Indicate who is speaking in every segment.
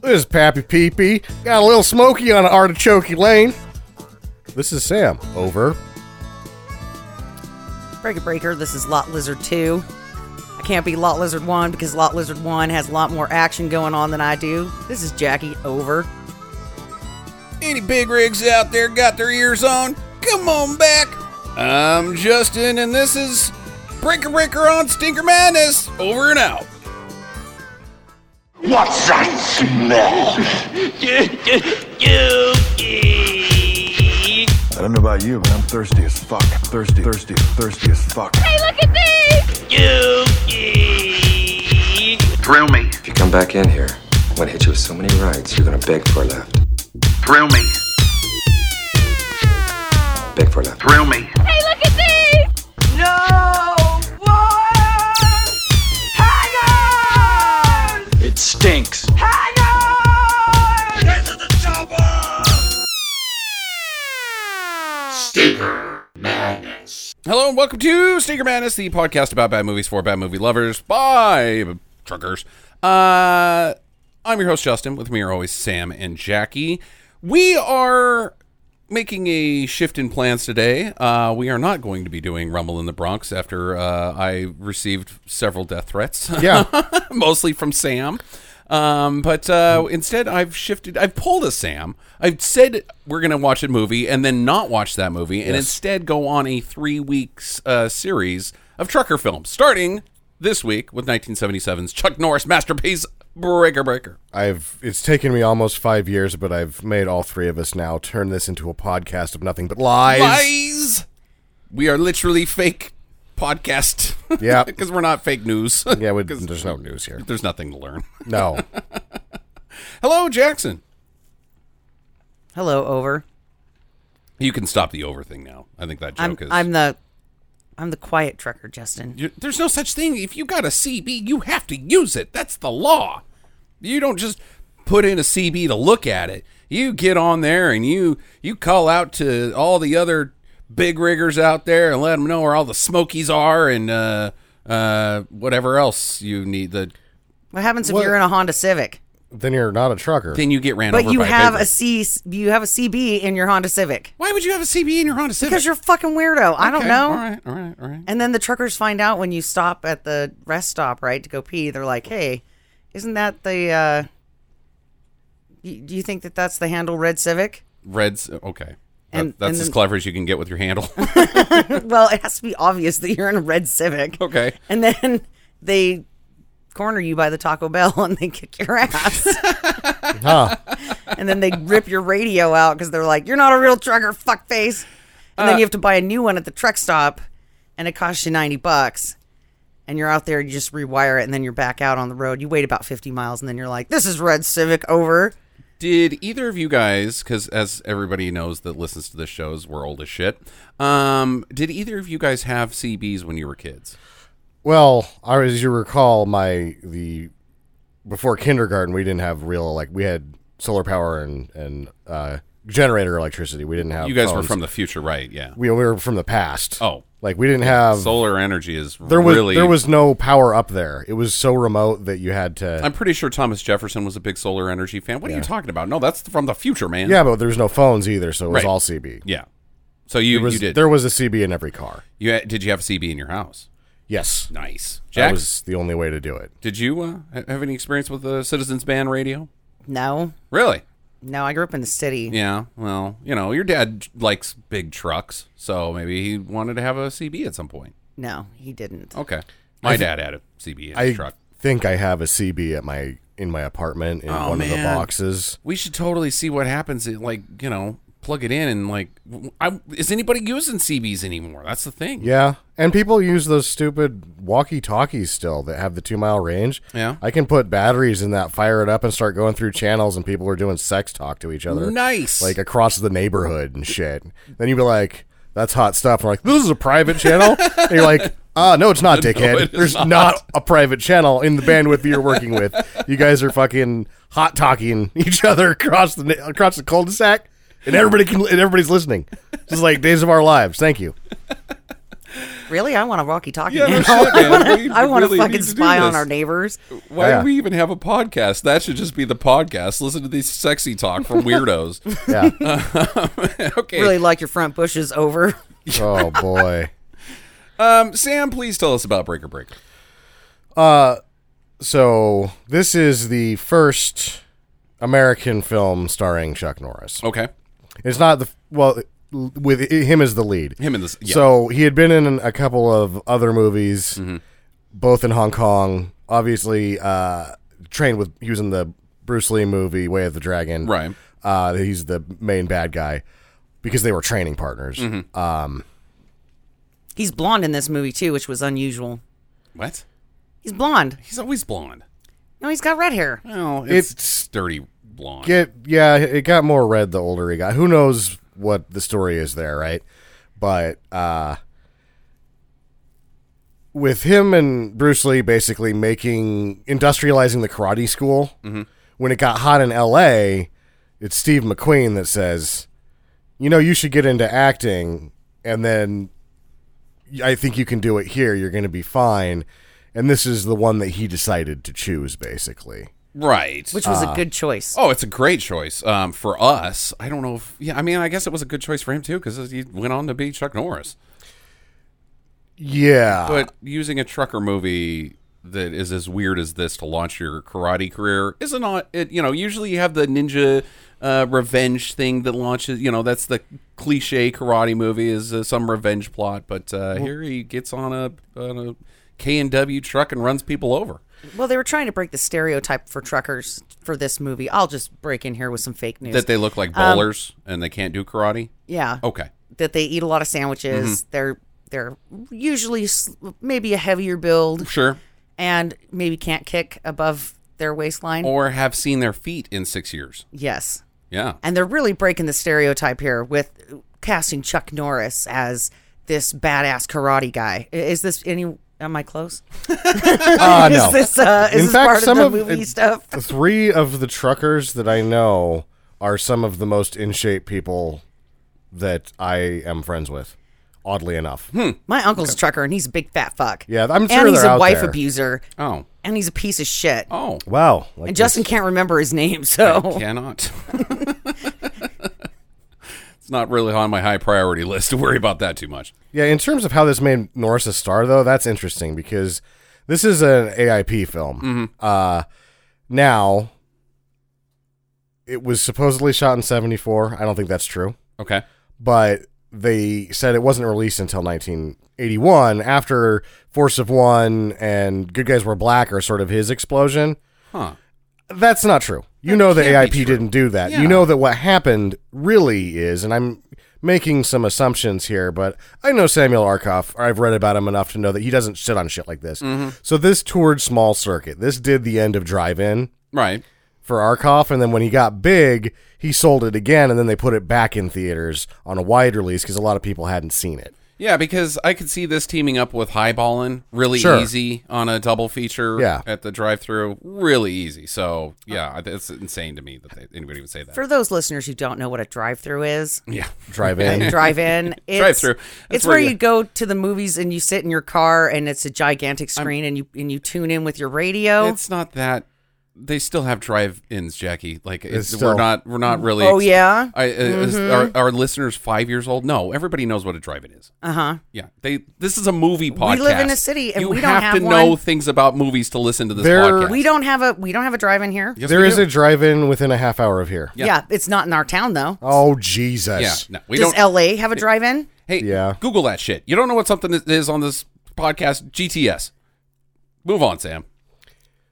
Speaker 1: This is Pappy Peepee. Got a little smoky on Artichoke Lane. This is Sam. Over.
Speaker 2: Breaker Breaker, this is Lot Lizard 2. I can't be Lot Lizard 1 because Lot Lizard 1 has a lot more action going on than I do. This is Jackie, over.
Speaker 3: Any big rigs out there got their ears on? Come on back. I'm Justin, and this is Breaker Breaker on Stinker Madness. Over and out.
Speaker 4: What's that smell?
Speaker 5: I don't know about you, but I'm thirsty as fuck. Thirsty, thirsty, thirsty as fuck.
Speaker 4: Thrill me,
Speaker 6: If you come back in here, I'm gonna hit you with so many rights, you're gonna beg for a left.
Speaker 4: thrill me,
Speaker 6: Beg for a left.
Speaker 4: thrill me.
Speaker 7: It stinks.
Speaker 3: Hello and welcome to Stinker Madness, the podcast about bad movies for bad movie lovers by truckers. Uh, I'm your host Justin. With me are always Sam and Jackie. We are making a shift in plans today. Uh, we are not going to be doing Rumble in the Bronx after uh, I received several death threats.
Speaker 1: Yeah.
Speaker 3: mostly from Sam. Um, but uh, instead, I've shifted. I've pulled a Sam. I've said we're going to watch a movie and then not watch that movie, and instead go on a three weeks uh, series of trucker films, starting this week with 1977's Chuck Norris masterpiece Breaker Breaker.
Speaker 1: I've it's taken me almost five years, but I've made all three of us now turn this into a podcast of nothing but lies.
Speaker 3: Lies. We are literally fake podcast.
Speaker 1: Yeah.
Speaker 3: because we're not fake news.
Speaker 1: Yeah, we, there's no news here.
Speaker 3: There's nothing to learn.
Speaker 1: No.
Speaker 3: Hello, Jackson.
Speaker 2: Hello, over.
Speaker 3: You can stop the over thing now. I think that
Speaker 2: I'm,
Speaker 3: joke is.
Speaker 2: I'm the I'm the quiet trucker, Justin.
Speaker 3: You- There's no such thing. If you got a CB, you have to use it. That's the law. You don't just put in a CB to look at it. You get on there and you you call out to all the other big riggers out there and let them know where all the smokies are and uh, uh, whatever else you need. The
Speaker 2: What happens if
Speaker 1: What-
Speaker 2: you're in a Honda Civic?
Speaker 1: then you're not a trucker.
Speaker 3: then you get ran
Speaker 2: But
Speaker 3: over.
Speaker 2: you
Speaker 3: by a
Speaker 2: have
Speaker 3: big
Speaker 2: a
Speaker 3: rig.
Speaker 2: C you have a CB in your Honda Civic.
Speaker 3: Why would you have a CB in your Honda Civic?
Speaker 2: Because you're a fucking weirdo. I don't
Speaker 3: Okay,
Speaker 2: know.
Speaker 3: All right, all right, all right.
Speaker 2: And then the truckers find out when you stop at the rest stop, right, to go pee. They're like, "Hey, isn't that the? uh y- Do you think that that's the handle red Civic?
Speaker 3: Reds. Okay.
Speaker 2: And-
Speaker 3: that, that's
Speaker 2: and
Speaker 3: as
Speaker 2: then-
Speaker 3: clever as you can get with your handle.
Speaker 2: well, it has to be obvious that you're in a red Civic.
Speaker 3: okay.
Speaker 2: And then they corner you by the Taco Bell and they kick your ass.
Speaker 1: Huh.
Speaker 2: and then they rip your radio out because they're like, "You're not a real trucker, fuckface." And then you have to buy a new one at the truck stop, and it costs you ninety bucks. And you're out there, you just rewire it, and then you're back out on the road. You wait about fifty miles, and then you're like, "This is Red Civic over."
Speaker 3: Did either of you guys, because as everybody knows that listens to the shows, we're old as shit. Um, did either of you guys have CBs when you were kids?
Speaker 1: Well, I- as you recall, my the before kindergarten, we didn't have real like we had solar power and and uh, generator electricity. We didn't have.
Speaker 3: You guys were
Speaker 1: phones.
Speaker 3: from the future, right? Yeah.
Speaker 1: We, we were from the past.
Speaker 3: Oh.
Speaker 1: like we didn't have.
Speaker 3: Solar energy is
Speaker 1: there was
Speaker 3: really.
Speaker 1: there was no power up there. It was so remote that you had to.
Speaker 3: I'm pretty sure Thomas Jefferson was a big solar energy fan. What are you talking about? No, that's from the future, man.
Speaker 1: yeah, but there was no phones either, so it was
Speaker 3: Right.
Speaker 1: all CB.
Speaker 3: Yeah. So you,
Speaker 1: There was-
Speaker 3: you did.
Speaker 1: There was a CB in every car.
Speaker 3: you had, did you have a CB in your house?
Speaker 1: Yes,
Speaker 3: Nice.
Speaker 1: that
Speaker 3: Jack,
Speaker 1: was the only way to do it.
Speaker 3: did you uh, ha- have any experience with the Citizens Band radio?
Speaker 2: No,
Speaker 3: Really?
Speaker 2: no, I grew up in the city.
Speaker 3: Yeah, well, you know, your dad likes big trucks, so maybe he wanted to have a CB at some point.
Speaker 2: No, he didn't.
Speaker 3: Okay. My dad had a CB in
Speaker 1: I
Speaker 3: his truck.
Speaker 1: think I have a CB at my in my apartment in one of the
Speaker 3: Oh, man.
Speaker 1: boxes.
Speaker 3: We should totally see what happens. It, like, you know, plug it in and, like, w- I, is anybody using CBs anymore? That's the thing.
Speaker 1: Yeah, and people use those stupid walkie-talkies still that have the two-mile range.
Speaker 3: Yeah.
Speaker 1: I can put batteries in that, fire it up, and start going through channels, and people are doing sex talk to each other,
Speaker 3: Nice.
Speaker 1: like across the neighborhood and shit. Then you'd be like, "That's hot stuff." And we're like, "This is a private channel," and you're like. Ah, no, it's not, dickhead.
Speaker 3: it is
Speaker 1: There's not. a private channel in the bandwidth that you're working with. You guys are fucking hot talking each other across the na- across the cul-de-sac, and everybody can and everybody's listening. This is like Days of Our Lives. Thank you.
Speaker 2: really? I want a walkie talkie.
Speaker 3: Yeah, no
Speaker 2: now.
Speaker 3: shit, man.
Speaker 2: I wanna-
Speaker 3: We
Speaker 2: I want
Speaker 3: really
Speaker 2: to
Speaker 3: need
Speaker 2: fucking
Speaker 3: to do
Speaker 2: spy on
Speaker 3: this.
Speaker 2: our neighbors.
Speaker 3: Why
Speaker 1: Yeah.
Speaker 3: do we even have a podcast? That should just be the podcast. Listen to these sexy talk from weirdos.
Speaker 1: Yeah.
Speaker 3: okay.
Speaker 2: Really like your front bushes over.
Speaker 1: oh boy.
Speaker 3: Um, Sam, please tell us about Breaker Breaker.
Speaker 1: So this is the first American film starring Chuck Norris.
Speaker 3: Okay.
Speaker 1: It's not the well with him as the lead.
Speaker 3: Him and this. Yeah.
Speaker 1: So he had been in a couple of other movies,
Speaker 3: Mm-hmm.
Speaker 1: both in Hong Kong. Obviously, uh, trained with he was in the Bruce Lee movie Way of the Dragon.
Speaker 3: Right.
Speaker 1: Uh, he's the main bad guy because they were training partners.
Speaker 3: Mm-hmm.
Speaker 2: He's blonde in this movie too, which was unusual.
Speaker 3: what?
Speaker 2: He's blonde.
Speaker 3: He's always blonde.
Speaker 2: No, he's got red hair.
Speaker 3: Well, Oh, it's,
Speaker 1: It's-
Speaker 3: sturdy blonde.
Speaker 1: Get yeah, it got more red the older he got. Who knows what the story is there, right? But uh, with him and Bruce Lee basically making industrializing the karate school, when it got hot in L.A., it's Steve McQueen that says, "You know, you should get into acting, and then I think you can do it here. You're going to be fine." And this is the one that he decided to choose, basically.
Speaker 3: right.
Speaker 2: Which was a good choice.
Speaker 3: oh, it's a great choice um, for us. I don't know if. Yeah, I mean, I guess it was a good choice for him, too, because he went on to be Chuck Norris.
Speaker 1: Yeah,
Speaker 3: But using a trucker movie that is as weird as this to launch your karate career is not it you know usually you have the ninja uh, revenge thing that launches you know that's the cliche karate movie is uh, some revenge plot but uh, here he gets on a, on a k&w truck and runs people over
Speaker 2: Well, they were trying to break the stereotype for truckers for this movie. I'll just break in here with some fake news.
Speaker 3: that Oh. they look like bowlers and they can't do karate
Speaker 2: yeah.
Speaker 3: okay
Speaker 2: That they eat a lot of sandwiches.
Speaker 3: Mm-hmm.
Speaker 2: They're they're usually s- maybe a heavier build
Speaker 3: sure
Speaker 2: and maybe can't kick above their waistline.
Speaker 3: or have seen their feet in six years
Speaker 2: yes.
Speaker 3: yeah
Speaker 2: And they're really breaking the stereotype here with casting Chuck Norris as this badass karate guy. I- Is this any? Am I close?
Speaker 1: uh,
Speaker 2: is
Speaker 1: no.
Speaker 2: this uh, is
Speaker 1: In
Speaker 2: this
Speaker 1: fact,
Speaker 2: part
Speaker 1: some
Speaker 2: of
Speaker 1: of
Speaker 2: the movie
Speaker 1: it-
Speaker 2: stuff?
Speaker 1: Three of the truckers that I know are some of the most in shape people that I am friends with. Oddly enough,
Speaker 2: My uncle's a trucker and he's a big fat fuck.
Speaker 1: Yeah, I'm sure
Speaker 2: And he's
Speaker 1: they're
Speaker 2: a
Speaker 1: out
Speaker 2: wife
Speaker 1: there.
Speaker 2: abuser
Speaker 3: oh
Speaker 2: and he's a piece of shit.
Speaker 3: oh
Speaker 1: wow! Like
Speaker 2: and Justin can't remember his name,
Speaker 1: Oh.
Speaker 2: so
Speaker 3: Cannot. it's not really on my high priority list to worry about that too much.
Speaker 1: this- yeah, in terms of how this made Norris a star, though, that's interesting because this is an AIP film.
Speaker 2: Mm-hmm.
Speaker 1: Uh, now, it was supposedly shot in '74. I don't think that's true.
Speaker 3: Okay.
Speaker 1: but they said it wasn't released until 1981 after Force of One and Good Guys Were Black are sort of his explosion.
Speaker 3: Huh.
Speaker 1: That's not true. You know the
Speaker 3: can't be
Speaker 1: AIP
Speaker 3: true.
Speaker 1: didn't do that.
Speaker 3: Yeah.
Speaker 1: You know that what happened really is, and I'm making some assumptions here, but I know Samuel Arkoff, or I've read about him enough to know that he doesn't sit on shit like this.
Speaker 3: Mm-hmm.
Speaker 1: So this toured small circuit. This did the end of Drive In
Speaker 3: Right.
Speaker 1: for Arkoff, and then when he got big, he sold it again, and then they put it back in theaters on a wide release because a lot of people hadn't seen it.
Speaker 3: Yeah, because I could see this teaming up with highballing really
Speaker 1: Sure.
Speaker 3: easy on a double feature
Speaker 1: Yeah.
Speaker 3: at the drive-through, really easy. So yeah, I- it's insane to me that they, anybody would say that.
Speaker 2: for those listeners who don't know what a drive-through is,
Speaker 3: yeah,
Speaker 1: Drive in.
Speaker 2: drive-in, it's,
Speaker 3: Drive-thru. That's
Speaker 2: It's
Speaker 3: where
Speaker 2: where
Speaker 3: you-
Speaker 2: you go to the movies and you sit in your car and it's a gigantic screen and you and you tune in with your radio.
Speaker 3: it's not that. They still have drive-ins, Jackie. Like it's,
Speaker 1: It's still-
Speaker 3: we're not we're not really.
Speaker 2: Oh, yeah? Mm-hmm.
Speaker 3: I, uh, is- are, are listeners five years old? No, everybody knows what a drive-in is.
Speaker 2: Uh huh.
Speaker 3: Yeah, they. This is a movie podcast.
Speaker 2: live in a city and
Speaker 3: you
Speaker 2: we don't
Speaker 3: have,
Speaker 2: have
Speaker 3: to know
Speaker 2: one.
Speaker 3: things about movies to listen to this
Speaker 1: There-
Speaker 3: podcast.
Speaker 2: We don't have a we don't have a drive-in here.
Speaker 3: Yes,
Speaker 1: There
Speaker 3: we
Speaker 1: is
Speaker 3: do.
Speaker 1: a drive in within a half hour of here.
Speaker 2: Yeah. it's not in our town though.
Speaker 1: Oh,
Speaker 3: Yeah,
Speaker 1: Jesus.
Speaker 3: no, we
Speaker 2: Does
Speaker 3: don't.
Speaker 2: L.A. have a drive-in?
Speaker 3: hey,
Speaker 1: Yeah.
Speaker 3: Google that shit. You don't know what something is- is on this podcast. GTS. Move on, Sam.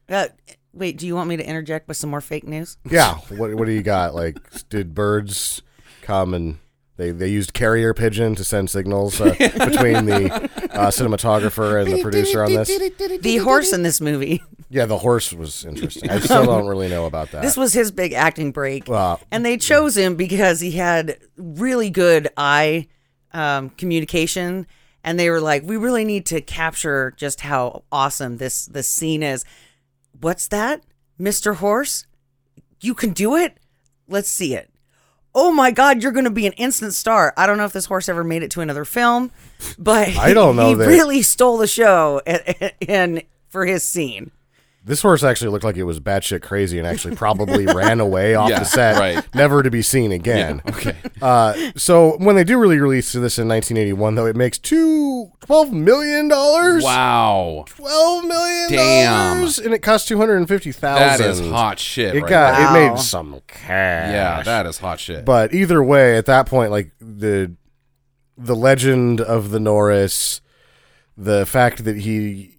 Speaker 2: Uh, wait, do you want me to interject with some more fake news?
Speaker 1: Yeah. What, what do you got? Like, did birds come and. They, they used carrier pigeon to send signals uh, between the uh, cinematographer and the producer on this.
Speaker 2: The horse in this movie.
Speaker 1: Yeah, the horse was interesting. I still don't really know about
Speaker 3: Uh,
Speaker 1: that. Uh,
Speaker 2: This was his big acting break,
Speaker 1: Wow.
Speaker 2: and they chose him because he had really good eye um, communication. And they were like, "We really need to capture just how awesome this this scene is." What's that, Mister Horse? You can do it. Let's see it. oh my God, you're going to be an instant star. I don't know if this horse ever made it to another film, but
Speaker 1: I don't know
Speaker 2: He
Speaker 1: that-
Speaker 2: really stole the show and, for his scene.
Speaker 1: This horse actually looked like it was batshit crazy and actually probably ran away off
Speaker 3: Yeah,
Speaker 1: the set,
Speaker 3: right.
Speaker 1: never to be seen again.
Speaker 3: Okay.
Speaker 1: Uh, so when they do really release this in 1981, though, it makes two twelve million dollars.
Speaker 3: Wow.
Speaker 1: twelve million
Speaker 3: Damn.
Speaker 1: dollars, and it cost two hundred and fifty thousand.
Speaker 3: That is hot shit.
Speaker 1: It
Speaker 3: right
Speaker 1: got
Speaker 3: there.
Speaker 1: it
Speaker 2: Wow.
Speaker 1: made some cash.
Speaker 3: Yeah, that is hot shit.
Speaker 1: But either way, at that point, like the the legend of the Norris, the fact that he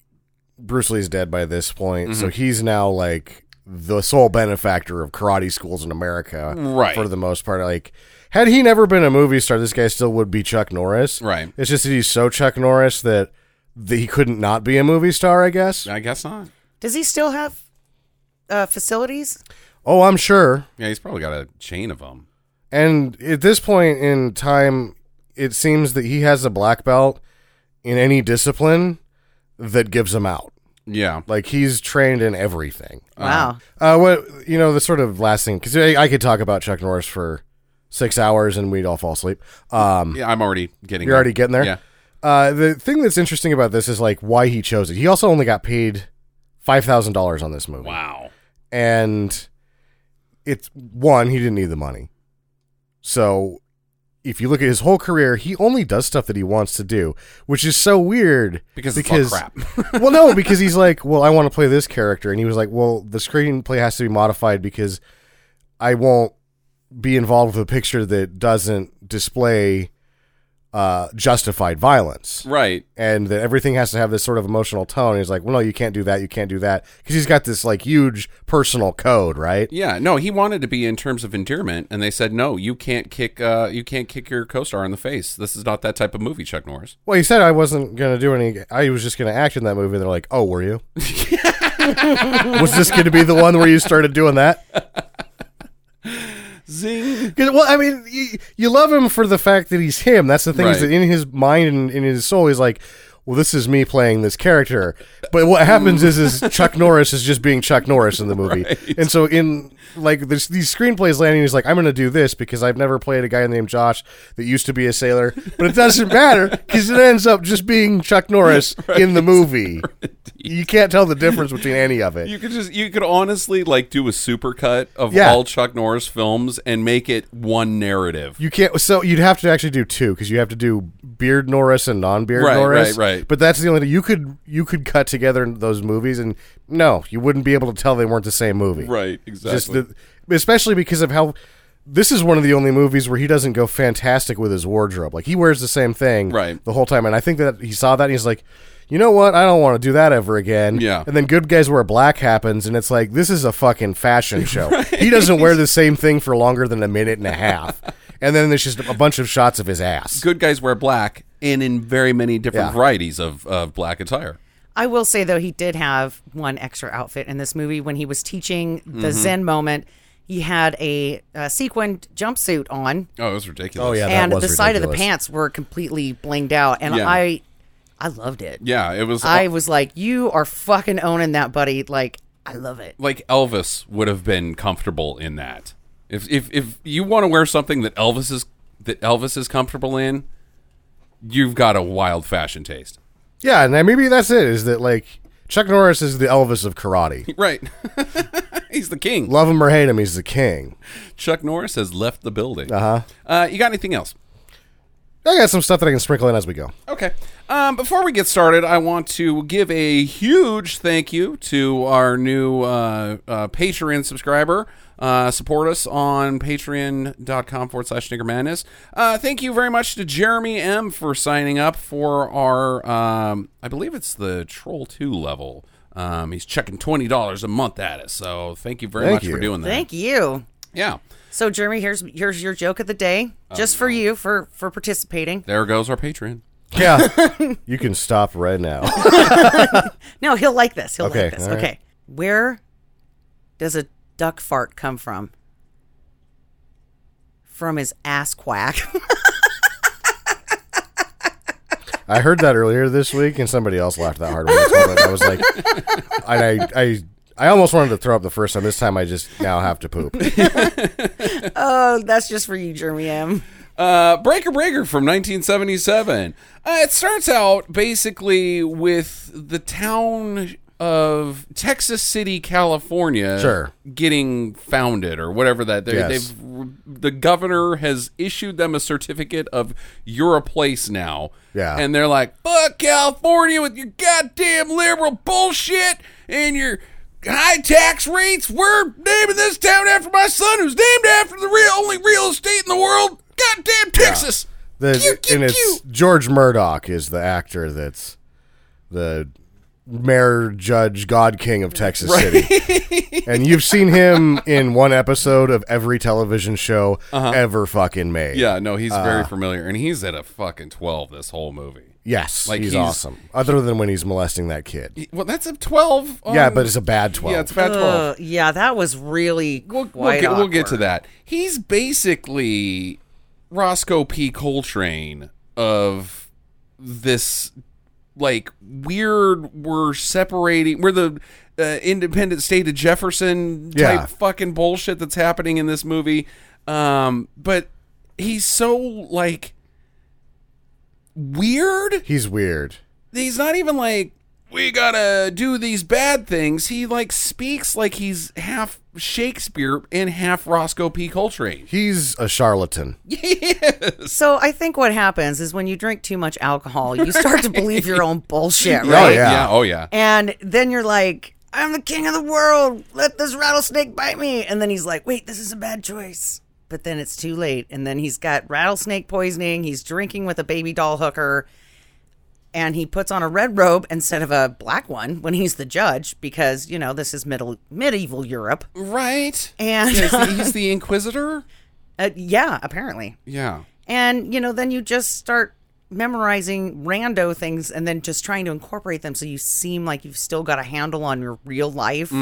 Speaker 1: Bruce Lee's dead by this point, so
Speaker 3: Mm-hmm.
Speaker 1: he's now like the sole benefactor of karate schools in America,
Speaker 3: Right.
Speaker 1: For the most part, like had he never been a movie star, this guy still would be Chuck Norris,
Speaker 3: Right.
Speaker 1: It's just that he's so Chuck Norris that. that He couldn't not be a movie star, I guess.
Speaker 3: I guess not.
Speaker 2: Does he still have uh, facilities?
Speaker 1: Oh, I'm sure.
Speaker 3: Yeah, he's probably got a chain of them.
Speaker 1: And at this point in time, it seems that he has a black belt in any discipline that gives him out.
Speaker 3: Yeah.
Speaker 1: Like he's trained in everything.
Speaker 2: Wow.
Speaker 1: Uh, what you know, the sort of last thing because I, I could talk about Chuck Norris for six hours and we'd all fall asleep. Um,
Speaker 3: Yeah, I'm already getting.
Speaker 1: you're already getting there.
Speaker 3: Yeah.
Speaker 1: Uh, the thing that's interesting about this is like why he chose it. He also only got paid five thousand dollars on this movie
Speaker 3: Wow.
Speaker 1: and it's one he didn't need the money so if you look at his whole career he only does stuff that he wants to do which is so weird
Speaker 3: Because it's all crap.
Speaker 1: well no because he's like well i want to play this character and he was like well the screenplay has to be modified because i won't be involved with a picture that doesn't display uh, justified violence
Speaker 3: Right.
Speaker 1: and that everything has to have this sort of emotional tone. He's like, well, no, you can't do that. You can't do that. Because he's got this like huge personal code, right?
Speaker 3: Yeah. No, he wanted to be in terms of endearment, and they said no. You can't kick. Uh, you can't kick your co-star in the face. This is not that type of movie, Chuck Norris.
Speaker 1: Well, he said I wasn't going to do any, I was just going to act in that movie. And they're like, oh, were you? was this going to be the one where you started doing that?
Speaker 3: Zing.
Speaker 1: 'Cause, Well, I mean, you, you love him for the fact that he's him. That's the thing is
Speaker 3: Right.
Speaker 1: that in his mind and in his soul, he's like, well, this is me playing this character. But what happens is, is Chuck Norris is just being Chuck Norris in the movie. And so in like this, these screenplays landing, he's like, I'm going to do this because I've never played a guy named Josh that used to be a sailor. But it doesn't matter because it ends up just being Chuck Norris in the movie. You can't tell the difference between any of it.
Speaker 3: You could just. You could honestly like do a supercut of
Speaker 1: Yeah.
Speaker 3: all Chuck Norris films and make it one narrative.
Speaker 1: You can't. So you'd have to actually do two because you have to do beard Norris and non-beard
Speaker 3: Right,
Speaker 1: Norris.
Speaker 3: right, right.
Speaker 1: But that's the only you could you could cut together those movies, and no, you wouldn't be able to tell they weren't the same movie.
Speaker 3: Right. Exactly.
Speaker 1: Just the, especially because of how this is one of the only movies where he doesn't go fantastic with his wardrobe. Like he wears the same thing
Speaker 3: Right.
Speaker 1: the whole time, and I think that he saw that and he's like. You know what? I don't want to do that ever again.
Speaker 3: Yeah.
Speaker 1: And then Good Guys Wear Black happens, and it's like, this is a fucking fashion show. He doesn't wear the same thing for longer than a minute and a half. and then there's just a bunch of shots of his ass.
Speaker 3: good guys wear black and in very many different
Speaker 1: Yeah.
Speaker 3: varieties of, of black attire.
Speaker 2: I will say though, he did have one extra outfit in this movie when he was teaching the
Speaker 1: Mm-hmm.
Speaker 2: Zen moment. He had a, uh sequined jumpsuit on,
Speaker 3: Oh, it was ridiculous.
Speaker 1: Oh, yeah. that
Speaker 2: and the
Speaker 1: was
Speaker 2: side of the
Speaker 1: ridiculous.
Speaker 2: pants were completely blinged out, and
Speaker 3: Yeah.
Speaker 2: I, I loved it.
Speaker 3: Yeah, it was
Speaker 2: I was like, "You are fucking owning that, buddy!" Like, I love it.
Speaker 3: like Elvis would have been comfortable in that. If if if you want to wear something that Elvis is that Elvis is comfortable in, you've got a wild fashion taste.
Speaker 1: Yeah, and then maybe that's it, is that like Chuck Norris is the Elvis of karate.
Speaker 3: Right. He's the king.
Speaker 1: Love him or hate him, he's the king.
Speaker 3: Chuck Norris has left the building. Uh-huh. You got anything else?
Speaker 1: I got some stuff that I can sprinkle in as we go.
Speaker 3: Okay. Um, before we get started, I want to give a huge thank you to our new uh, uh, Patreon subscriber. Uh, support us on patreon.com forward slash nigger madness. Uh, thank you very much to Jeremy M for signing up for our, um, I believe it's the Troll 2 level. Um, he's checking $20 a month at us. So thank you very
Speaker 1: Thank
Speaker 3: much for
Speaker 1: you.
Speaker 3: doing that.
Speaker 2: Thank you.
Speaker 3: yeah.
Speaker 2: So, Jeremy, here's here's your joke of the day,
Speaker 1: Oh,
Speaker 2: just for you for for participating.
Speaker 3: There goes our Patreon.
Speaker 1: Yeah. you can stop right now.
Speaker 2: No, he'll like this. He'll
Speaker 1: Okay,
Speaker 2: like this.
Speaker 1: all right.
Speaker 2: Okay, where does a duck fart come from? From his ass quack.
Speaker 1: I heard that earlier this week, and somebody else laughed that hard when I told it. I was like, I, I, I, I almost wanted to throw up the first time. This time I just now have to poop.
Speaker 2: Oh, that's just for you, Jeremy M.
Speaker 3: Uh, Breaker Breaker from 1977. Uh, it starts out basically with the town of Texas City, California,
Speaker 1: Sure.
Speaker 3: getting founded or whatever that they,
Speaker 1: Yes.
Speaker 3: they've. The governor has issued them a certificate of you're a place now.
Speaker 1: Yeah.
Speaker 3: and they're like, "Fuck California with your goddamn liberal bullshit and your." High tax rates. We're naming this town after my son, who's named after the real only real estate in the world. Goddamn Texas.
Speaker 1: The,
Speaker 3: Pew, pew,
Speaker 1: and it's
Speaker 3: pew.
Speaker 1: George Murdoch is the actor that's the mayor, judge, god king of Texas City. and you've seen him in one episode of every television show ever fucking made.
Speaker 3: Uh-huh. Yeah, no, he's very familiar, and he's at a fucking twelve this whole movie.
Speaker 1: Yes.
Speaker 3: Like,
Speaker 1: he's,
Speaker 3: he's-
Speaker 1: awesome. Other than when he's molesting that kid.
Speaker 3: Well, that's a twelve. on-
Speaker 1: yeah, but it's a bad 12.
Speaker 3: yeah, it's about twelve.
Speaker 2: Ugh, yeah, that was really
Speaker 3: we'll, we'll,
Speaker 2: quite
Speaker 3: get, we'll get to
Speaker 2: awkward.
Speaker 3: that. He's basically Roscoe P. Coltrane of this, like, weird, we're separating, we're the uh, independent state of Jefferson type
Speaker 1: Yeah.
Speaker 3: fucking bullshit that's happening in this movie. Um, but he's so, like, weird
Speaker 1: He's weird.
Speaker 3: he's not even like we gotta do these bad things. He like speaks like he's half Shakespeare and half Roscoe P. Coltrane.
Speaker 1: He's a charlatan.
Speaker 2: So I think what happens is when you drink too much alcohol, you start to believe your own bullshit,
Speaker 1: Oh,
Speaker 2: right?
Speaker 1: yeah.
Speaker 3: Oh yeah.
Speaker 2: And then you're like, I'm the king of the world. Let this rattlesnake bite me. And then he's like, wait, this is a bad choice. But then it's too late. And then he's got rattlesnake poisoning. He's drinking with a baby doll hooker. And he puts on a red robe instead of a black one when he's the judge because, you know, this is middle medieval Europe.
Speaker 3: Right.
Speaker 2: And
Speaker 3: He's the, he's the Inquisitor.
Speaker 2: uh, yeah, apparently.
Speaker 3: Yeah.
Speaker 2: And, you know, then you just start memorizing rando things and then just trying to incorporate them so you seem like you've still got a handle on your real life,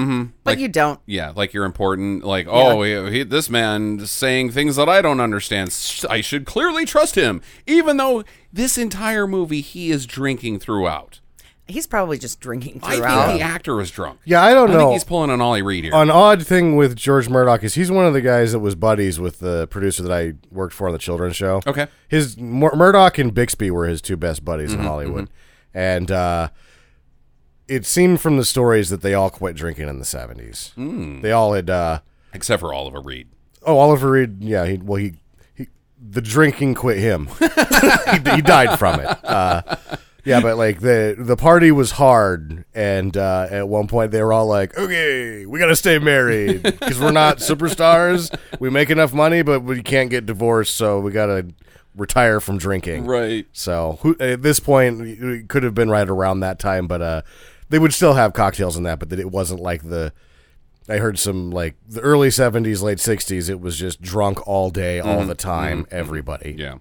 Speaker 2: but you don't.
Speaker 3: Yeah, Mm-hmm. like you're important. Like, oh, he, he- this man saying things that I don't understand. S- I should clearly trust him, even though this entire movie he is drinking throughout.
Speaker 2: He's probably just drinking
Speaker 3: I think
Speaker 2: throughout.
Speaker 3: the actor was drunk.
Speaker 1: Yeah, I don't
Speaker 3: I
Speaker 1: know.
Speaker 3: think he's pulling an Ollie Reed here.
Speaker 1: an odd thing with George Murdoch is he's one of the guys that was buddies with the producer that I worked for on the children's show.
Speaker 3: Okay.
Speaker 1: his Mur- Murdoch and Bixby were his two best buddies
Speaker 3: Mm-hmm,
Speaker 1: in Hollywood, and uh, it seemed from the stories that they all quit drinking in the seventies.
Speaker 3: Hmm.
Speaker 1: Mm. They all had. Uh,
Speaker 3: Except for Oliver Reed.
Speaker 1: oh, Oliver Reed. Yeah, he, well, he, he the drinking quit him. he, he died from it. Uh, yeah, but like the the party was hard, and uh, at one point they were all like, "Okay, we gotta stay married because we're not superstars. We make enough money, but we can't get divorced, so we gotta retire from drinking."
Speaker 3: Right.
Speaker 1: So who, at this point, it could have been right around that time, but uh, they would still have cocktails and that, but that it wasn't like the. I heard some like the early 70s, late 60s, it was just drunk all day, all the time, everybody.
Speaker 3: Yeah.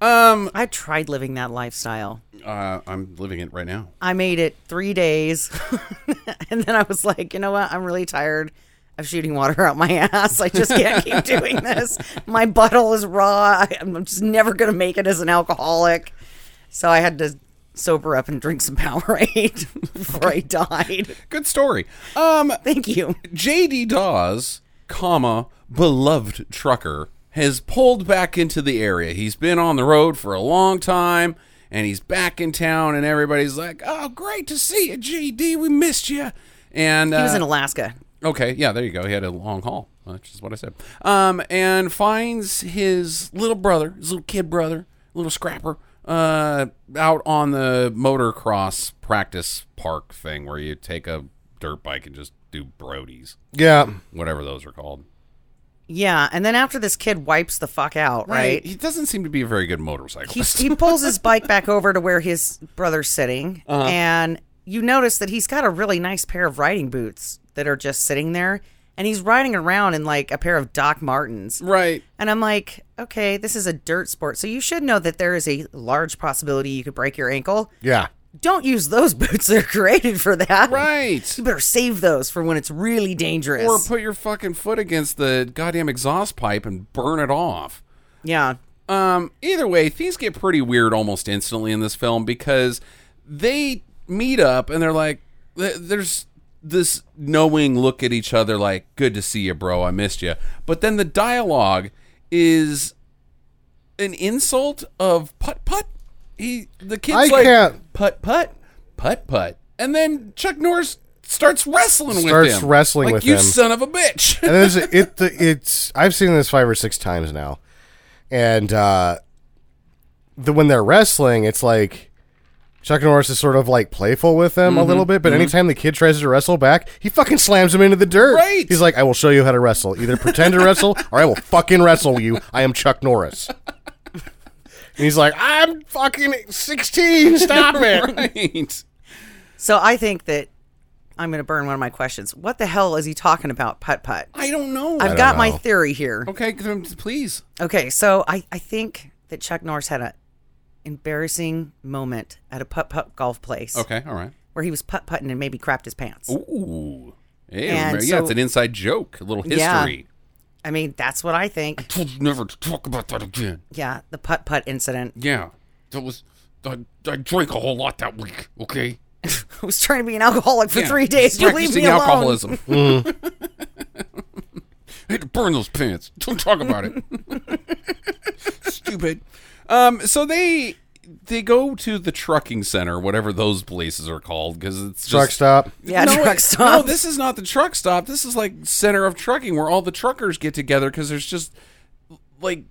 Speaker 3: um,
Speaker 2: I tried living that lifestyle.
Speaker 3: Uh, I'm living it right now.
Speaker 2: I made it three days. and then I was like, you know what? I'm really tired of shooting water out my ass. I just can't keep doing this. My butthole is raw. I, I'm just never going to make it as an alcoholic. So I had to sober up and drink some Powerade before I died.
Speaker 3: Good story. Um,
Speaker 2: Thank you.
Speaker 3: J.D. Dawes, comma, beloved trucker, has pulled back into the area. He's been on the road for a long time, and he's back in town, and everybody's like, "Oh, great to see you, J.D. We missed you." And
Speaker 2: He was
Speaker 3: uh,
Speaker 2: in Alaska.
Speaker 3: Okay, yeah, there you go. He had a long haul, which is what I said. Um, and finds his little brother, his little kid brother, little scrapper, uh, out on the motocross practice park thing where you take a dirt bike and just do brodies,
Speaker 1: Yeah.
Speaker 3: whatever those are called.
Speaker 2: Yeah. And then after this kid wipes the fuck out, right?
Speaker 3: He doesn't seem to be a very good
Speaker 2: he,
Speaker 3: motorcyclist.
Speaker 2: he pulls his bike back over to where his brother's sitting,
Speaker 3: Uh-huh.
Speaker 2: and you notice that he's got a really nice pair of riding boots that are just sitting there, and he's riding around in like a pair of Doc Martens.
Speaker 3: right.
Speaker 2: And I'm like, okay, this is a dirt sport, so you should know that there is a large possibility you could break your ankle.
Speaker 1: Yeah.
Speaker 2: Don't use those boots; they're created for that.
Speaker 3: Right.
Speaker 2: You better save those for when it's really dangerous.
Speaker 3: Or put your fucking foot against the goddamn exhaust pipe and burn it off.
Speaker 2: yeah.
Speaker 3: Um, either way, things get pretty weird almost instantly in this film because they meet up and they're like, th- there's this knowing look at each other like good to see you bro i missed you but then the dialogue is an insult of putt putt he the kid's
Speaker 1: I
Speaker 3: like
Speaker 1: can't-
Speaker 3: putt putt putt putt and then chuck norris starts wrestling with
Speaker 1: Starts
Speaker 3: him
Speaker 1: wrestling
Speaker 3: like
Speaker 1: with
Speaker 3: you
Speaker 1: him.
Speaker 3: son of a bitch
Speaker 1: and there's it the, it's I've seen this five or six times now, and uh, the when they're wrestling, it's like Chuck Norris is sort of like playful with them a little bit, but anytime the kid tries to wrestle back, he fucking slams him into the dirt.
Speaker 3: Right.
Speaker 1: He's like, "I will show you how to wrestle. Either pretend to wrestle, or I will fucking wrestle you. I am Chuck Norris." and he's like, "I'm fucking sixteen. Stop it."
Speaker 3: right
Speaker 2: So I think that I'm going to burn one of my questions. What the hell is he talking about, putt putt?
Speaker 3: i don't know
Speaker 2: I've got my theory here.
Speaker 3: okay then please
Speaker 2: Okay, so I, I think that Chuck Norris had a embarrassing moment at a putt putt golf place
Speaker 3: okay all right
Speaker 2: where he was putt putting and maybe crapped his pants.
Speaker 3: Ooh. Hey,
Speaker 2: And
Speaker 3: remember- yeah,
Speaker 2: so-
Speaker 3: it's an inside joke, a little
Speaker 2: Yeah.
Speaker 3: history.
Speaker 2: I mean, that's what I think.
Speaker 3: Told you never to talk about that again.
Speaker 2: Yeah, the putt putt incident.
Speaker 3: Yeah. That was I, I drank a whole lot that week, okay?
Speaker 2: I was trying to be an alcoholic for
Speaker 3: Yeah.
Speaker 2: three days. You leave
Speaker 3: Practicing
Speaker 2: me alone.
Speaker 3: alcoholism. I had to burn those pants. Don't talk about it. Stupid. Um, so they they go to the trucking center, whatever those places are called, because it's just,
Speaker 1: Truck stop.
Speaker 2: Yeah,
Speaker 3: no,
Speaker 2: truck
Speaker 3: it-
Speaker 2: stop.
Speaker 3: No, this is not the truck stop. This is like center of trucking where all the truckers get together because there's just like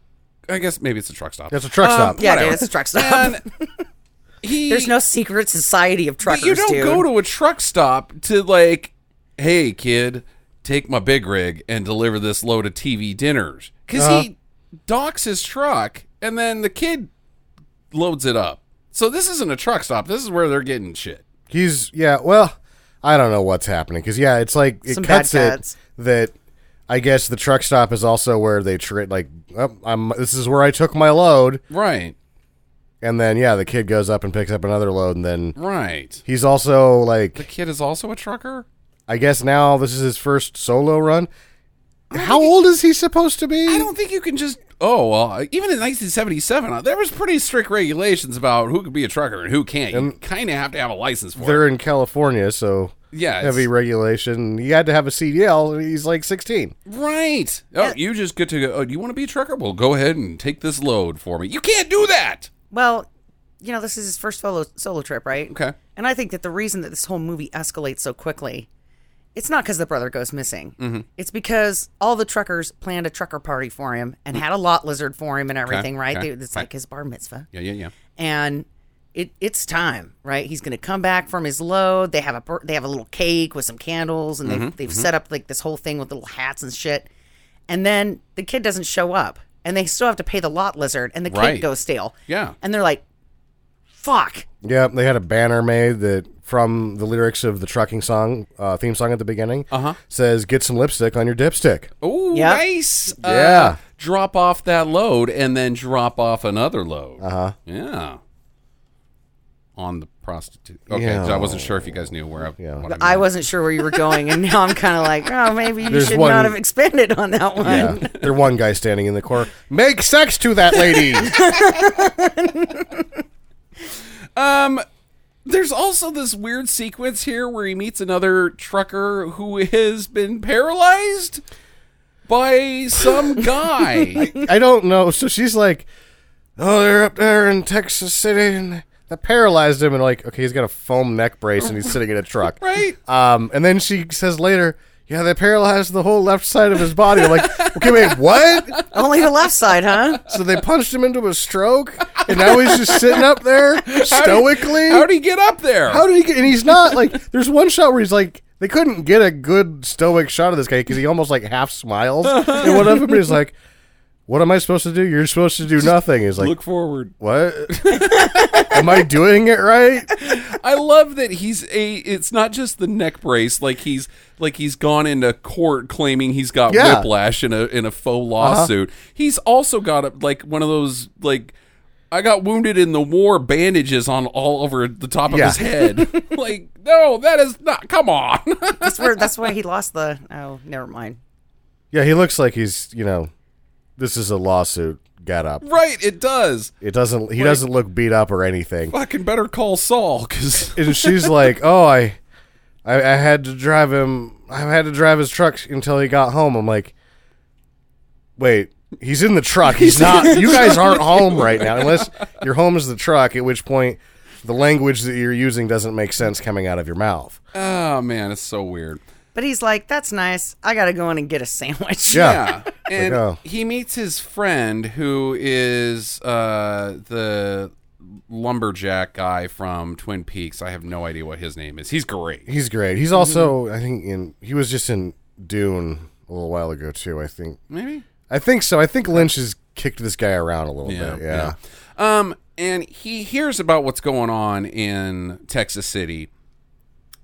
Speaker 3: I guess maybe it's a truck stop.
Speaker 1: That's a truck stop.
Speaker 2: yeah, dude,
Speaker 3: Whatever.
Speaker 2: it's a truck stop.
Speaker 3: And he
Speaker 2: There's no secret society of
Speaker 3: but
Speaker 2: truckers,
Speaker 3: you don't
Speaker 2: dude.
Speaker 3: go to a truck stop to like, hey kid, take my big rig and deliver this load of TV dinners because he docks his truck and then the kid loads it up. So this isn't a truck stop. This is where they're getting shit.
Speaker 1: He's yeah. Well, I don't know what's happening because yeah, it's like it
Speaker 2: Some bad
Speaker 1: cuts it
Speaker 2: cuts.
Speaker 1: that I guess the truck stop is also where they treat like oh, I'm this is where I took my load,
Speaker 3: Right.
Speaker 1: and then yeah, the kid goes up and picks up another load, and then
Speaker 3: Right.
Speaker 1: he's also
Speaker 3: The
Speaker 1: like
Speaker 3: kid is also a trucker?
Speaker 1: I guess now this is his first solo run. How old is he supposed to be?
Speaker 3: I don't think you can just. Oh, well, even in 1977, uh, there was pretty strict regulations about who could be a trucker and who can't. You kind of have to have a license for
Speaker 1: They're
Speaker 3: it.
Speaker 1: in California, so
Speaker 3: Yeah, it's-
Speaker 1: heavy regulation. He had to have a CDL. and He's like sixteen.
Speaker 3: Right. Oh, you just get to go. Oh, do you want to be a trucker? Well, go ahead and take this load for me. You can't do that.
Speaker 2: Well, you know, this is his first solo solo trip, right?
Speaker 3: Okay.
Speaker 2: And I think that the reason that this whole movie escalates so quickly, it's not because the brother goes missing.
Speaker 3: Mm-hmm.
Speaker 2: It's because all the truckers planned a trucker party for him and had a lot lizard for him and everything, right?
Speaker 3: Mm. okay,
Speaker 2: They- it's
Speaker 3: right.
Speaker 2: like his bar mitzvah,
Speaker 3: Yeah, yeah, yeah.
Speaker 2: and it it's time, right? He's going to come back from his load. They have a bur- they have a little cake with some candles, and they've, they've set up like this whole thing with little hats and shit. And then the kid doesn't show up, and they still have to pay the lot lizard, and the kid
Speaker 3: Right.
Speaker 2: goes stale.
Speaker 3: Yeah.
Speaker 2: and they're like, "Fuck."
Speaker 1: Yep, they had a banner made that from the lyrics of the trucking song uh, theme song at the beginning uh-huh. says "Get some lipstick on your dipstick."
Speaker 3: Oh,
Speaker 2: Yep.
Speaker 3: nice. Uh,
Speaker 1: Yeah.
Speaker 3: drop off that load and then drop off another load. Uh huh. Yeah. On the prostitute. Okay. So I wasn't sure if you guys knew where I, yeah. what
Speaker 2: I
Speaker 3: meant.
Speaker 2: wasn't sure where you were going, and now I'm kind of like, oh, maybe you
Speaker 1: There's
Speaker 2: should
Speaker 1: one-
Speaker 2: not have expanded on that one.
Speaker 1: Yeah, there one guy standing in the corner. Make sex to that lady.
Speaker 3: There's also this weird sequence here where he meets another trucker who has been paralyzed by some guy.
Speaker 1: I don't know. So she's like, "Oh, they're up there in Texas City, and that paralyzed him." And like, okay, he's got a foam neck brace, and he's sitting in a truck,
Speaker 3: Right.
Speaker 1: Um, and then she says later, "Yeah, they paralyzed the whole left side of his body." I'm like, okay, wait, what?
Speaker 2: Only the left side, huh?
Speaker 1: So they punched him into a stroke, and now he's just sitting up there stoically.
Speaker 3: How'd he get up there?
Speaker 1: How did he get? And he's not like. There's one shot where he's like, they couldn't get a good stoic shot of this guy because he almost like half smiles, and one of them is like, "What am I supposed to do? You're supposed to do nothing." He's like,
Speaker 3: Look forward.
Speaker 1: "What? am I doing it right?"
Speaker 3: I love that he's a. It's not just the neck brace, like he's like he's gone into court claiming he's got
Speaker 1: Yeah. Uh-huh.
Speaker 3: whiplash in a in a faux lawsuit. He's also got a, like one of those like I got wounded in the war bandages on all over the top of
Speaker 1: Yeah.
Speaker 3: his head. like no, that is not. Come on.
Speaker 2: That's where. That's why he lost the. Oh, never mind.
Speaker 1: Yeah, he looks like he's you know, this is a lawsuit. Got up.
Speaker 3: right, it does.
Speaker 1: It doesn't. He doesn't look beat up or anything.
Speaker 3: Fucking better call Saul because
Speaker 1: And she's like, "Oh, I." I, I had to drive him. I had to drive his truck until he got home. I'm like, wait, he's in the truck. He's not. You guys aren't home right now, unless your home is the truck. At which point, the language that you're using doesn't make sense coming out of your mouth.
Speaker 3: Oh man, it's so weird.
Speaker 2: But he's like, that's nice. I got to go in and get a sandwich.
Speaker 1: Yeah.
Speaker 3: and
Speaker 1: oh.
Speaker 3: he meets his friend who is uh, the lumberjack guy from Twin Peaks. I have no idea what his name is. He's great.
Speaker 1: He's great. He's also, I think, in he was just in Dune a little while ago too. I think.
Speaker 3: Maybe.
Speaker 1: I think so. I think Lynch has kicked this guy around a little bit. Yeah.
Speaker 3: yeah. Um, and he hears about what's going on in Texas City.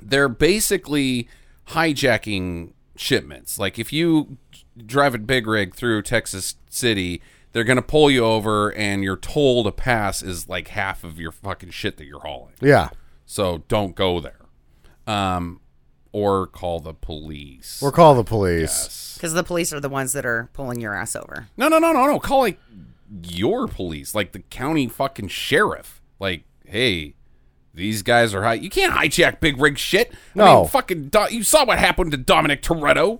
Speaker 3: They're basically hijacking shipments. Like if you drive a big rig through Texas City, they're gonna pull you over, and your toll to pass is like half of your fucking shit that you're hauling.
Speaker 1: Yeah.
Speaker 3: So don't go there. Um, or call the police.
Speaker 1: Or call the police.
Speaker 2: Because the police are the ones that are pulling your ass over.
Speaker 3: No, no, no, no, no. Call like your police, like the county fucking sheriff. Like, hey, these guys are high. You can't hijack big rig shit. I
Speaker 1: No.
Speaker 3: mean, fucking. Do- you saw what happened to Dominic Toretto,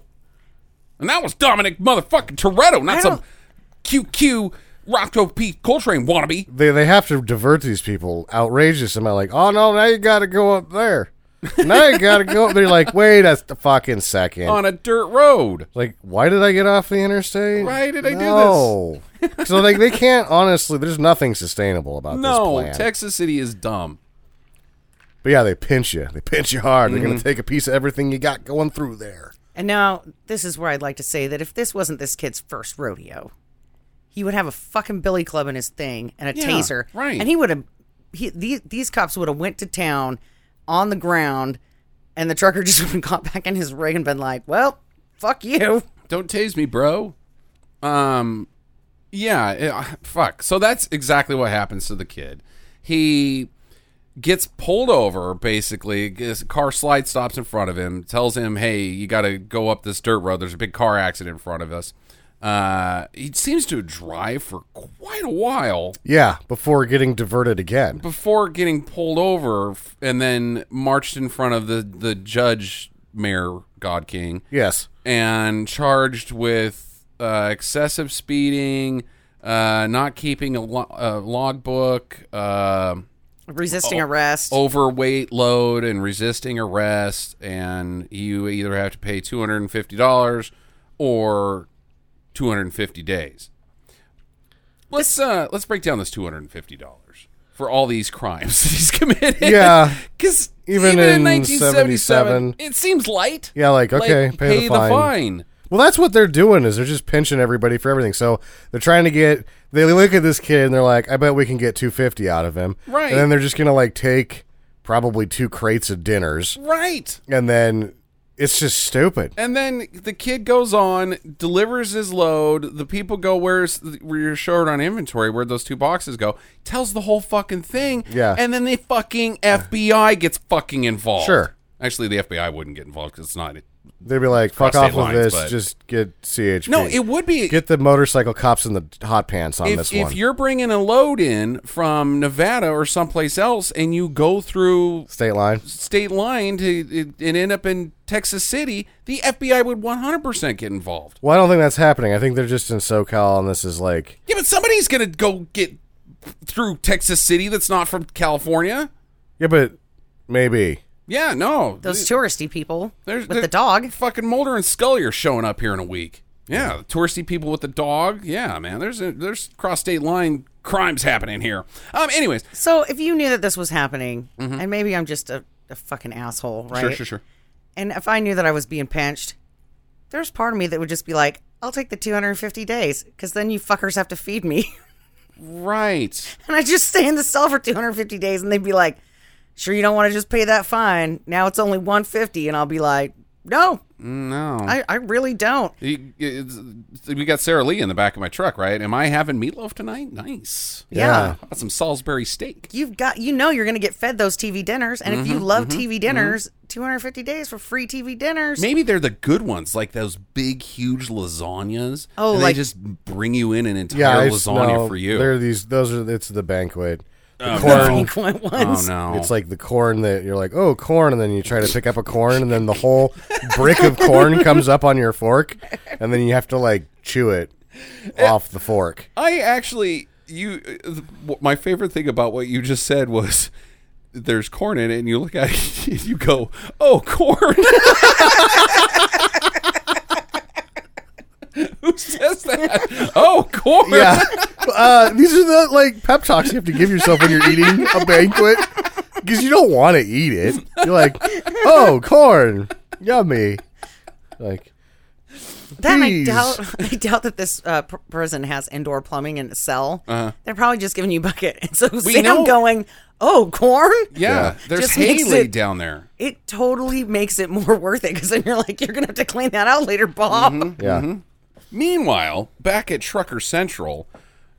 Speaker 3: and that was Dominic motherfucking Toretto, not
Speaker 2: I
Speaker 3: some QQ Rocco P Coltrane wannabe.
Speaker 1: They they have to divert these people outrageous amount. Like, oh no, now you got to go up there. Now you got to go up there. Like, wait a th- fucking second.
Speaker 3: On a dirt road.
Speaker 1: like, why did I get off the interstate?
Speaker 3: Why did I do
Speaker 1: do this? so like, they can't honestly. There's nothing sustainable about
Speaker 3: No,
Speaker 1: this plan.
Speaker 3: Texas City is dumb.
Speaker 1: but yeah, they pinch you. They pinch you hard. They're
Speaker 3: Mm-hmm.
Speaker 1: gonna take a piece of everything you got going through there.
Speaker 2: And now, this is where I'd like to say that if this wasn't this kid's first rodeo, he would have a fucking billy club in his thing and a
Speaker 3: Yeah,
Speaker 2: taser,
Speaker 3: right.
Speaker 2: And he would have, he these, these cops would have went to town on the ground, and the trucker just would have got back in his rig and been like, "Well, fuck you."
Speaker 3: don't tase me, bro. Um, yeah, it- uh, fuck. So that's exactly what happens to the kid. He gets pulled over. Basically, his car slide stops in front of him. Tells him, "Hey, you got to go up this dirt road. There's a big car accident in front of us." Uh, he seems to drive for quite a while
Speaker 1: Yeah, before getting diverted again.
Speaker 3: before getting pulled over, f- and then marched in front of the the judge, Mayor God King
Speaker 1: Yes.
Speaker 3: and charged with uh, excessive speeding, uh, not keeping a, lo- a logbook, uh,
Speaker 2: Resisting
Speaker 3: Oh.
Speaker 2: arrest.
Speaker 3: overweight load, and resisting arrest. And you either have to pay $250 or 250 days. Let's uh, let's break down this two hundred and fifty dollars for all these crimes that he's committed.
Speaker 1: Yeah.
Speaker 3: because even,
Speaker 1: Even
Speaker 3: in
Speaker 1: in
Speaker 3: nineteen seventy seven,
Speaker 1: 77,
Speaker 3: it seems light.
Speaker 1: Yeah, like, okay, pay the fine.
Speaker 3: fine.
Speaker 1: Well, that's what they're doing is they're just pinching everybody for everything. So they're trying to get. They look at this kid and they're like, "I bet we can get two fifty out of him."
Speaker 3: Right.
Speaker 1: And then they're just gonna like take probably two crates of dinners,
Speaker 3: Right.
Speaker 1: and then it's just stupid.
Speaker 3: And then the kid goes on, delivers his load. The people go, "Where's where you're short on inventory? Where'd those two boxes go?" Tells the whole fucking thing.
Speaker 1: Yeah.
Speaker 3: And then the fucking FBI gets fucking involved.
Speaker 1: Sure.
Speaker 3: Actually, the FBI wouldn't get involved because it's not.
Speaker 1: They'd be like, "Fuck
Speaker 3: Cross
Speaker 1: off
Speaker 3: state
Speaker 1: with this.
Speaker 3: lines, but-
Speaker 1: Just get CHP."
Speaker 3: No, it would be.
Speaker 1: get the motorcycle cops in the hot pants on
Speaker 3: if,
Speaker 1: this
Speaker 3: if
Speaker 1: one.
Speaker 3: you're bringing a load in from Nevada or someplace else, and you go through
Speaker 1: State line.
Speaker 3: state line to and end up in Texas City, the FBI would 100% get involved.
Speaker 1: Well, I don't think that's happening. I think they're just in SoCal, and this is like,
Speaker 3: Yeah, but somebody's gonna go get through Texas City that's not from California.
Speaker 1: yeah, but maybe.
Speaker 3: Yeah, no,
Speaker 2: those
Speaker 3: Th-
Speaker 2: touristy people
Speaker 3: there's-
Speaker 2: with the
Speaker 3: there-
Speaker 2: dog.
Speaker 3: Fucking Mulder and Scully are showing up here in a week. Yeah, the touristy people with the dog. Yeah, man, there's a, there's cross state line crimes happening here. Um, anyways,
Speaker 2: So if you knew that this was happening, and maybe I'm just a, a fucking asshole, right?
Speaker 3: Mm-hmm. sure, sure, sure.
Speaker 2: And if I knew that I was being pinched, there's part of me that would just be like, I'll take the 250 days because then you fuckers have to feed me.
Speaker 3: Right.
Speaker 2: and I just stay in the cell for 250 days and they'd be like, sure, you don't want to just pay that fine. Now it's only 150. And I'll be like, no,
Speaker 3: No,
Speaker 2: I, I really don't.
Speaker 3: You- it's- we got Sarah Lee in the back of my truck, right? Am I having meatloaf tonight? Nice.
Speaker 2: Yeah.
Speaker 3: How about some Salisbury steak?
Speaker 2: You've got, you know, you're going to get fed those TV dinners. And if you
Speaker 3: Mm-hmm,
Speaker 2: love TV dinners, 250 days for free TV dinners.
Speaker 3: Maybe they're the good ones, like those big, huge lasagnas.
Speaker 2: Oh,
Speaker 3: and
Speaker 2: like-
Speaker 3: they just bring you in an entire
Speaker 1: Yeah, it's-
Speaker 3: lasagna
Speaker 1: no,
Speaker 3: for you.
Speaker 1: They're these. Those are. It's the banquet. corn.
Speaker 2: One
Speaker 3: Oh
Speaker 2: once.
Speaker 3: no!
Speaker 1: It's like the corn that you're like, oh, corn, and then you try to pick up a corn, and then the whole brick of corn comes up on your fork, and then you have to like chew it off the fork.
Speaker 3: I actually, you, uh, wh- my favorite thing about what you just said was there's corn in it, and you look at it, and you go, "Oh, corn." Who says that? Oh, corn.
Speaker 1: Yeah, uh, these are the like pep talks you have to give yourself when you're eating a banquet because you don't want to eat it. You're like, oh, corn, yummy. Like,
Speaker 2: Then I
Speaker 1: Please.
Speaker 2: doubt I doubt that this uh, pr- prison has indoor plumbing in a cell. They're probably just giving you a bucket. And so Sam
Speaker 3: Uh-huh. know-
Speaker 2: going, "Oh, corn."
Speaker 3: Yeah, there's
Speaker 2: Just
Speaker 3: hay
Speaker 2: makes
Speaker 3: laid
Speaker 2: it-
Speaker 3: down there.
Speaker 2: It totally makes it more worth it because then you're like, you're gonna have to clean that out later, Bob.
Speaker 3: Mm-hmm.
Speaker 1: yeah,
Speaker 3: Meanwhile, back at Trucker Central,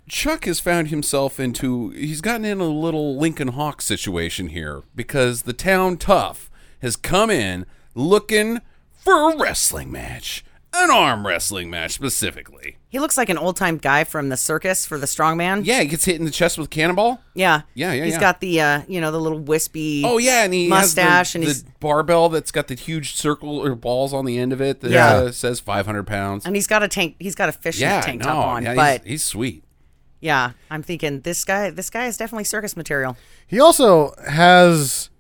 Speaker 3: Chuck has found himself into he's gotten in a little Lincoln Hawk situation here because the town tough has come in looking for a wrestling match, an arm wrestling match specifically.
Speaker 2: He looks like an old time guy from the circus for the strongman.
Speaker 3: Yeah, he gets hit in the chest with a cannonball.
Speaker 2: yeah,
Speaker 3: Yeah, yeah,
Speaker 2: He's
Speaker 3: yeah.
Speaker 2: got the uh, you know the little wispy.
Speaker 3: Oh yeah, and he has the-
Speaker 2: mustache, and
Speaker 3: the
Speaker 2: he's
Speaker 3: barbell that's got the huge circle or balls on the end of it that
Speaker 1: Yeah.
Speaker 3: uh, says 500 pounds.
Speaker 2: and he's got a tank. He's got a fishnet
Speaker 3: yeah,
Speaker 2: tank
Speaker 3: no,
Speaker 2: top on.
Speaker 3: yeah, he's-
Speaker 2: but
Speaker 3: he's sweet.
Speaker 2: yeah, I'm thinking this guy. This guy is definitely circus material.
Speaker 1: he also has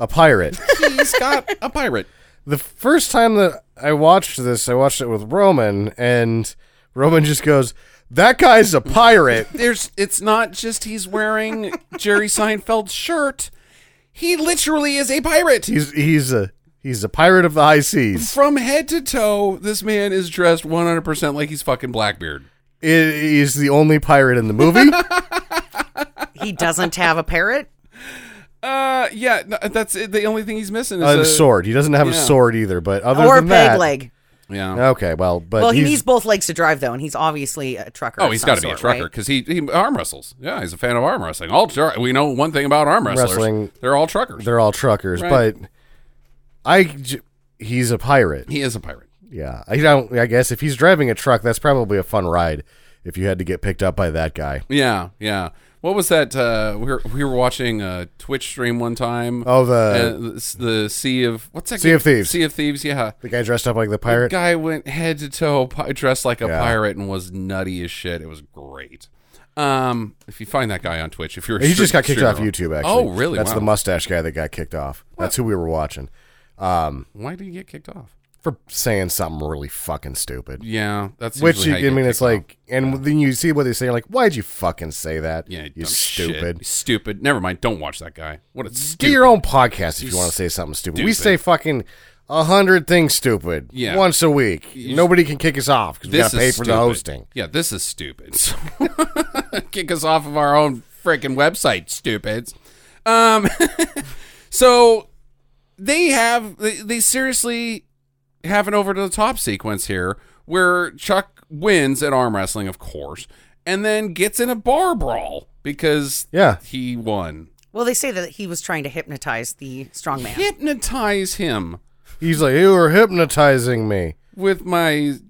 Speaker 1: a pirate.
Speaker 3: He's got a pirate.
Speaker 1: the first time that I watched this, I watched it with Roman, and Roman just goes, "That guy's a pirate."
Speaker 3: there's it's not just he's wearing Jerry Seinfeld's shirt. He literally is a pirate.
Speaker 1: he's he's a he's a pirate of the high seas.
Speaker 3: From head to toe, this man is dressed 100% like he's fucking Blackbeard.
Speaker 1: I- he's the only pirate in the movie.
Speaker 2: He doesn't have a parrot.
Speaker 3: Uh yeah, no, that's it. the only thing he's missing is
Speaker 1: a
Speaker 3: a
Speaker 1: Uh, sword. He doesn't have a
Speaker 3: yeah.
Speaker 1: sword either. But other
Speaker 2: or a
Speaker 1: than
Speaker 2: peg
Speaker 1: that,
Speaker 2: leg.
Speaker 3: Yeah.
Speaker 1: Okay, well, but
Speaker 2: Well, he
Speaker 1: he's,
Speaker 2: needs both legs to drive though, and he's obviously a trucker.
Speaker 3: Oh,
Speaker 2: of
Speaker 3: he's
Speaker 2: some
Speaker 3: got to be a
Speaker 2: sort,
Speaker 3: trucker
Speaker 2: right?
Speaker 3: because he, he arm wrestles. Yeah, he's a fan of arm wrestling. All tru- we know one thing about arm wrestlers:
Speaker 1: Wrestling-
Speaker 3: they're all truckers.
Speaker 1: they're all truckers.
Speaker 3: Right.
Speaker 1: But I, j- he's a pirate.
Speaker 3: he is a pirate.
Speaker 1: Yeah, I don't. I guess if he's driving a truck, that's probably a fun ride. If you had to get picked up by that guy.
Speaker 3: Yeah, yeah. What was that? Uh, we were we were watching a Twitch stream one time.
Speaker 1: Oh, the-
Speaker 3: uh, the, the sea of what's that?
Speaker 1: Sea
Speaker 3: game?
Speaker 1: of Thieves.
Speaker 3: Sea of thieves. Yeah,
Speaker 1: The guy dressed up like the pirate.
Speaker 3: guy went head to toe pi- dressed like a
Speaker 1: Yeah.
Speaker 3: pirate and was nutty as shit. It was great. Um, if you find that guy on Twitch, if you're a
Speaker 1: He
Speaker 3: str-
Speaker 1: just got kicked
Speaker 3: streamer-
Speaker 1: off YouTube. Actually,
Speaker 3: oh really?
Speaker 1: That's
Speaker 3: Wow.
Speaker 1: the mustache guy that got kicked off. That's who we were watching
Speaker 3: Why did he get kicked off?
Speaker 1: for saying something really fucking stupid.
Speaker 3: Yeah, that's
Speaker 1: Which
Speaker 3: usually
Speaker 1: you,
Speaker 3: how
Speaker 1: I mean,
Speaker 3: get
Speaker 1: it's
Speaker 3: kicked off.
Speaker 1: like, and then you see what they say. You're like, why'd you fucking say that?
Speaker 3: yeah,
Speaker 1: you
Speaker 3: dumb shit.
Speaker 1: stupid.
Speaker 3: stupid. Never mind. Don't watch that guy. What a
Speaker 1: Do
Speaker 3: stupid.
Speaker 1: your own podcast if you want to say something stupid. We say fucking a hundred things stupid
Speaker 3: Yeah.
Speaker 1: once a week. Nobody can kick us off because we got
Speaker 3: this
Speaker 1: to pay
Speaker 3: is
Speaker 1: for
Speaker 3: stupid.
Speaker 1: the hosting.
Speaker 3: Yeah, this is stupid. So, Kick us off of our own freaking website, stupids. Um, so they have they, they seriously have an over to the top sequence here where Chuck wins at arm wrestling, of course, and then gets in a bar brawl because
Speaker 1: Yeah.
Speaker 3: he won.
Speaker 2: Well, they say that he was trying to hypnotize the strongman.
Speaker 3: Hypnotize him
Speaker 1: He's like, you were hypnotizing me.
Speaker 3: with my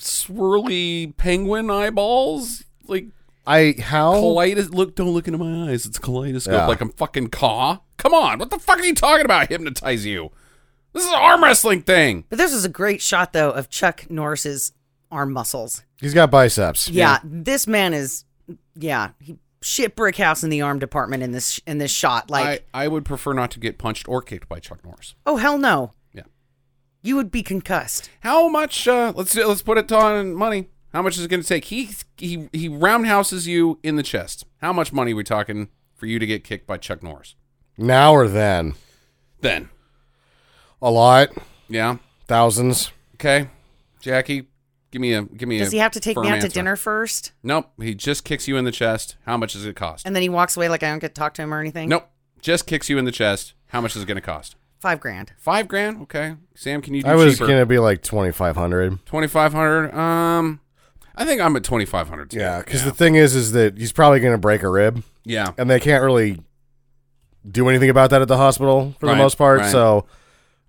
Speaker 3: swirly penguin eyeballs, like.
Speaker 1: I how
Speaker 2: Oh.
Speaker 3: Kaleidos- Look, don't look into my eyes. It's a kaleidoscope,
Speaker 1: Yeah.
Speaker 3: like I'm fucking caw. Come on, what the fuck are you talking about? Hypnotize you? This is an arm wrestling thing.
Speaker 2: But this was a great shot though of Chuck Norris's arm muscles.
Speaker 1: he's got biceps.
Speaker 2: Yeah, this man is. Yeah, he shit brick house in the arm department in this in this shot. Like,
Speaker 3: I, I would prefer not to get punched or kicked by Chuck Norris.
Speaker 2: oh hell no.
Speaker 3: Yeah.
Speaker 2: You would be concussed.
Speaker 3: How much? Uh, let's do- let's put it on money. How much is it going to take? He he he roundhouses you in the chest. How much money we talking for you to get kicked by Chuck Norris?
Speaker 1: Now or then,
Speaker 3: Then,
Speaker 1: a lot,
Speaker 3: yeah,
Speaker 1: thousands.
Speaker 3: okay, Jackie, give me a give me a.
Speaker 2: Does he have to take me
Speaker 3: firm
Speaker 2: out
Speaker 3: answer.
Speaker 2: to dinner first,
Speaker 3: Nope. He just kicks you in the chest. How much does it cost?
Speaker 2: and then he walks away like I don't get to talk to him or anything?
Speaker 3: Nope. Just kicks you in the chest. How much is it going to cost?
Speaker 2: Five grand.
Speaker 3: Five grand. Okay. Sam, can you do
Speaker 1: I was
Speaker 3: cheaper?
Speaker 1: gonna be like twenty five hundred.
Speaker 3: Twenty five hundred. Um, I think I'm at twenty five hundred.
Speaker 1: Yeah, because the thing is, is that he's probably gonna break a rib,
Speaker 3: yeah.
Speaker 1: and they can't really do anything about that at the hospital for
Speaker 3: Right,
Speaker 1: the most part.
Speaker 3: right.
Speaker 1: So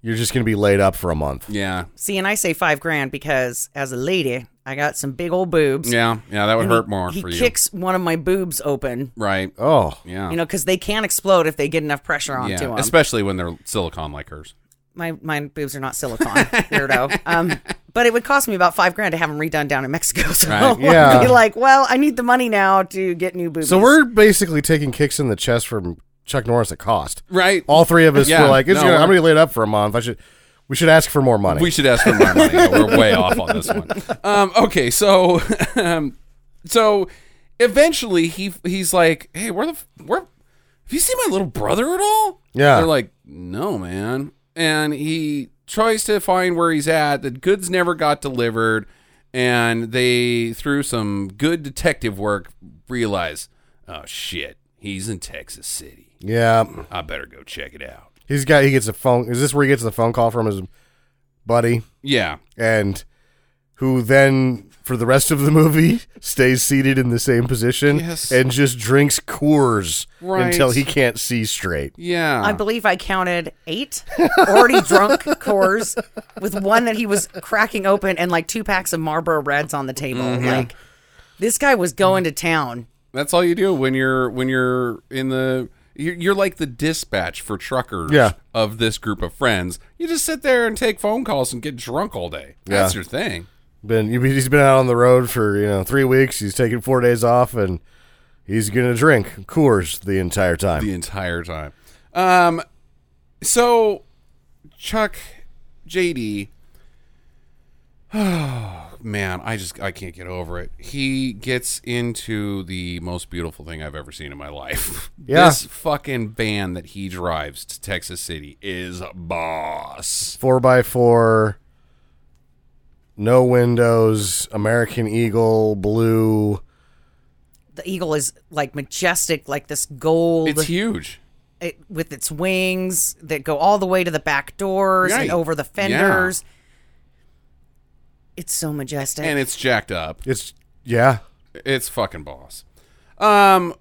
Speaker 1: you're just gonna be laid up for a month.
Speaker 3: Yeah.
Speaker 2: See, and I say five grand because as a lady, I got some big old boobs.
Speaker 3: Yeah, yeah, that would
Speaker 2: And
Speaker 3: hurt
Speaker 2: he-
Speaker 3: more
Speaker 2: He
Speaker 3: for you.
Speaker 2: kicks one of my boobs open,
Speaker 3: right.
Speaker 1: Oh,
Speaker 3: Yeah.
Speaker 2: you know, because they can explode if they get enough pressure onto
Speaker 3: yeah.
Speaker 2: them.
Speaker 3: Especially when they're silicone like hers.
Speaker 2: my my boobs are not silicone, weirdo. Um, but it would cost me about five grand to have them redone down in Mexico. So
Speaker 3: Right.
Speaker 2: I'd
Speaker 1: Yeah.
Speaker 2: be like, well, I need the money now to get new boobies.
Speaker 1: so we're basically taking kicks in the chest from Chuck Norris at cost.
Speaker 3: Right.
Speaker 1: All three of us
Speaker 3: Yeah,
Speaker 1: were like, it's
Speaker 3: no,
Speaker 1: gonna, "I'm
Speaker 3: we're-
Speaker 1: gonna lay it up for a month. I should, we should ask for more money."
Speaker 3: We should ask for more money. Yeah, We're way off on this one. Um, okay, so um, so eventually he he's like, "Hey, where the f- where have you seen my little brother at all?"
Speaker 1: Yeah.
Speaker 3: they're like, "No, man." And he tries to find where he's at. The goods never got delivered, and they through some good detective work realize, "Oh shit, he's in Texas City.
Speaker 1: yeah,
Speaker 3: I better go check it out."
Speaker 1: he's got. He gets a phone. Is this where he gets the phone call from his buddy?
Speaker 3: Yeah,
Speaker 1: and who then for the rest of the movie stays seated in the same position
Speaker 3: Yes.
Speaker 1: and just drinks Coors
Speaker 3: Right.
Speaker 1: until he can't see straight.
Speaker 3: yeah.
Speaker 2: I believe I counted eight already drunk cores with one that he was cracking open and like two packs of Marlboro Reds on the table.
Speaker 3: Mm-hmm.
Speaker 2: Like this guy was going to town.
Speaker 3: That's all you do when you're when you're in the you're, you're like the dispatch for truckers
Speaker 1: Yeah.
Speaker 3: of this group of friends. You just sit there and take phone calls and get drunk all day. That's
Speaker 1: Yeah.
Speaker 3: your thing.
Speaker 1: Been he's been out on the road for you know three weeks. He's taking four days off and he's gonna drink Coors the entire time.
Speaker 3: the entire time. Um, so Chuck, JD, oh man, I just I can't get over it. He gets into the most beautiful thing I've ever seen in my life.
Speaker 1: Yeah.
Speaker 3: This fucking van that he drives to Texas City is boss.
Speaker 1: Four by four, no windows, American Eagle, blue.
Speaker 2: The eagle is like majestic, like this gold
Speaker 3: It's huge.
Speaker 2: it, with its wings that go all the way to the back doors
Speaker 3: Right.
Speaker 2: and over the fenders. It's so majestic.
Speaker 3: And it's jacked up.
Speaker 1: It's yeah.
Speaker 3: It's fucking boss. Um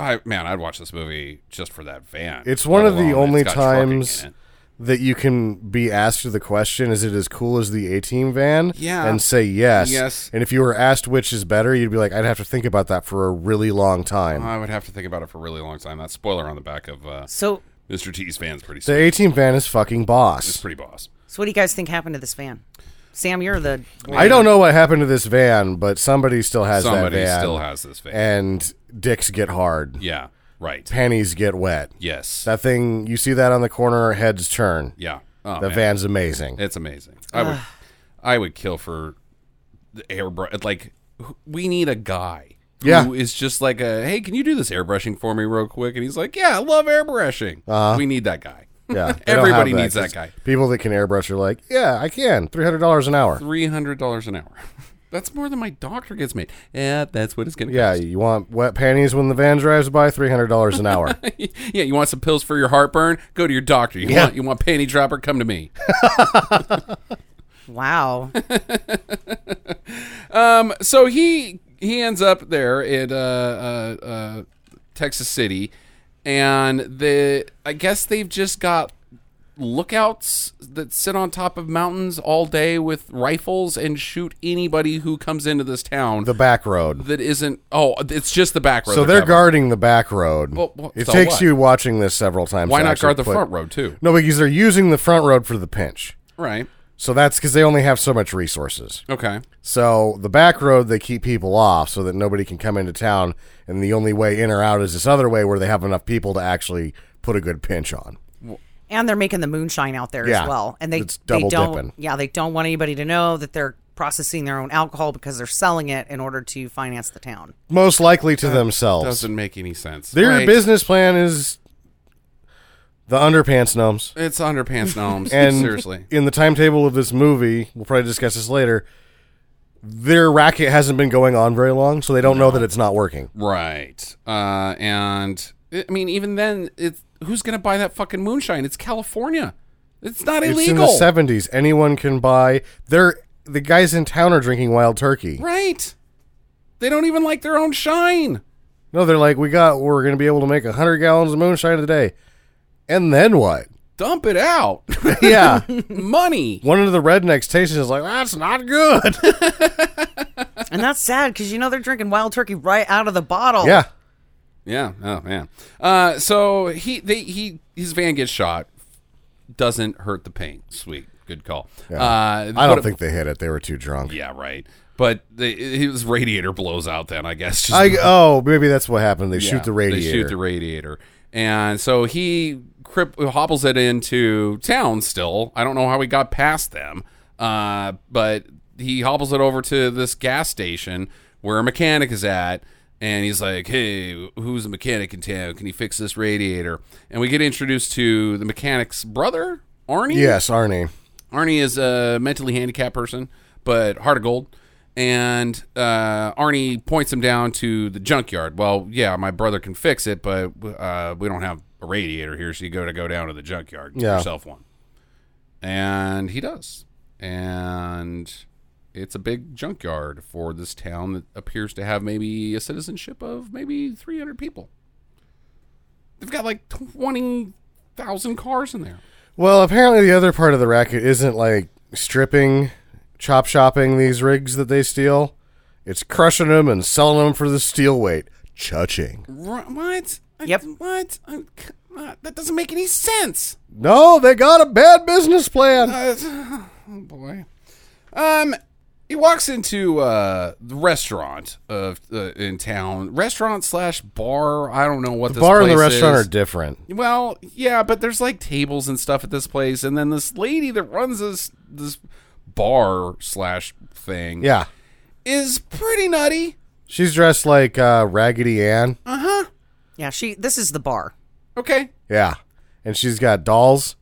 Speaker 3: I man, I'd watch this movie just for that van.
Speaker 1: It's one
Speaker 3: let
Speaker 1: of the
Speaker 3: alone
Speaker 1: only
Speaker 3: it's got trucking in
Speaker 1: times
Speaker 3: it.
Speaker 1: that you can be asked the question, is it as cool as the A Team van?
Speaker 3: Yeah.
Speaker 1: And say yes.
Speaker 3: Yes.
Speaker 1: And if you were asked which is better, you'd be like, I'd have to think about that for a really long time.
Speaker 3: I would have to think about it for a really long time. That spoiler on the back of uh,
Speaker 2: so,
Speaker 3: Mr. T's fan's pretty
Speaker 1: the
Speaker 3: sick.
Speaker 1: A Team van is fucking
Speaker 3: It's
Speaker 1: boss.
Speaker 3: pretty boss.
Speaker 2: so what do you guys think happened to this van? Sam, you're the
Speaker 1: I don't know what happened to this van, but somebody still has
Speaker 3: Somebody
Speaker 1: that van.
Speaker 3: still has this van.
Speaker 1: And dicks get hard.
Speaker 3: yeah, right.
Speaker 1: Panties get wet.
Speaker 3: Yes.
Speaker 1: That thing, you see that on the corner, heads turn.
Speaker 3: yeah.
Speaker 1: The
Speaker 3: Oh,
Speaker 1: Ah.
Speaker 3: man.
Speaker 1: van's amazing.
Speaker 3: It's amazing. I would, I would kill for the airbrush. Like, wh- we need a guy who is
Speaker 1: Yeah.
Speaker 3: just like a, hey, can you do this airbrushing for me real quick? And he's like, yeah, I love airbrushing. We need that guy.
Speaker 1: Uh-huh. yeah. they don't
Speaker 3: Everybody
Speaker 1: have
Speaker 3: needs that
Speaker 1: 'cause
Speaker 3: guy.
Speaker 1: People that can airbrush are like, yeah, I can. $300 an hour.
Speaker 3: Three hundred dollars an hour. That's more than my doctor gets made. Yeah, that's what it's gonna.
Speaker 1: Yeah,
Speaker 3: cost.
Speaker 1: you want wet panties when the van drives by? Three hundred dollars an hour.
Speaker 3: yeah, you want some pills for your heartburn? Go to your doctor. You want you want panty dropper? Come to me.
Speaker 2: wow.
Speaker 3: so he he ends up there in uh, uh, uh, Texas City, and the I guess they've just got lookouts that sit on top of mountains all day with rifles and shoot anybody who comes into this town
Speaker 1: the back road.
Speaker 3: that isn't. Oh, it's just the back road.
Speaker 1: so they're
Speaker 3: covering.
Speaker 1: guarding the back road.
Speaker 3: Well, well,
Speaker 1: it
Speaker 3: so
Speaker 1: takes
Speaker 3: what?
Speaker 1: you watching this several times.
Speaker 3: Why
Speaker 1: to
Speaker 3: not
Speaker 1: actually
Speaker 3: guard the
Speaker 1: put-
Speaker 3: front road too?
Speaker 1: No, because they're using the front road for the pinch.
Speaker 3: Right.
Speaker 1: So that's because they only have so much resources.
Speaker 3: Okay.
Speaker 1: So the back road, they keep people off so that nobody can come into town, and the only way in or out is this other way where they have enough people to actually put a good pinch on.
Speaker 2: and they're making the moonshine out there
Speaker 1: Yeah,
Speaker 2: as well. And they,
Speaker 1: it's double
Speaker 2: they don't,
Speaker 1: dipping.
Speaker 2: yeah, they don't want anybody to know that they're processing their own alcohol because they're selling it in order to finance the town.
Speaker 1: Most likely to themselves.
Speaker 3: Doesn't make any sense.
Speaker 1: Their
Speaker 3: Right.
Speaker 1: business plan is the underpants gnomes.
Speaker 3: It's underpants gnomes.
Speaker 1: And
Speaker 3: seriously.
Speaker 1: in the timetable of this movie, we'll probably discuss this later. Their racket hasn't been going on very long, so they don't know that it's not working.
Speaker 3: Right. Uh, and I I mean, even then, it's who's gonna buy that fucking moonshine? It's California. It's not illegal.
Speaker 1: It's in the seventies. Anyone can buy. They're the guys in town are drinking wild turkey.
Speaker 3: right. They don't even like their own shine.
Speaker 1: No, they're like, we got. We're going to be able to make hundred gallons of moonshine a day, and then what?
Speaker 3: dump it out.
Speaker 1: Yeah.
Speaker 3: Money.
Speaker 1: One of the rednecks tasted it is like, that's not good.
Speaker 2: And that's sad because you know they're drinking wild turkey right out of the bottle.
Speaker 1: yeah.
Speaker 3: Yeah. Oh man. Uh, so he they he his van gets shot. Doesn't hurt the paint. Sweet. Good call. Uh,
Speaker 1: I
Speaker 3: what
Speaker 1: don't
Speaker 3: a-
Speaker 1: think they hit it. They were too drunk.
Speaker 3: Yeah. Right. But the, his radiator blows out. Then I guess. Just
Speaker 1: I, oh, maybe that's what happened. They
Speaker 3: Yeah,
Speaker 1: shoot the radiator.
Speaker 3: They shoot the radiator, and so he crip, hobbles it into town. Still, I don't know how he got past them, uh, but he hobbles it over to this gas station where a mechanic is at. And he's like, "Hey, who's a mechanic in town? Can he fix this radiator?" And we get introduced to the mechanic's brother, Arnie.
Speaker 1: yes, Arnie.
Speaker 3: Arnie is a mentally handicapped person, but heart of gold. And uh, Arnie points him down to the junkyard. Well, yeah, my brother can fix it, but uh, we don't have a radiator here, so you go to go down to the junkyard and get
Speaker 1: Yeah.
Speaker 3: yourself one. And he does. And it's a big junkyard for this town that appears to have maybe a citizenship of maybe 300 people. They've got like 20,000 cars in there.
Speaker 1: Well, apparently the other part of the racket isn't like stripping, chop shopping these rigs that they steal. It's crushing them and selling them for the steel weight. Chuching.
Speaker 3: Ru- What? I-
Speaker 2: Yep.
Speaker 3: What? I- c- uh, that doesn't make any sense.
Speaker 1: No, they got a bad business plan.
Speaker 3: Uh, oh boy. Um, he walks into uh the restaurant of uh, in town, restaurant slash bar. I don't know what this
Speaker 1: Bar and the
Speaker 3: place
Speaker 1: restaurant
Speaker 3: is.
Speaker 1: are different.
Speaker 3: Well, yeah, but there's like tables and stuff at this place, and then this lady that runs this this bar slash thing,
Speaker 1: Yeah.
Speaker 3: is pretty nutty.
Speaker 1: She's dressed like uh, Raggedy Ann.
Speaker 2: Yeah. She. This is the bar.
Speaker 3: Okay,
Speaker 1: Yeah. And she's got dolls.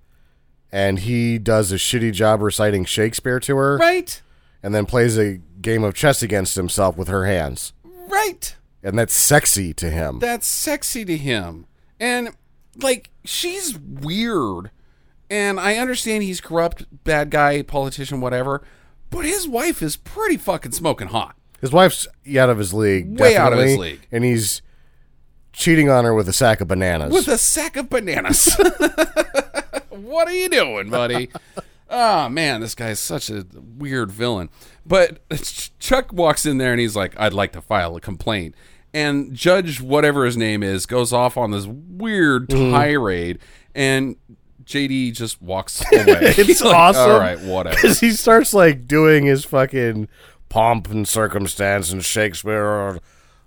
Speaker 1: And he does a shitty job reciting Shakespeare to her.
Speaker 3: right,
Speaker 1: And then plays a game of chess against himself with her hands.
Speaker 3: right.
Speaker 1: And that's sexy to him.
Speaker 3: that's sexy to him. And like she's weird. And I understand he's corrupt, bad guy, politician, whatever. But his wife is pretty fucking smoking hot.
Speaker 1: His wife's out of his league.
Speaker 3: Way out of his
Speaker 1: definitely,
Speaker 3: league.
Speaker 1: And he's cheating on her with a sack of bananas.
Speaker 3: With a sack of bananas. what are you doing, buddy? Oh man, this guy's such a weird villain. But Chuck walks in there and he's like, "I'd like to file a complaint." And Judge whatever his name is goes off on this weird
Speaker 1: Mm-hmm.
Speaker 3: tirade, and JD just walks away.
Speaker 1: it's awesome.
Speaker 3: All right, whatever.
Speaker 1: Because he starts like doing his fucking pomp and circumstance and Shakespeare or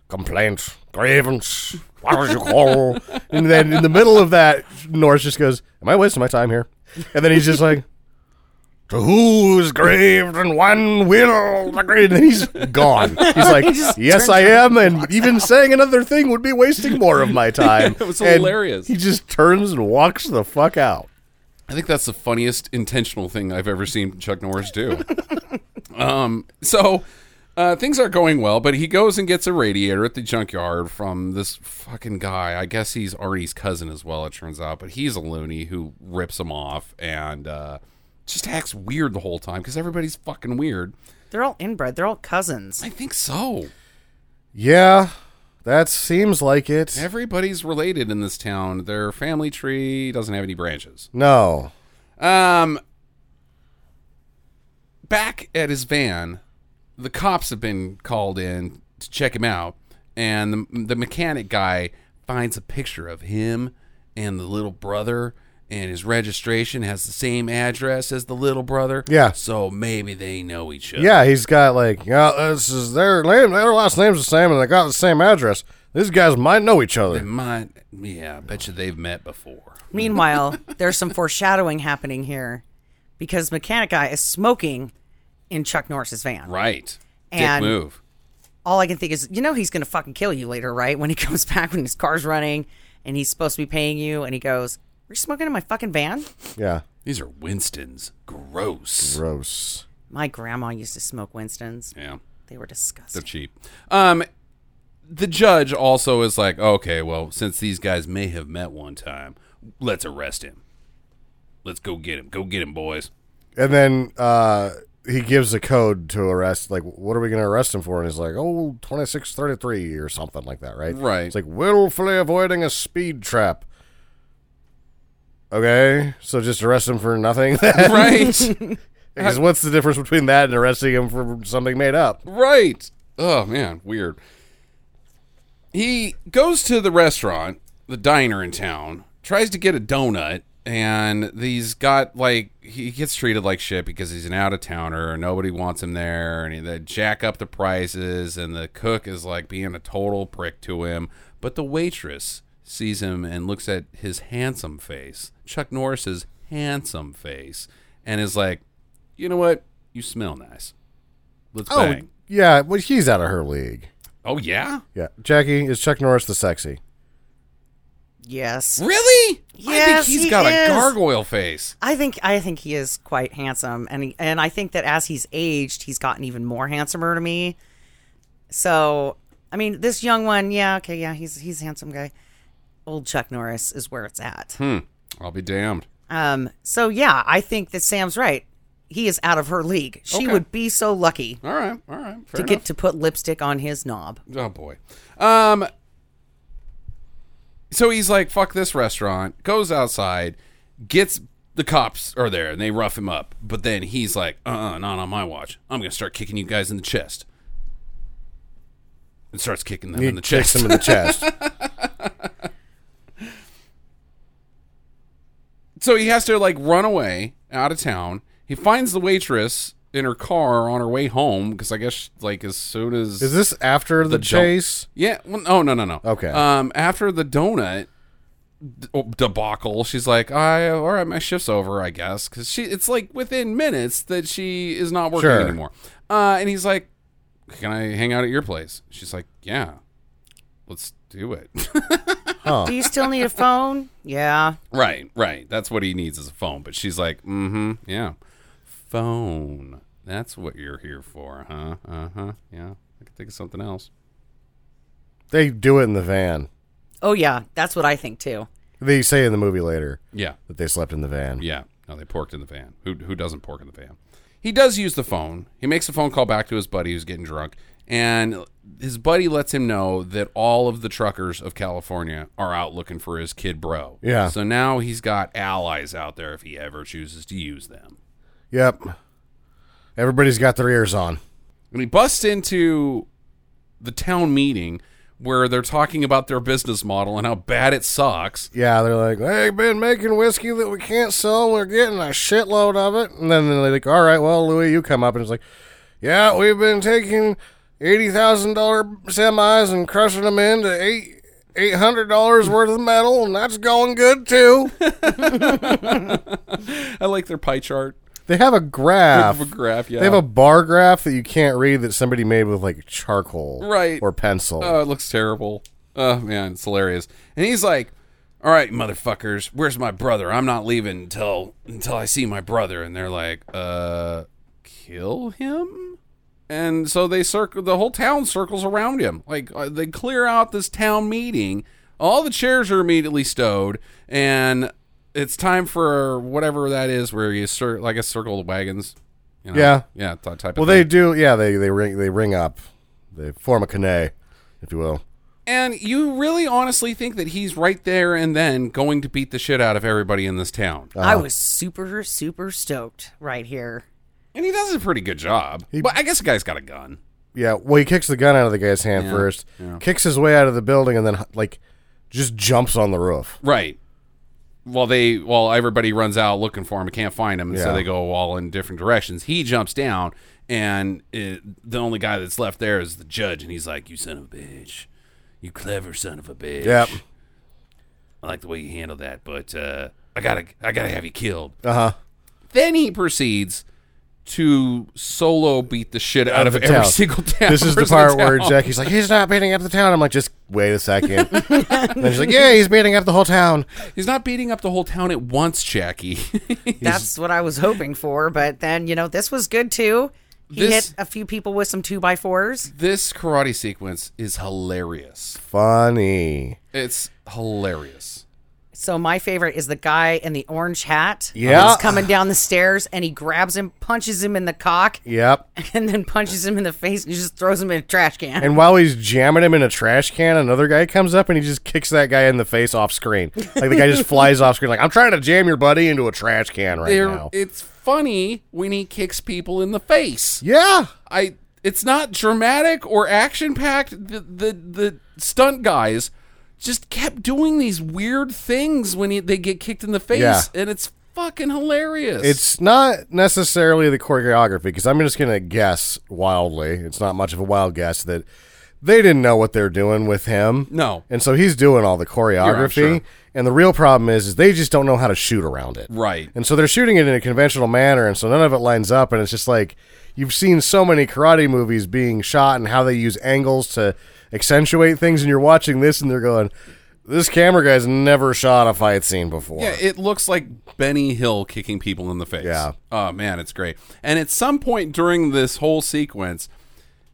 Speaker 1: complaint, grievance, whatever you call. and then in the middle of that, Norris just goes, "Am I wasting my time here?" And then he's just like. To whose grave and one will the grave? And then he's gone. He's like, yes, I am, and even saying another thing would be wasting more of my time.
Speaker 3: It was
Speaker 1: And
Speaker 3: hilarious.
Speaker 1: He just turns and walks the fuck out.
Speaker 3: I think that's the funniest intentional thing I've ever seen Chuck Norris do. um, so uh, things aren't going well, but he goes and gets a radiator at the junkyard from this fucking guy. I guess he's Artie's cousin as well, it turns out, but he's a loony who rips him off and uh, just acts weird the whole time because everybody's fucking weird.
Speaker 2: They're all inbred. They're all cousins.
Speaker 3: I think so.
Speaker 1: Yeah, that seems like it.
Speaker 3: Everybody's related in this town. Their family tree doesn't have any branches.
Speaker 1: no.
Speaker 3: Um, back at his van, the cops have been called in to check him out, and the, the mechanic guy finds a picture of him and the little brother, and his registration has the same address as the little brother.
Speaker 1: Yeah.
Speaker 3: So maybe they know each other.
Speaker 1: Yeah, he's got like, yeah, this is their name. Their last name's the same, and they got the same address. These guys might know each
Speaker 3: They
Speaker 1: other.
Speaker 3: might, yeah, I bet you they've met before.
Speaker 2: Meanwhile, there's some foreshadowing happening here because mechanic guy is smoking in Chuck Norris's van.
Speaker 3: Right.
Speaker 2: And-
Speaker 3: Dick move.
Speaker 2: All I can think is, you know, he's going to fucking kill you later, right? When he comes back, when his car's running, and he's supposed to be paying you, and he goes, "You're smoking in my fucking van."
Speaker 1: Yeah,
Speaker 3: These are Winston's. Gross.
Speaker 1: gross.
Speaker 2: My grandma used to smoke Winston's.
Speaker 3: Yeah.
Speaker 2: They were
Speaker 3: They're
Speaker 2: disgusting.
Speaker 3: cheap. Um, the judge also is like, okay, well, since these guys may have met one time, let's arrest him. Let's go get him. Go get him, boys.
Speaker 1: And then uh, he gives a code to arrest. Like, what are we going to arrest him for? And he's like, oh, 2633 or something like that, right?
Speaker 3: Right.
Speaker 1: It's like willfully avoiding a speed trap. okay, so just arrest him for nothing.
Speaker 3: right?
Speaker 1: Because what's the difference between that and arresting him for something made up?
Speaker 3: Right. Oh man, weird. He goes to the restaurant, the diner in town, tries to get a donut, and he's got like he gets treated like shit because he's an out of towner and nobody wants him there, and he, they jack up the prices, and the cook is like being a total prick to him. But the waitress sees him and looks at his handsome face, Chuck Norris's handsome face, and is like, "You know what? You smell nice. Let's bang."
Speaker 1: yeah. Well, he's out of her league.
Speaker 3: Oh yeah,
Speaker 1: Yeah, Jackie is Chuck Norris the sexy.
Speaker 2: Yes.
Speaker 3: really? I think
Speaker 2: Yes,
Speaker 3: he's
Speaker 2: he
Speaker 3: got a
Speaker 2: is.
Speaker 3: gargoyle face.
Speaker 2: I think I think he is quite handsome, and he, and I think that as he's aged, he's gotten even more handsomer to me. So I mean, this young one, yeah, okay, yeah, he's he's a handsome guy. Old Chuck Norris is where it's at.
Speaker 3: Hmm. I'll be damned.
Speaker 2: Um, so yeah, I think that Sam's right. He is out of her league. She
Speaker 3: Okay.
Speaker 2: would be so lucky
Speaker 3: All right, all right. Fair
Speaker 2: to get to put lipstick on his knob.
Speaker 3: oh boy. Um. So he's like, "Fuck this restaurant." Goes outside, gets the cops are there, and they rough him up. But then he's like, "Uh, uh not on my watch. I'm gonna start kicking you guys in the chest." And starts kicking them
Speaker 1: He
Speaker 3: in the
Speaker 1: kicks
Speaker 3: chest.
Speaker 1: him in the chest.
Speaker 3: so he has to like run away out of town. He finds the waitress in her car on her way home because I guess like as soon as
Speaker 1: Is this after the,
Speaker 3: The jump.
Speaker 1: chase?
Speaker 3: yeah, well, oh no no no
Speaker 1: Okay.
Speaker 3: Um, after the donut d- oh, debacle, she's like, I all right, my shift's over, I guess, because she it's like within minutes that she is not working
Speaker 1: Sure.
Speaker 3: anymore. Uh, and he's like, Can I hang out at your place? She's like, Yeah, let's do it.
Speaker 2: Do you still need a phone? Yeah.
Speaker 3: Right, right. That's what he needs is a phone. But she's like, mm-hmm, yeah. Phone. That's what you're here for, huh? Uh-huh. Yeah. I could think of something else.
Speaker 1: They do it in the van.
Speaker 2: Oh yeah, that's what I think too.
Speaker 1: They say in the movie later
Speaker 3: Yeah.
Speaker 1: that they slept in the van.
Speaker 3: Yeah. No, they porked in the van. Who who doesn't pork in the van? He does use the phone. He makes a phone call back to his buddy who's getting drunk, and his buddy lets him know that all of the truckers of California are out looking for his kid bro.
Speaker 1: Yeah.
Speaker 3: So now he's got allies out there if he ever chooses to use them.
Speaker 1: Yep. Everybody's got their ears on.
Speaker 3: And he busts into the town meeting where they're talking about their business model and how bad it sucks.
Speaker 1: Yeah, they're like, "Hey, been making whiskey that we can't sell. We're getting a shitload of it." And then they're like, "All right, well, Louis, you come up." And it's like, "Yeah, we've been taking eighty thousand dollar semis and crushing them into eight eight hundred dollars worth of metal, and that's going good too."
Speaker 3: I like their pie chart.
Speaker 1: they have a graph.
Speaker 3: They have a graph, yeah.
Speaker 1: They have a bar graph that you can't read that somebody made with like charcoal,
Speaker 3: Right.
Speaker 1: or pencil.
Speaker 3: Oh, it looks terrible. Oh, man, it's hilarious. And he's like, all right, motherfuckers, where's my brother? I'm not leaving until until I see my brother. And they're like, uh, kill him? And so they circle, the whole town circles around him. Like, uh, they clear out this town meeting. All the chairs are immediately stowed. And it's time for whatever that is where you, cir- like a circle of wagons. You know?
Speaker 1: Yeah.
Speaker 3: Yeah, that type of
Speaker 1: well,
Speaker 3: thing.
Speaker 1: they do. Yeah, they they ring they ring up. They form a canoe, if you will.
Speaker 3: And you really honestly think that he's right there and then going to beat the shit out of everybody in this town.
Speaker 2: I was super super stoked right here.
Speaker 3: And he does a pretty good job. but I guess the guy's got a gun.
Speaker 1: Yeah, well, he kicks the gun out of the guy's hand first, kicks his way out of the building, and then like just jumps on the roof.
Speaker 3: Right. While they while everybody runs out looking for him and can't find him, and so
Speaker 1: Yeah.
Speaker 3: they go all in different directions. He jumps down and it, the only guy that's left there is the judge and he's like, "You son of a bitch. You clever son of a bitch."
Speaker 1: Yep.
Speaker 3: I like the way you handle that, but uh I got to I got to have you killed.
Speaker 1: Uh huh.
Speaker 3: Then he proceeds to solo beat the shit out, of, every single town.
Speaker 1: This is the
Speaker 3: person
Speaker 1: part
Speaker 3: in
Speaker 1: where
Speaker 3: town.
Speaker 1: Jackie's like, "He's not beating up the town." I'm like, "Just wait a second. and then she's like, "Yeah, he's beating up the whole town."
Speaker 3: he's not beating up the whole town at once, Jackie.
Speaker 2: That's what I was hoping for, but then you know this was good too. He
Speaker 3: This-
Speaker 2: hit a few people with some two by fours.
Speaker 3: this karate sequence is hilarious.
Speaker 1: Funny.
Speaker 3: It's hilarious.
Speaker 2: So my favorite is the guy in the orange hat.
Speaker 1: Yeah.
Speaker 2: He's coming down the stairs and he grabs him, punches him in the cock,
Speaker 1: Yep.
Speaker 2: and then punches him in the face and just throws him in a trash can.
Speaker 1: And while he's jamming him in a trash can, another guy comes up and he just kicks that guy in the face off screen. Like the guy just flies off screen. Like I'm trying to jam your buddy into a trash can right
Speaker 3: There-
Speaker 1: now.
Speaker 3: it's funny when he kicks people in the face.
Speaker 1: yeah.
Speaker 3: I it's not dramatic or action packed. The, the the stunt guys just kept doing these weird things when he, they get kicked in the face,
Speaker 1: Yeah.
Speaker 3: and it's fucking hilarious.
Speaker 1: It's not necessarily the choreography because I'm just going to guess wildly. It's not much of a wild guess that they didn't know what they're doing with him.
Speaker 3: No.
Speaker 1: And so he's doing all the choreography.
Speaker 3: sure.
Speaker 1: And the real problem is, is they just don't know how to shoot around it.
Speaker 3: Right.
Speaker 1: And so they're shooting it in a conventional manner. And so none of it lines up. And it's just like you've seen so many karate movies being shot and how they use angles to accentuate things. And you're watching this and they're going, this camera guy's never shot a fight scene before.
Speaker 3: Yeah, it looks like Benny Hill kicking people in the face.
Speaker 1: Yeah.
Speaker 3: Oh man, it's great. And at some point during this whole sequence,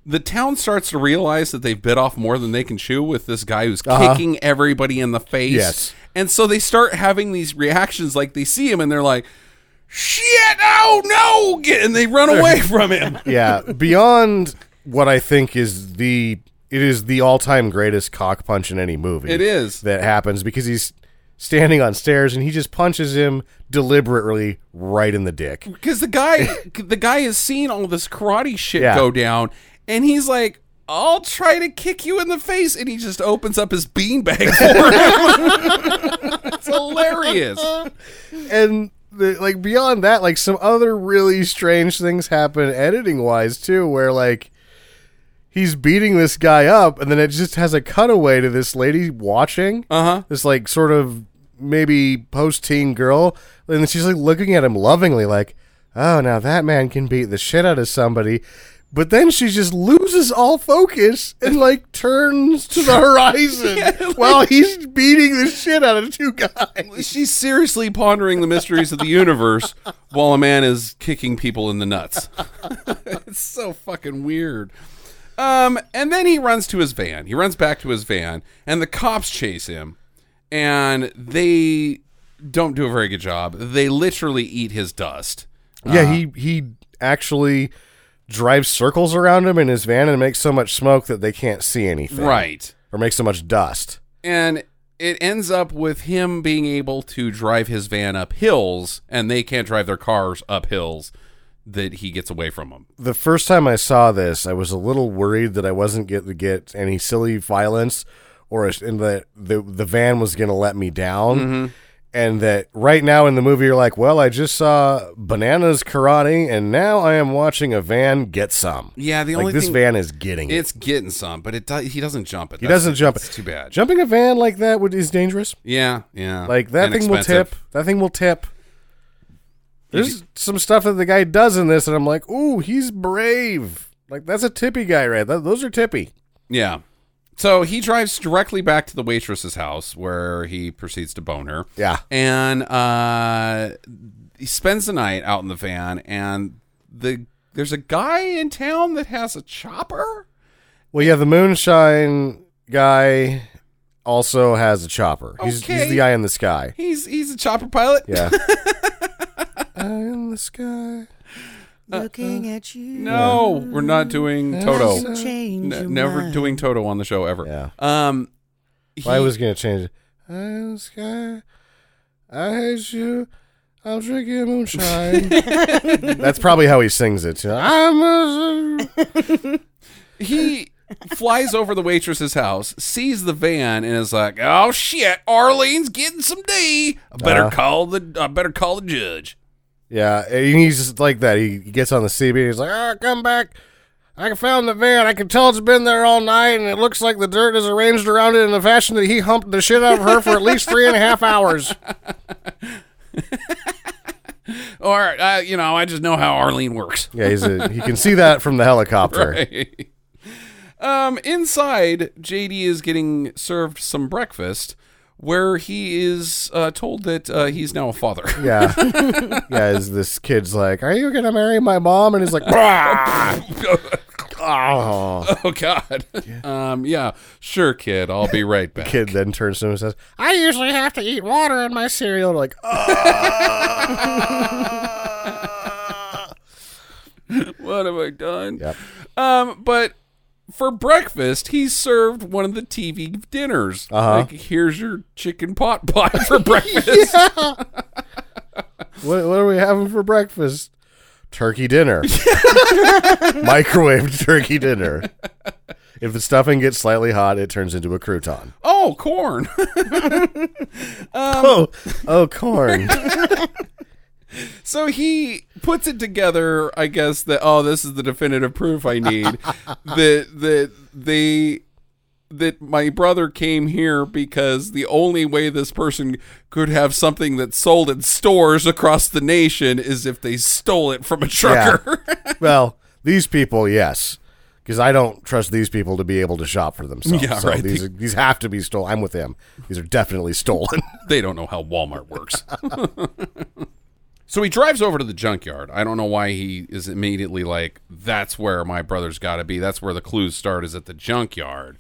Speaker 3: the town starts to realize that they've bit off more than they can chew with this guy who's kicking everybody in the face.
Speaker 1: Uh-huh. Yes.
Speaker 3: And so they start having these reactions like they see him and they're like, Shit, oh no! Get, and they run away from him.
Speaker 1: yeah, beyond what I think is the it is the all time greatest cock punch in any movie.
Speaker 3: It is.
Speaker 1: that happens because he's standing on stairs and he just punches him deliberately right in the dick.
Speaker 3: because the guy the guy has seen all this karate shit
Speaker 1: Yeah.
Speaker 3: go down and he's like I'll try to kick you in the face, and he just opens up his beanbag for him. it's hilarious.
Speaker 1: And the, like beyond that, like some other really strange things happen editing wise too, where like. He's beating this guy up, and then it just has a cutaway to this lady watching. Uh huh. This like sort of maybe post-teen girl, and then she's like looking at him lovingly, like, "Oh, now that man can beat the shit out of somebody." But then she just loses all focus and like turns to the horizon while he's beating the shit out of two guys.
Speaker 3: She's seriously pondering the mysteries of the universe while a man is kicking people in the nuts. it's so fucking weird. Um, and then he runs to his van. He runs back to his van, and the cops chase him, and they don't do a very good job. They literally eat his dust. Uh-huh.
Speaker 1: Yeah, he he actually drives circles around him in his van and makes so much smoke that they can't see anything,
Speaker 3: Right.
Speaker 1: Or makes so much dust.
Speaker 3: And it ends up with him being able to drive his van up hills, and they can't drive their cars up hills that he gets away from them.
Speaker 1: the first time I saw this, I was a little worried that I wasn't get to get any silly violence, or a- and that the the van was going to let me down,
Speaker 3: Mm-hmm.
Speaker 1: and that right now in the movie you're like, well, I just saw bananas karate, and now I am watching a van get some.
Speaker 3: Yeah, the
Speaker 1: like
Speaker 3: only
Speaker 1: this
Speaker 3: thing-
Speaker 1: van is getting it.
Speaker 3: It's getting some, but it do- he doesn't jump it.
Speaker 1: He doesn't jump.
Speaker 3: It's too bad.
Speaker 1: Jumping a van like that would is dangerous.
Speaker 3: Yeah, yeah.
Speaker 1: Like that
Speaker 3: And
Speaker 1: thing will
Speaker 3: expensive.
Speaker 1: tip. That thing will tip. There's some stuff that the guy does in this, and I'm like, ooh, he's brave. Like that's a tippy guy, right? That, those are tippy.
Speaker 3: Yeah. So he drives directly back to the waitress's house where he proceeds to bone her.
Speaker 1: Yeah.
Speaker 3: And uh, he spends the night out in the van, and the there's a guy in town that has a chopper.
Speaker 1: Well, yeah, the moonshine guy also has a chopper. He's, he's
Speaker 3: Okay.
Speaker 1: the eye in the sky.
Speaker 3: He's he's a chopper pilot.
Speaker 1: Yeah. eye in the sky.
Speaker 2: Looking at you.
Speaker 3: No, we're not doing Toto.
Speaker 2: Doesn't
Speaker 3: N-
Speaker 2: change your
Speaker 3: never
Speaker 2: mind.
Speaker 3: doing Toto on the show ever.
Speaker 1: Yeah.
Speaker 3: Um, he-
Speaker 1: I was gonna change it. Eye in the sky. I hate you. I'm drinking moonshine. That's probably how he sings it. you know. I'm a-
Speaker 3: he flies over the waitress's house, sees the van, and is like, "Oh shit, Arlene's getting some D. I better
Speaker 1: Uh.
Speaker 3: call the I better call the judge."
Speaker 1: yeah, and he's just like that. He he gets on the CB. And he's like, "Ah, come back." I found the van. I can tell it's been there all night, and it looks like the dirt is arranged around it in a fashion that he humped the shit out of her for at least three and a half hours.
Speaker 3: Or uh, you know, I just know how Arlene works.
Speaker 1: Yeah, he's a, he can see that from the helicopter.
Speaker 3: um, inside, JD is getting served some breakfast, where he is uh, told that uh, he's now a father.
Speaker 1: Yeah, yeah. Is this kid's like, "Are you gonna marry my mom?" And he's like, "Bah." oh,
Speaker 3: Oh God. Um, yeah. Sure, kid. I'll be right back.
Speaker 1: kid then turns to him and says, "I usually have to eat water in my cereal." Like, oh,
Speaker 3: What have I done? Um, but for breakfast, he served one of the TV dinners. Like, here's your chicken pot pie for breakfast.
Speaker 1: what, what are we having for breakfast? Turkey dinner, microwaved turkey dinner. If the stuffing gets slightly hot, it turns into a crouton.
Speaker 3: Oh, corn.
Speaker 1: oh, oh, corn.
Speaker 3: So he puts it together, I guess, that oh, this is the definitive proof I need. that that they that my brother came here because the only way this person could have something that's sold at stores across the nation is if they stole it from a trucker.
Speaker 1: well, these people, yes, because I don't trust these people to be able to shop for themselves.
Speaker 3: Yeah,
Speaker 1: so
Speaker 3: right.
Speaker 1: These are- these have to be stolen. I'm with him. These are definitely stolen.
Speaker 3: they don't know how Walmart works. so he drives over to the junkyard. I don't know why he is immediately like, that's where my brother's got to be. That's where the clues start, is at the junkyard.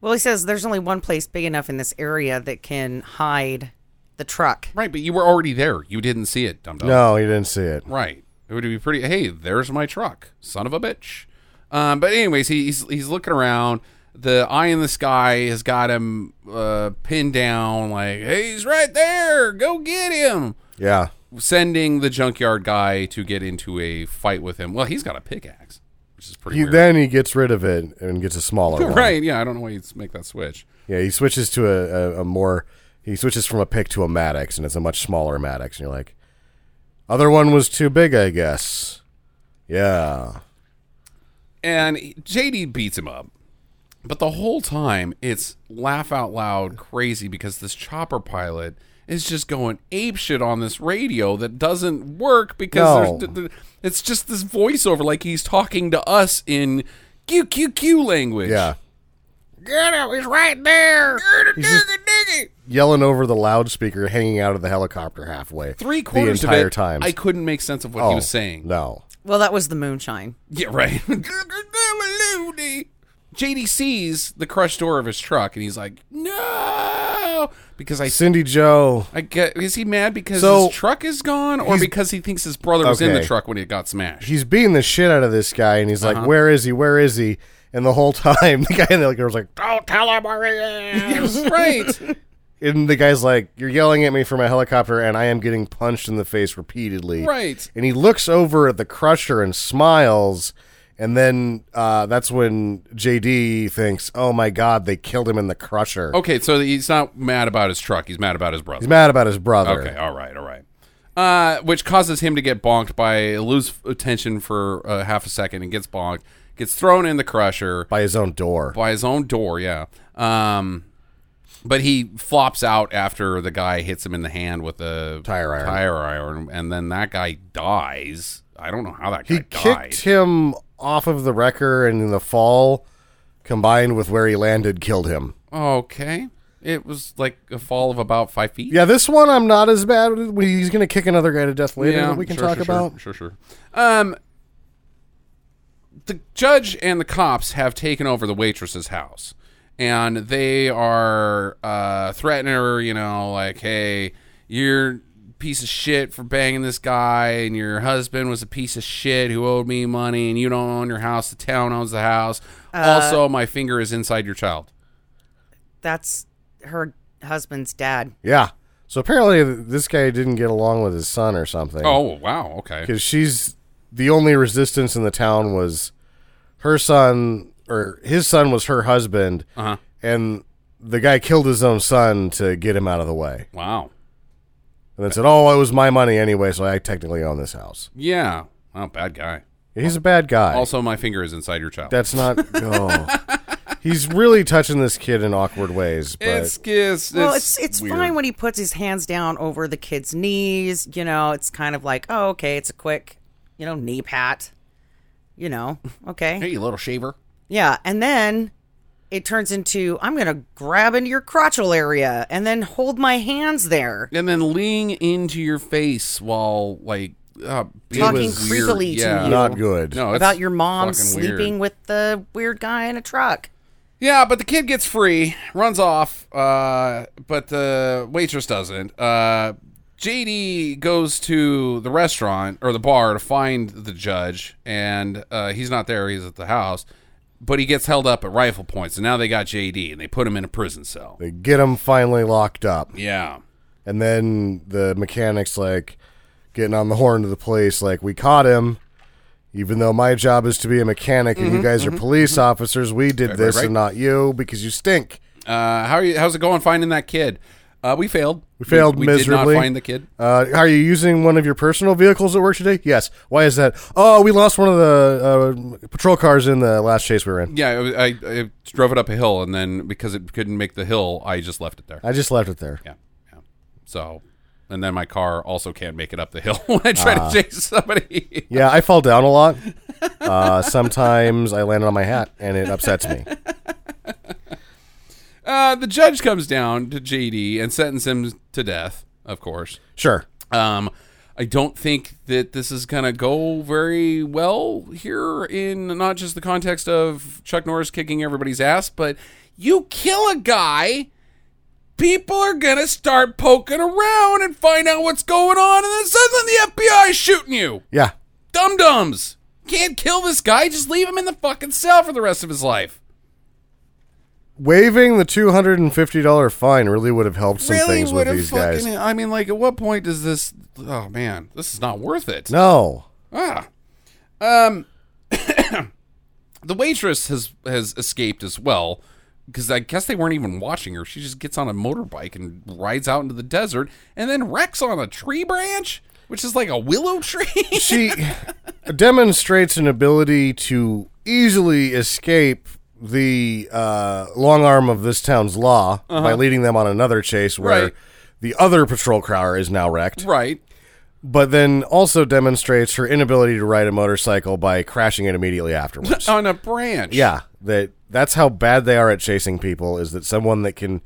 Speaker 2: Well, he says there's only one place big enough in this area that can hide the truck.
Speaker 3: Right, but you were already there. You didn't see it, dum dum.
Speaker 1: no, he didn't see it.
Speaker 3: Right. It would be pretty. Hey, there's my truck, son of a bitch. Um, but anyways, he- he's he's looking around. The eye in the sky has got him uh, pinned down. Like, hey, he's right there. Go get him.
Speaker 1: Yeah.
Speaker 3: Sending the junkyard guy to get into a fight with him. Well, he's got a pickaxe, which is pretty
Speaker 1: He,
Speaker 3: weird.
Speaker 1: then he gets rid of it and gets a smaller one.
Speaker 3: right? Yeah, I don't know why he'd make that switch.
Speaker 1: Yeah, he switches to a, a, a more. He switches from a pick to a Maddox, and it's a much smaller Maddox. And you're like, other one was too big, I guess. Yeah.
Speaker 3: and JD beats him up. But the whole time, it's laugh out loud crazy because this chopper pilot is just going ape shit on this radio that doesn't work because
Speaker 1: No.
Speaker 3: there's, d- d- it's just this voiceover like he's talking to us in QQQ language.
Speaker 1: Yeah.
Speaker 3: Get him, he's right there. Get him,
Speaker 1: He's just-
Speaker 3: diggy, diggy.
Speaker 1: Yelling over the loudspeaker, hanging out of the helicopter halfway.
Speaker 3: Three quarters
Speaker 1: the entire
Speaker 3: of it,
Speaker 1: time. Oh,
Speaker 3: I couldn't make sense of what he was saying.
Speaker 1: No.
Speaker 2: Well, that was the moonshine.
Speaker 3: Yeah, right. JD sees the crushed door of his truck and he's like, "No!" Because I,
Speaker 1: Cindy Joe.
Speaker 3: I get, is he mad because
Speaker 1: So-
Speaker 3: his truck is gone, or because he thinks his brother was in the
Speaker 1: Okay.
Speaker 3: truck when it got smashed?
Speaker 1: he's beating the shit out of this guy, and he's like,
Speaker 3: Uh-huh.
Speaker 1: "Where is he? Where is he?" And the whole time, the guy in the helicopter was like, "Don't tell him where he is."
Speaker 3: right.
Speaker 1: and the guy's like, "You're yelling at me from a helicopter, and I am getting punched in the face repeatedly."
Speaker 3: Right.
Speaker 1: And he looks over at the crusher and smiles, and then uh, that's when JD thinks, "Oh my god, they killed him in the crusher."
Speaker 3: Okay, so he's not mad about his truck. He's mad about his brother.
Speaker 1: He's mad about his brother.
Speaker 3: Okay, all right, all right. Uh, which causes him to get bonked by lose attention for uh, half a second and gets bonked, gets thrown in the crusher.
Speaker 1: By his own door.
Speaker 3: by his own door, yeah. Um, but he flops out after the guy hits him in the hand with a
Speaker 1: Tire iron.
Speaker 3: tire iron, and then that guy dies. I don't know how that guy
Speaker 1: He
Speaker 3: died.
Speaker 1: kicked him off of the wrecker, and in the fall, combined with where he landed, killed him.
Speaker 3: okay, it was like a fall of about five feet.
Speaker 1: Yeah, this one I'm not as bad. with. He's going to kick another guy to death later that we can
Speaker 3: sure,
Speaker 1: talk
Speaker 3: sure, sure,
Speaker 1: about.
Speaker 3: Sure, sure. Um, the judge and the cops have taken over the waitress's house, and they are uh, threatening her. You know, like, hey, you're a piece of shit for banging this guy, and your husband was a piece of shit who owed me money, and you don't own your house. The town owns the house. also, my finger is inside your child.
Speaker 2: That's her husband's dad.
Speaker 1: Yeah. So apparently th- this guy didn't get along with his son or something.
Speaker 3: Oh wow, okay.
Speaker 1: Because she's the only resistance in the town was her son or his son was her husband,
Speaker 3: Uh-huh.
Speaker 1: and the guy killed his own son to get him out of the way,
Speaker 3: Wow.
Speaker 1: and then said, "Oh, it was my money anyway, so I technically own this house."
Speaker 3: Yeah. Wow, bad guy.
Speaker 1: He's a bad guy.
Speaker 3: Also, my finger is inside your child.
Speaker 1: That's not. Oh. He's really touching this kid in awkward ways, but
Speaker 3: It's, it's,
Speaker 2: Well, it's it's
Speaker 3: weird.
Speaker 2: fine when he puts his hands down over the kid's knees. You know, it's kind of like, oh, okay, it's a quick, you know, knee pat. You know, okay,
Speaker 3: Hey, you little shaver.
Speaker 2: yeah, and then it turns into I'm gonna grab into your crotchal area and then hold my hands there.
Speaker 3: And then leaning into your face while like uh, being
Speaker 2: Talking
Speaker 3: weird.
Speaker 2: creepily to
Speaker 3: yeah.
Speaker 2: you.
Speaker 1: Not good.
Speaker 3: No, it's
Speaker 2: about your mom
Speaker 3: fucking weird.
Speaker 2: sleeping with the weird guy in a truck.
Speaker 3: Yeah, but the kid gets free, runs off, uh, but the waitress doesn't. Uh, JD goes to the restaurant or the bar to find the judge, and uh, he's not there. He's at the house, but he gets held up at rifle points, and now they got JD, and they put him in a prison cell.
Speaker 1: They get him finally locked up.
Speaker 3: Yeah.
Speaker 1: And then the mechanic's like getting on the horn to the police, like, we caught him. Even though my job is to be a mechanic and you guys are police officers, we did
Speaker 3: Mm-hmm, Right, right,
Speaker 1: this
Speaker 3: right.
Speaker 1: and not you because you stink.
Speaker 3: Uh, how are you? How's it going finding that kid? Uh, we failed.
Speaker 1: We failed
Speaker 3: we,
Speaker 1: miserably.
Speaker 3: did not find the kid.
Speaker 1: Uh, are you using one of your personal vehicles at work today? Yes. Why is that? Oh, we lost one of the uh, patrol cars in the last chase we were in.
Speaker 3: Yeah, I, I, I drove it up a hill, and then because it couldn't make the hill, I just left it there.
Speaker 1: I just left it there.
Speaker 3: Yeah, yeah. So, and then my car also can't make it up the hill when I try
Speaker 1: Ah.
Speaker 3: to chase somebody.
Speaker 1: Yeah, I fall down a lot. Uh, sometimes I land on my hat and it upsets me.
Speaker 3: Uh, the judge comes down to JD and sentences him to death, of course.
Speaker 1: Sure.
Speaker 3: Um, I don't think that this is going to go very well here in not just the context of Chuck Norris kicking everybody's ass, but you kill a guy, people are going to start poking around and find out what's going on, and then suddenly the FBI is shooting you.
Speaker 1: Yeah.
Speaker 3: Dum dums. Can't kill this guy. Just leave him in the fucking cell for the rest of his life.
Speaker 1: Waiving the two hundred and fifty dollar fine really would have helped some things with
Speaker 3: would've
Speaker 1: these guys.
Speaker 3: I mean, like, at what point does this? Oh man, this is not worth it.
Speaker 1: No.
Speaker 3: Ah. Um. the waitress has has escaped as well because I guess they weren't even watching her. She just gets on a motorbike and rides out into the desert and then wrecks on a tree branch, which is like a willow tree.
Speaker 1: She demonstrates an ability to easily escape the uh, long arm of this town's law by leading them on another chase where
Speaker 3: Right.
Speaker 1: the other patrol car is now wrecked.
Speaker 3: right.
Speaker 1: But then also demonstrates her inability to ride a motorcycle by crashing it immediately afterwards.
Speaker 3: On a branch.
Speaker 1: Yeah, that that's how bad they are at chasing people. Is that someone that can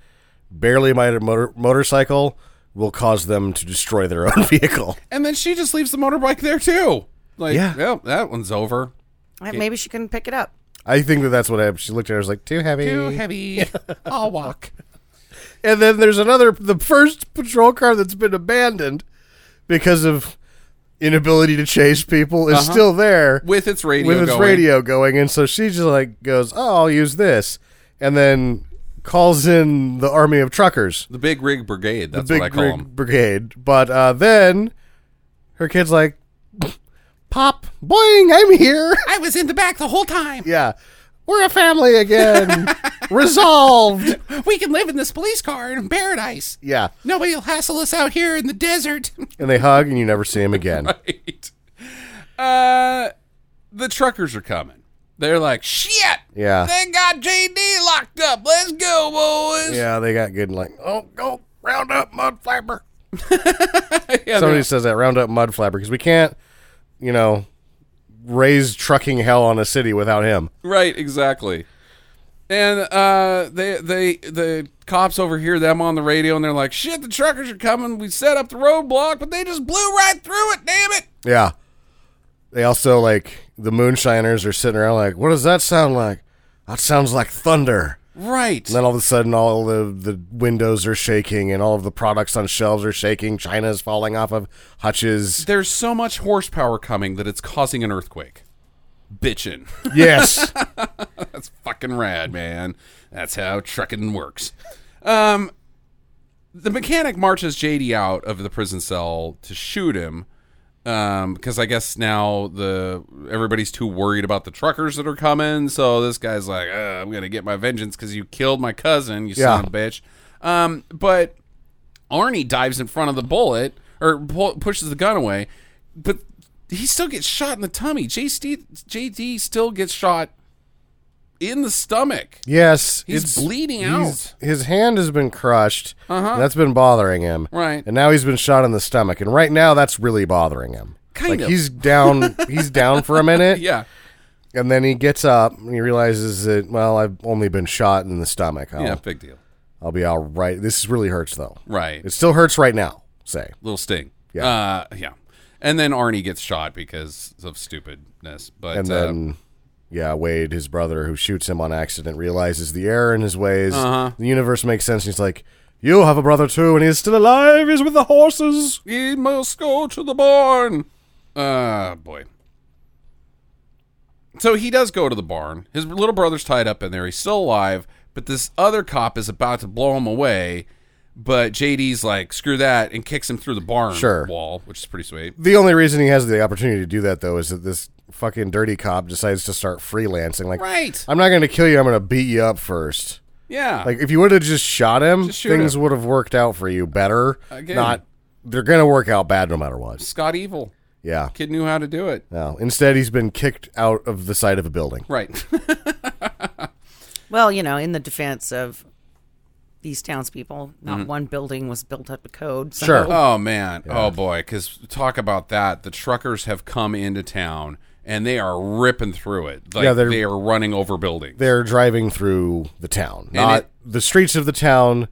Speaker 1: barely ride a motor- motorcycle will cause them to destroy their own vehicle.
Speaker 3: And then she just leaves the motorbike there too. Like,
Speaker 1: Yeah.
Speaker 3: well, that one's over.
Speaker 2: Uh, Maybe she couldn't pick it up.
Speaker 1: I think that that's what happened. She looked at her, was like too heavy.
Speaker 3: Too heavy. I'll walk.
Speaker 1: And then there's another, the first patrol car that's been abandoned because of inability to chase people is still there
Speaker 3: Uh-huh. With its radio.
Speaker 1: with its
Speaker 3: going.
Speaker 1: radio going. And so she just like goes, "Oh, I'll use this," and then calls in the army of truckers.
Speaker 3: The Big Rig Brigade. That's
Speaker 1: big
Speaker 3: what I call
Speaker 1: rig
Speaker 3: them.
Speaker 1: brigade. But uh, then her kid's like, "Pop, boing, I'm here."
Speaker 3: I was in the back the whole time.
Speaker 1: yeah, we're a family again. Resolved.
Speaker 3: We can live in this police car in paradise.
Speaker 1: Yeah,
Speaker 3: Nobody will hassle us out here in the desert.
Speaker 1: and they hug, and you never see him again.
Speaker 3: right. Uh, the truckers are coming. They're like, shit.
Speaker 1: Yeah.
Speaker 3: They got JD locked up. Let's go, boys.
Speaker 1: Yeah, they got good. And like, oh, go round up mud flapper.
Speaker 3: Yeah,
Speaker 1: Somebody
Speaker 3: they're-
Speaker 1: says that round up mud flapper because we can't, you know, raise trucking hell on a city without him.
Speaker 3: Right, exactly. And uh, they they the cops overhear them on the radio, and they're like, "Shit, the truckers are coming. We set up the roadblock, but they just blew right through it. Damn it!"
Speaker 1: Yeah. They also like the moonshiners are sitting around like, what does that sound like? That sounds like thunder.
Speaker 3: Right.
Speaker 1: And then all of a sudden, all of the windows are shaking, and all of the products on shelves are shaking. China's falling off of hutches.
Speaker 3: There's so much horsepower coming that it's causing an earthquake. Bitchin'.
Speaker 1: Yes,
Speaker 3: That's fucking rad, man. That's how trucking works. Um, the mechanic marches JD out of the prison cell to shoot him. Um, because I guess now the everybody's too worried about the truckers that are coming, so this guy's like, "Uh, "I'm gonna get my vengeance because you killed my cousin, you
Speaker 1: Yeah.
Speaker 3: son of a bitch." Um, but Arnie dives in front of the bullet or pu- pushes the gun away, but he still gets shot in the tummy. JD, JD still gets shot in the stomach.
Speaker 1: yes.
Speaker 3: He's bleeding
Speaker 1: he's- His hand has been crushed. Uh-huh. That's been bothering him.
Speaker 3: Right.
Speaker 1: And now he's been shot in the stomach, and right now that's really bothering him.
Speaker 3: Kind
Speaker 1: like
Speaker 3: of.
Speaker 1: he's down. he's down for a minute.
Speaker 3: Yeah.
Speaker 1: And then he gets up and he realizes that well, I've only been shot in the stomach. I'll,
Speaker 3: Yeah, big deal.
Speaker 1: I'll be all right. This really hurts though.
Speaker 3: Right.
Speaker 1: It still hurts right now. Say
Speaker 3: Little sting.
Speaker 1: Yeah.
Speaker 3: Uh, yeah. And then Arnie gets shot because of stupidness. But
Speaker 1: and
Speaker 3: uh,
Speaker 1: then yeah, Wade, his brother, who shoots him on accident, realizes the error in his ways.
Speaker 3: Uh-huh.
Speaker 1: The universe makes sense. And he's like, "You have a brother too, and he's still alive. He's with the horses."
Speaker 3: he must go to the barn. Ah, boy. So he does go to the barn. His little brother's tied up in there. He's still alive, but this other cop is about to blow him away. But JD's like, screw that, and kicks him through the barn
Speaker 1: Sure.
Speaker 3: wall, which is pretty sweet.
Speaker 1: The only reason he has the opportunity to do that though is that this fucking dirty cop decides to start freelancing. Like,
Speaker 3: Right.
Speaker 1: I'm not going to kill you. I'm going to beat you up first.
Speaker 3: Yeah.
Speaker 1: Like, if you would have just shot him,
Speaker 3: Just shoot
Speaker 1: things
Speaker 3: him.
Speaker 1: would have worked out for you better.
Speaker 3: Again.
Speaker 1: Not, they're going to work out bad no matter what.
Speaker 3: Scott Evil.
Speaker 1: Yeah.
Speaker 3: Kid knew how to do it.
Speaker 1: No. Instead, he's been kicked out of the side of a building.
Speaker 3: Right.
Speaker 2: Well, you know, in the defense of these townspeople, not
Speaker 3: Mm-hmm.
Speaker 2: one building was built up to code. So
Speaker 1: Sure.
Speaker 3: Oh man, oh boy, because talk about that. The truckers have come into town and they are ripping through it. Like,
Speaker 1: Yeah,
Speaker 3: they're,
Speaker 1: they're-
Speaker 3: running over buildings.
Speaker 1: they're driving through the town,
Speaker 3: And
Speaker 1: not
Speaker 3: it-
Speaker 1: the streets of the town,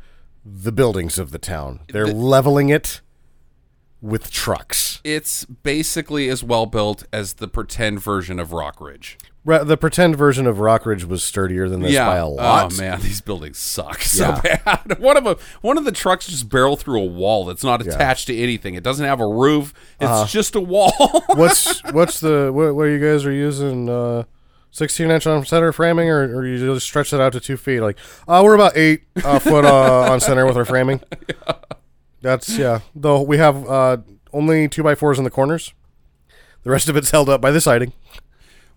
Speaker 1: the buildings of the town. They're leveling it with trucks.
Speaker 3: it's basically as well built as the pretend version of Rockridge.
Speaker 1: Ra- The pretend version of Rockridge was sturdier than this by a lot.
Speaker 3: Oh man, these buildings suck so bad. One of them, one of the trucks just barrel through a wall that's not attached to anything. It doesn't have a roof. It's
Speaker 1: Uh-huh.
Speaker 3: just a wall.
Speaker 1: what's what's the what, what you guys are using? Uh, Sixteen inch on center framing, or, or you just stretch that out to two feet? Like, uh, we're about eight uh, foot uh, on center with our framing. That's yeah. Though we have uh, only two by fours in the corners. The rest of it's held up by the siding.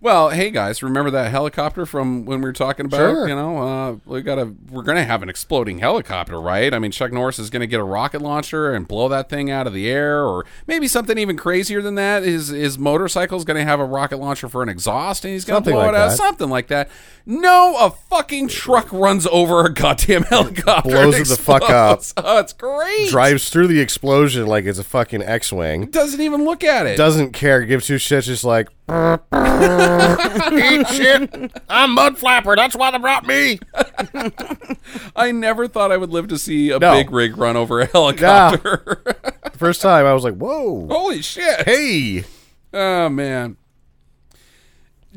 Speaker 3: Well, hey guys, remember that helicopter from when we were talking about?
Speaker 1: Sure.
Speaker 3: You know, uh, we got to we're gonna have an exploding helicopter, right? I mean, Chuck Norris is gonna get a rocket launcher and blow that thing out of the air, or maybe something even crazier than that. His his motorcycle's gonna have a rocket launcher for an exhaust, and he's gonna
Speaker 1: Something
Speaker 3: blow
Speaker 1: like
Speaker 3: it out,
Speaker 1: that.
Speaker 3: something like that. No, a fucking truck runs over a goddamn helicopter,
Speaker 1: Blows
Speaker 3: and
Speaker 1: it the fuck up.
Speaker 3: explodes. Oh, it's great.
Speaker 1: drives through the explosion like it's a fucking X-wing.
Speaker 3: doesn't even look at it.
Speaker 1: Doesn't care, gives two shits, just like eat shit. I'm mud flapper. That's why they brought me.
Speaker 3: I never thought I would live to see a
Speaker 1: No.
Speaker 3: big rig run over a helicopter.
Speaker 1: First time, I was like, whoa,
Speaker 3: Holy shit.
Speaker 1: hey,
Speaker 3: Oh man.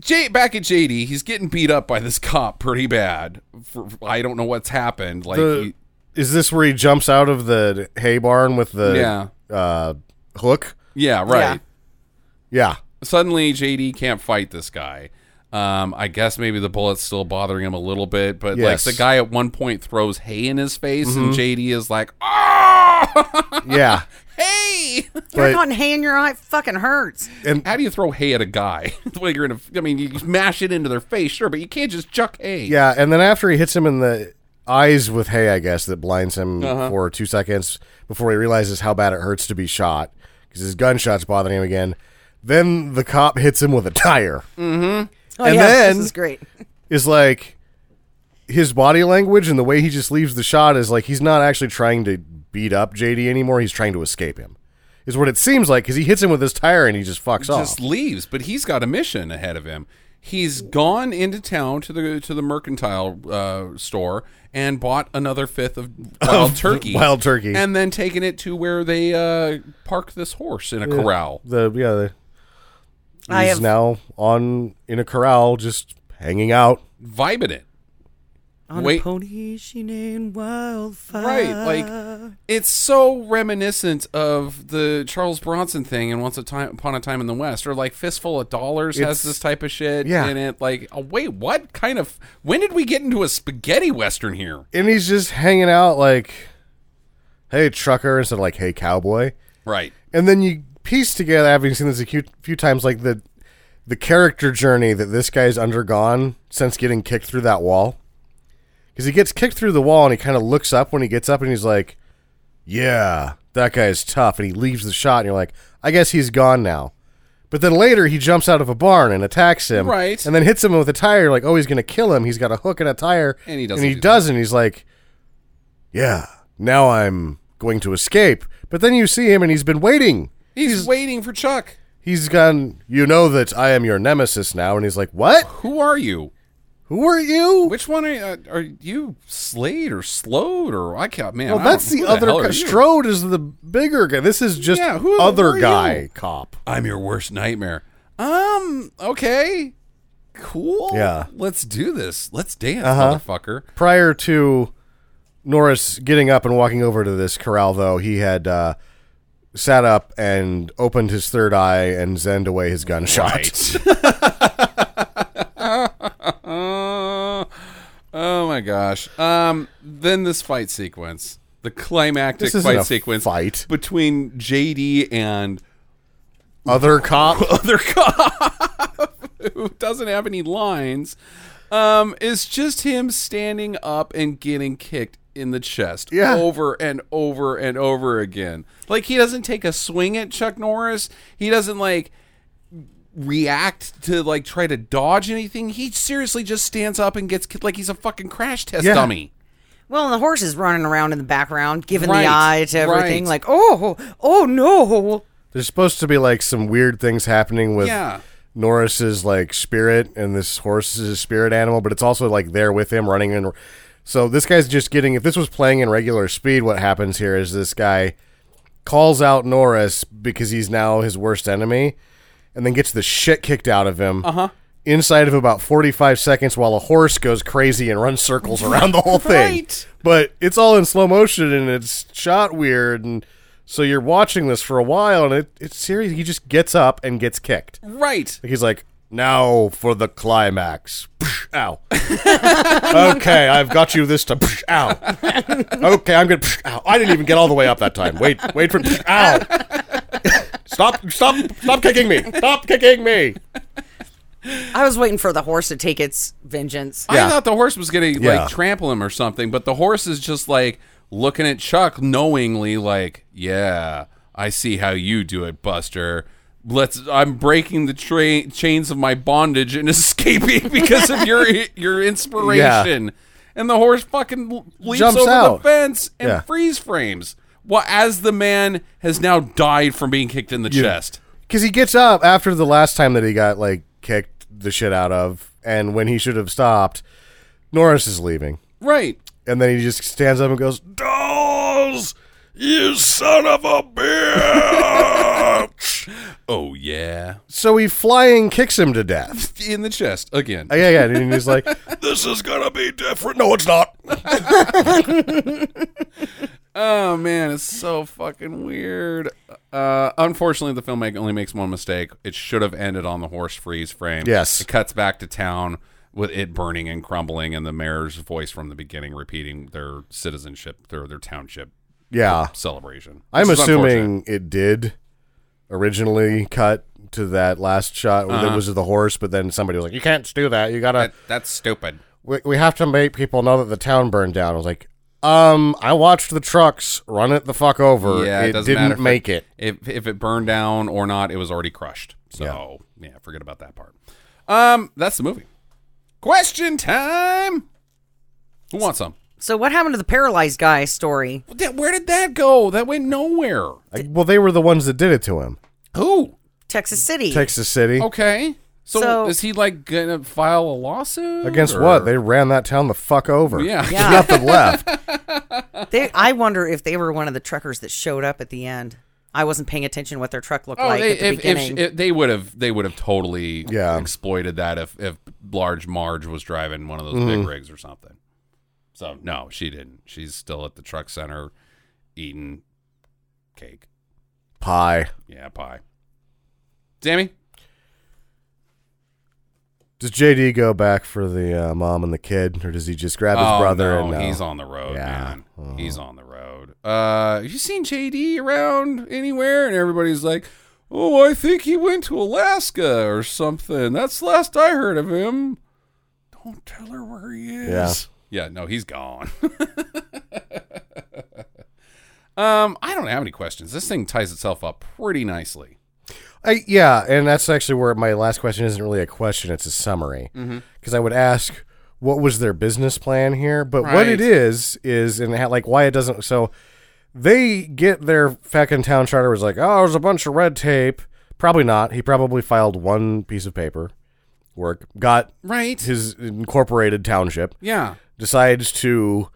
Speaker 3: J- back at JD, he's getting beat up by this cop pretty bad. For, I don't know what's happened. Like,
Speaker 1: The-
Speaker 3: he-
Speaker 1: is this where he jumps out of the hay barn with the
Speaker 3: Yeah.
Speaker 1: uh, hook?
Speaker 3: yeah, right.
Speaker 2: Yeah.
Speaker 1: Yeah,
Speaker 3: Suddenly, JD can't fight this guy. Um, I guess maybe the bullet's still bothering him a little bit, but
Speaker 1: Yes. Mm-hmm.
Speaker 3: like the guy at one point throws hay in his face, and JD is like, "Ah,
Speaker 1: yeah.
Speaker 3: hay!"
Speaker 2: You're
Speaker 1: But
Speaker 2: not hanging your eye. It fucking hurts.
Speaker 3: How do you throw hay at a guy? like you're in a, I mean, you mash it into their face, sure, but you can't just chuck hay.
Speaker 1: yeah, and then after he hits him in the eyes with hay, I guess that blinds him for two seconds before he realizes how bad it hurts to be shot because his gunshot's bothering him again. Then the cop hits him with a tire.
Speaker 2: Oh,
Speaker 1: And
Speaker 2: yeah,
Speaker 1: then-
Speaker 2: this is great.
Speaker 1: is like his body language and the way he just leaves the shot is like he's not actually trying to beat up JD anymore. He's trying to escape him, is what it seems like because he hits him with his tire and he just fucks off.
Speaker 3: just leaves. But he's got a mission ahead of him. He's gone into town to the to the mercantile uh, store and bought another fifth of wild turkey,
Speaker 1: wild turkey.
Speaker 3: and then taken it to where they uh, park this horse in a corral.
Speaker 1: The yeah, the,
Speaker 2: I
Speaker 1: he's
Speaker 2: have-
Speaker 1: now on in a corral just hanging out.
Speaker 3: Vibing it,
Speaker 2: On
Speaker 3: Wait.
Speaker 2: a pony she named Wildfire.
Speaker 3: right? Like it's so reminiscent of the Charles Bronson thing in Once a Time Upon a Time in the West, or like Fistful of Dollars has
Speaker 1: It's-
Speaker 3: this type of shit
Speaker 1: Yeah.
Speaker 3: in it. Like, oh, wait, what kind of? When did we get into a spaghetti western here?
Speaker 1: And he's just hanging out like, hey trucker instead of like hey cowboy.
Speaker 3: Right.
Speaker 1: and then you piece together having seen this a few, few times like the the character journey that this guy's undergone since getting kicked through that wall because he gets kicked through the wall and he kind of looks up when he gets up and he's like yeah that guy's tough and he leaves the shot and you're like i guess he's gone now but then later he jumps out of a barn and attacks him
Speaker 3: Right.
Speaker 1: and then hits him with a tire like oh he's gonna kill him he's got a hook and a tire
Speaker 3: And he doesn't
Speaker 1: and he
Speaker 3: do that.
Speaker 1: doesn't he's like yeah now i'm going to escape but then you see him and he's been waiting
Speaker 3: He's, waiting for Chuck.
Speaker 1: he's gone you know that i am your nemesis now and he's like what
Speaker 3: Who are you?
Speaker 1: Who are you?
Speaker 3: Which one are you, uh, are you Slade or Slode or I can't man?
Speaker 1: well,
Speaker 3: I don't-
Speaker 1: that's
Speaker 3: who
Speaker 1: the other.
Speaker 3: hell are
Speaker 1: guy.
Speaker 3: you?
Speaker 1: Strode is the bigger guy. This is just
Speaker 3: Yeah, who- who
Speaker 1: other
Speaker 3: are
Speaker 1: guy
Speaker 3: you?
Speaker 1: cop.
Speaker 3: I'm your worst nightmare. Um. Okay. Cool.
Speaker 1: Yeah. Uh-huh.
Speaker 3: Let's do this. Let's dance, motherfucker.
Speaker 1: Prior to Norris getting up and walking over to this corral, though, he had uh, sat up and opened his third eye and zenned away his gunshot.
Speaker 3: Uh, oh my gosh. Um. Then this fight sequence, the climactic
Speaker 1: This isn't
Speaker 3: fight
Speaker 1: a
Speaker 3: sequence
Speaker 1: fight.
Speaker 3: between JD and
Speaker 1: Other cop.
Speaker 3: other cop who doesn't have any lines. Um, is just him standing up and getting kicked in the chest
Speaker 1: Yeah.
Speaker 3: over and over and over again. Like he doesn't take a swing at Chuck Norris. He doesn't like react to like try to dodge anything. He seriously just stands up and gets kicked like he's a fucking crash test
Speaker 1: Yeah.
Speaker 3: dummy.
Speaker 2: Well, and the horse is running around in the background, giving
Speaker 3: Right,
Speaker 2: the eye to everything.
Speaker 3: right.
Speaker 2: Like, oh, oh no.
Speaker 1: There's supposed to be like some weird things happening with
Speaker 3: Yeah.
Speaker 1: Norris's like spirit and this horse's spirit animal, but it's also like there with him running in. So this guy's just getting. If this was playing in regular speed, what happens here is this guy calls out Norris because he's now his worst enemy, and then gets the shit kicked out of him. Uh huh. Inside of about 45 seconds, while a horse goes crazy and runs circles around the whole thing.
Speaker 3: Right.
Speaker 1: But it's all in slow motion and it's shot weird, and so you're watching this for a while, and it, it's serious. He just gets up and gets kicked.
Speaker 3: Right.
Speaker 1: He's like, now for the climax. Psh, ow. okay, I've got you this time. Psh, ow. Okay, I'm gonna. Psh, ow. I didn't even get all the way up that time. Wait, wait for. Psh, ow. stop! Stop! Stop kicking me! Stop kicking me!
Speaker 2: I was waiting for the horse to take its vengeance.
Speaker 1: Yeah.
Speaker 3: I thought the horse was gonna like
Speaker 1: Yeah.
Speaker 3: trample him or something, but the horse is just like looking at Chuck knowingly, like, "Yeah, I see how you do it, Buster. Let's. I'm breaking the tra- chains of my bondage and escaping because of your your inspiration." And the horse fucking l- leaps
Speaker 1: Jumps
Speaker 3: over
Speaker 1: out.
Speaker 3: the fence and
Speaker 1: Yeah.
Speaker 3: freeze frames. Well, as the man has now died from being kicked in the chest.
Speaker 1: Because he gets up after the last time that he got like kicked the shit out of, and when he should have stopped, Norris is leaving,
Speaker 3: Right.
Speaker 1: and then he just stands up and goes, "Dolls, you son of a bitch!"
Speaker 3: Oh yeah.
Speaker 1: so he flying kicks him to death.
Speaker 3: In the chest again.
Speaker 1: Yeah, yeah. And he's like, "This is gonna be different." No, it's not.
Speaker 3: Oh man, it's so fucking weird. Uh, unfortunately, the film make, only makes one mistake. It should have ended on the horse freeze frame.
Speaker 1: Yes.
Speaker 3: it cuts back to town with it burning and crumbling, and the mayor's voice from the beginning repeating their citizenship, their their township
Speaker 1: Yeah,
Speaker 3: celebration.
Speaker 1: I'm
Speaker 3: Which is unfortunate.
Speaker 1: assuming it did originally cut to that last shot where
Speaker 3: Uh-huh.
Speaker 1: it was the horse, but then somebody was like, "You can't do that. You gotta.
Speaker 3: That- that's stupid.
Speaker 1: we, we have to make people know that the town burned down." I was like, "Um, I watched the trucks run it the fuck over.
Speaker 3: Yeah, it, doesn't
Speaker 1: didn't
Speaker 3: matter if
Speaker 1: make it."
Speaker 3: If if it burned down or not, it was already crushed. So yeah, forget about that part. Um, that's the movie. Question time. Who wants some?
Speaker 2: So what happened to the paralyzed guy story?
Speaker 3: That- where did that go? That went nowhere.
Speaker 1: Like, well, they were the ones that did it to him.
Speaker 3: Who?
Speaker 2: Texas City.
Speaker 1: Texas City.
Speaker 3: Oh, Okay. So,
Speaker 2: So-
Speaker 3: is he like gonna file a lawsuit
Speaker 1: Against
Speaker 3: or-
Speaker 1: what? They ran that town the fuck over.
Speaker 3: Yeah.
Speaker 1: There's nothing left.
Speaker 2: They, I wonder if they were one of the truckers that showed up at the end. I wasn't paying attention what their truck looked
Speaker 3: Oh,
Speaker 2: like
Speaker 3: they,
Speaker 2: at the
Speaker 3: if, if,
Speaker 2: beginning.
Speaker 3: she- if they would have, they would have totally
Speaker 1: Yeah.
Speaker 3: exploited that if if large Marge was driving one of those big rigs or something. So no, she didn't. She's still at the truck center eating cake.
Speaker 1: Pie.
Speaker 3: Yeah, pie. Sammy,
Speaker 1: Does JD go back for the uh, mom and the kid, or does he just grab his
Speaker 3: Oh,
Speaker 1: brother?
Speaker 3: no,
Speaker 1: and uh, no?
Speaker 3: he's on the road,
Speaker 1: Yeah. Uh-huh.
Speaker 3: man. He's on the road. Uh, have you seen JD around anywhere? And everybody's like, "Oh, I think he went to Alaska or something." That's the last I heard of him. Don't tell her where he is. Yeah, no, he's gone. um, I don't have any questions. This thing ties itself up pretty nicely.
Speaker 1: I, yeah, and that's actually where my last question isn't really a question; it's a summary. Because
Speaker 3: Mm-hmm.
Speaker 1: I would ask, what was their business plan here? But what
Speaker 3: Right.
Speaker 1: it is is, and how, like why it doesn't. So they get their fucking town charter was like, oh, there's a bunch of red tape. Probably not. He probably filed one piece of paper, work, got
Speaker 3: Right.
Speaker 1: his incorporated township,
Speaker 3: yeah.
Speaker 1: decides to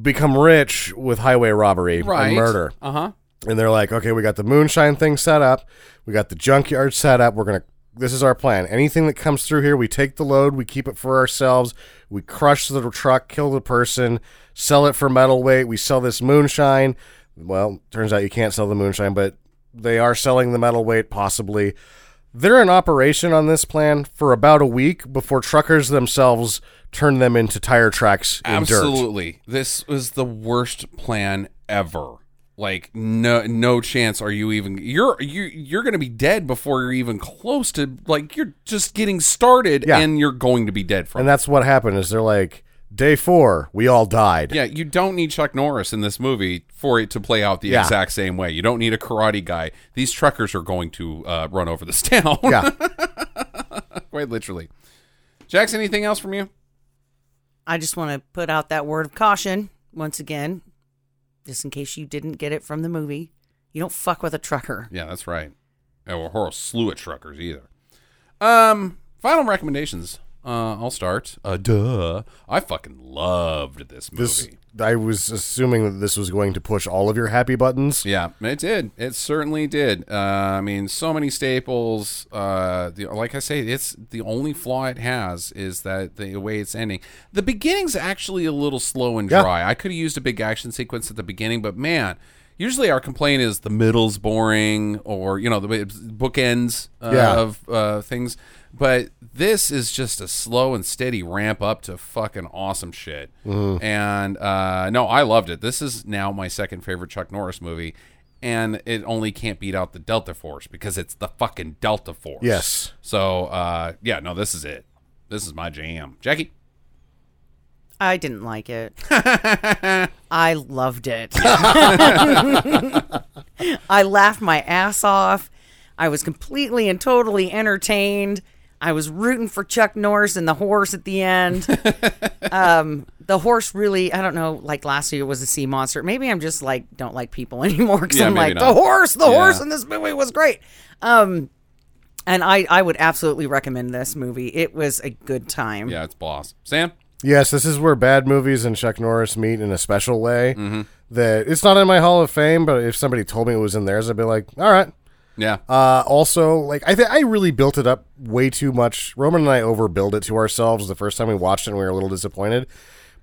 Speaker 1: become rich with highway robbery
Speaker 3: Right.
Speaker 1: and murder.
Speaker 3: Uh huh.
Speaker 1: And they're like, okay, we got the moonshine thing set up, we got the junkyard set up. We're gonna. This is our plan. Anything that comes through here, we take the load, we keep it for ourselves, we crush the truck, kill the person, sell it for metal weight. We sell this moonshine. Well, turns out you can't sell the moonshine, but they are selling the metal weight possibly. They're in operation on this plan for about a week before truckers themselves turn them into tire tracks in dirt.
Speaker 3: Absolutely. This was the worst plan ever. Like no no chance are you even you're you you're going to be dead before you're even close to like you're just getting started
Speaker 1: Yeah.
Speaker 3: and you're going to be dead from.
Speaker 1: And that's what happened is they're like, day four, we all died.
Speaker 3: it. yeah, you don't need Chuck Norris in this movie for it to play out the
Speaker 1: Yeah.
Speaker 3: exact same way. You don't need a karate guy. These truckers are going to uh, run over this town.
Speaker 1: Yeah.
Speaker 3: Quite literally. Jax, anything else from you?
Speaker 2: I just want to put out that word of caution once again, just in case you didn't get it from the movie. You don't fuck with a trucker.
Speaker 3: Yeah, that's right. Yeah, well, Horace slew at truckers either. Um, final recommendations. Uh, I'll start. Uh, duh. I fucking loved this movie.
Speaker 1: This I was assuming that this was going to push all of your happy buttons.
Speaker 3: Yeah, it did. It certainly did. Uh, I mean, so many staples. Uh, the, like I say, it's the only flaw it has is that the way it's ending. The beginning's actually a little slow and
Speaker 1: Yeah.
Speaker 3: dry. I could have used a big action sequence at the beginning, but man, usually our complaint is the middle's boring or you know the way- bookends uh,
Speaker 1: Yeah.
Speaker 3: of uh, things. But this is just a slow and steady ramp up to fucking awesome shit.
Speaker 1: Mm-hmm.
Speaker 3: And uh, no, I loved it. This is now my second favorite Chuck Norris movie, and it only can't beat out the Delta Force because it's the fucking Delta Force.
Speaker 1: Yes.
Speaker 3: So uh, yeah, no, this is it. This is my jam, Jackie.
Speaker 2: I didn't like it. I loved it. I laughed my ass off. I was completely and totally entertained. I was rooting for Chuck Norris and the horse at the end. um, the horse really, I don't know, like last year it was a sea monster. Maybe I'm just like, don't like people anymore because
Speaker 3: Yeah,
Speaker 2: I'm like,
Speaker 3: maybe not.
Speaker 2: the horse, the
Speaker 3: Yeah.
Speaker 2: horse in this movie was great. Um, and I, I would absolutely recommend this movie. It was a good time.
Speaker 3: Yeah, it's boss. Sam.
Speaker 1: Yes, this is where bad movies and Chuck Norris meet in a special way. That it's not in my Hall of Fame, but if somebody told me it was in theirs, I'd be like, all right.
Speaker 3: Yeah.
Speaker 1: Uh, also, like I think I really built it up way too much. Roman and I overbuilt it to ourselves the first time we watched it, and we were a little disappointed.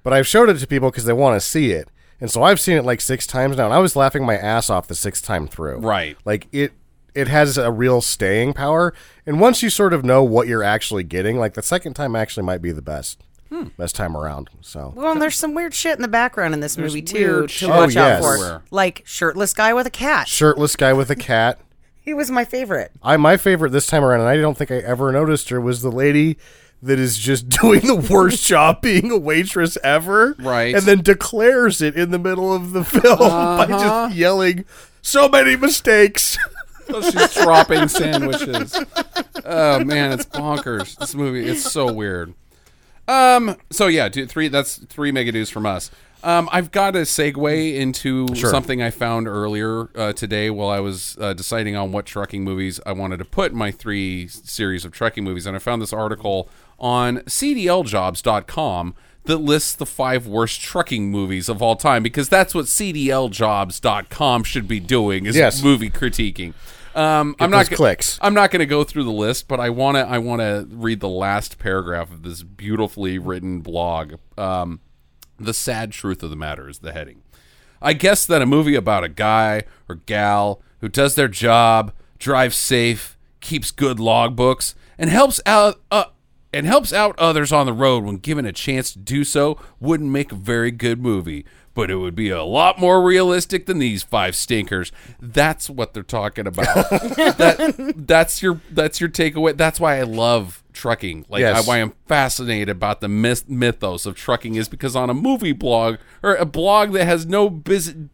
Speaker 1: But I've showed it to people because they want to see it, and so I've seen it like six times now, and I was laughing my ass off the sixth time through.
Speaker 3: Right.
Speaker 1: like it it has a real staying power, and once you sort of know what you're actually getting, like the second time actually might be the best best time around. So
Speaker 2: Well, and there's some weird shit in the background in this movie too to
Speaker 3: weird shit
Speaker 2: watch out
Speaker 1: everywhere.
Speaker 2: for, like shirtless guy with a cat.
Speaker 1: shirtless guy with a cat.
Speaker 2: He was my favorite.
Speaker 1: I my favorite this time around, and I don't think I ever noticed her was the lady that is just doing the worst job being a waitress ever,
Speaker 3: Right.
Speaker 1: And then declares it in the middle of the film by just yelling, "So many mistakes!"
Speaker 3: She's dropping sandwiches. Oh man, it's bonkers. This movie, it's so weird. Um. So yeah, two, three. That's three mega news from us. Um. I've got a segue into something I found earlier uh, today while I was uh, deciding on what trucking movies I wanted to put in my three s- series of trucking movies, and I found this article on CDLJobs.com that lists the five worst trucking movies of all time because that's what CDLJobs.com should be doing is
Speaker 1: Yes.
Speaker 3: movie critiquing. Um, I'm not
Speaker 1: those clicks.
Speaker 3: I'm not going to go through the list, but I want to. I want to read the last paragraph of this beautifully written blog. Um, the sad truth of the matter is the heading. I guess that a movie about a guy or gal who does their job, drives safe, keeps good logbooks, and helps out uh, and helps out others on the road when given a chance to do so wouldn't make a very good movie. But it would be a lot more realistic than these five stinkers. That's what they're talking about. that, that's your that's your takeaway. That's why I love trucking. Like
Speaker 1: Yes.
Speaker 3: I, why I'm fascinated about the myth- mythos of trucking is because on a movie blog or a blog that has no business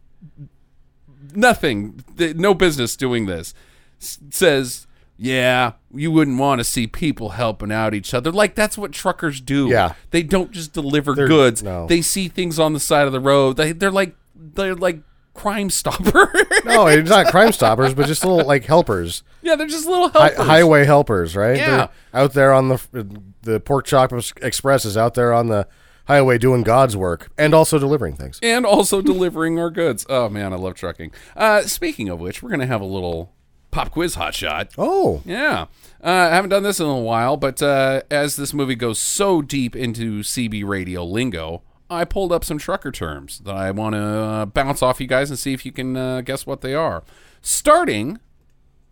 Speaker 3: nothing, th- no business doing this, s- says, yeah, you wouldn't want to see people helping out each other. Like, that's what truckers do.
Speaker 1: Yeah.
Speaker 3: They don't just deliver goods.
Speaker 1: no.
Speaker 3: They see things on the side of the road. They, they're like, they're like Crime Stopper.
Speaker 1: No, it's not Crime Stoppers, but just little like helpers,
Speaker 3: yeah, they're just little
Speaker 1: Hi-
Speaker 3: helpers.
Speaker 1: highway helpers, right?
Speaker 3: Yeah.
Speaker 1: They're out there on the the pork chop express is out there on the highway doing God's work and also delivering things.
Speaker 3: and also delivering our goods. Oh man, I love trucking. Uh, speaking of which, we're gonna have a little pop quiz hot shot.
Speaker 1: Oh,
Speaker 3: Yeah. Uh, I haven't done this in a while, but uh, as this movie goes so deep into CB radio lingo, I pulled up some trucker terms that I want to uh, bounce off you guys and see if you can uh, guess what they are. Starting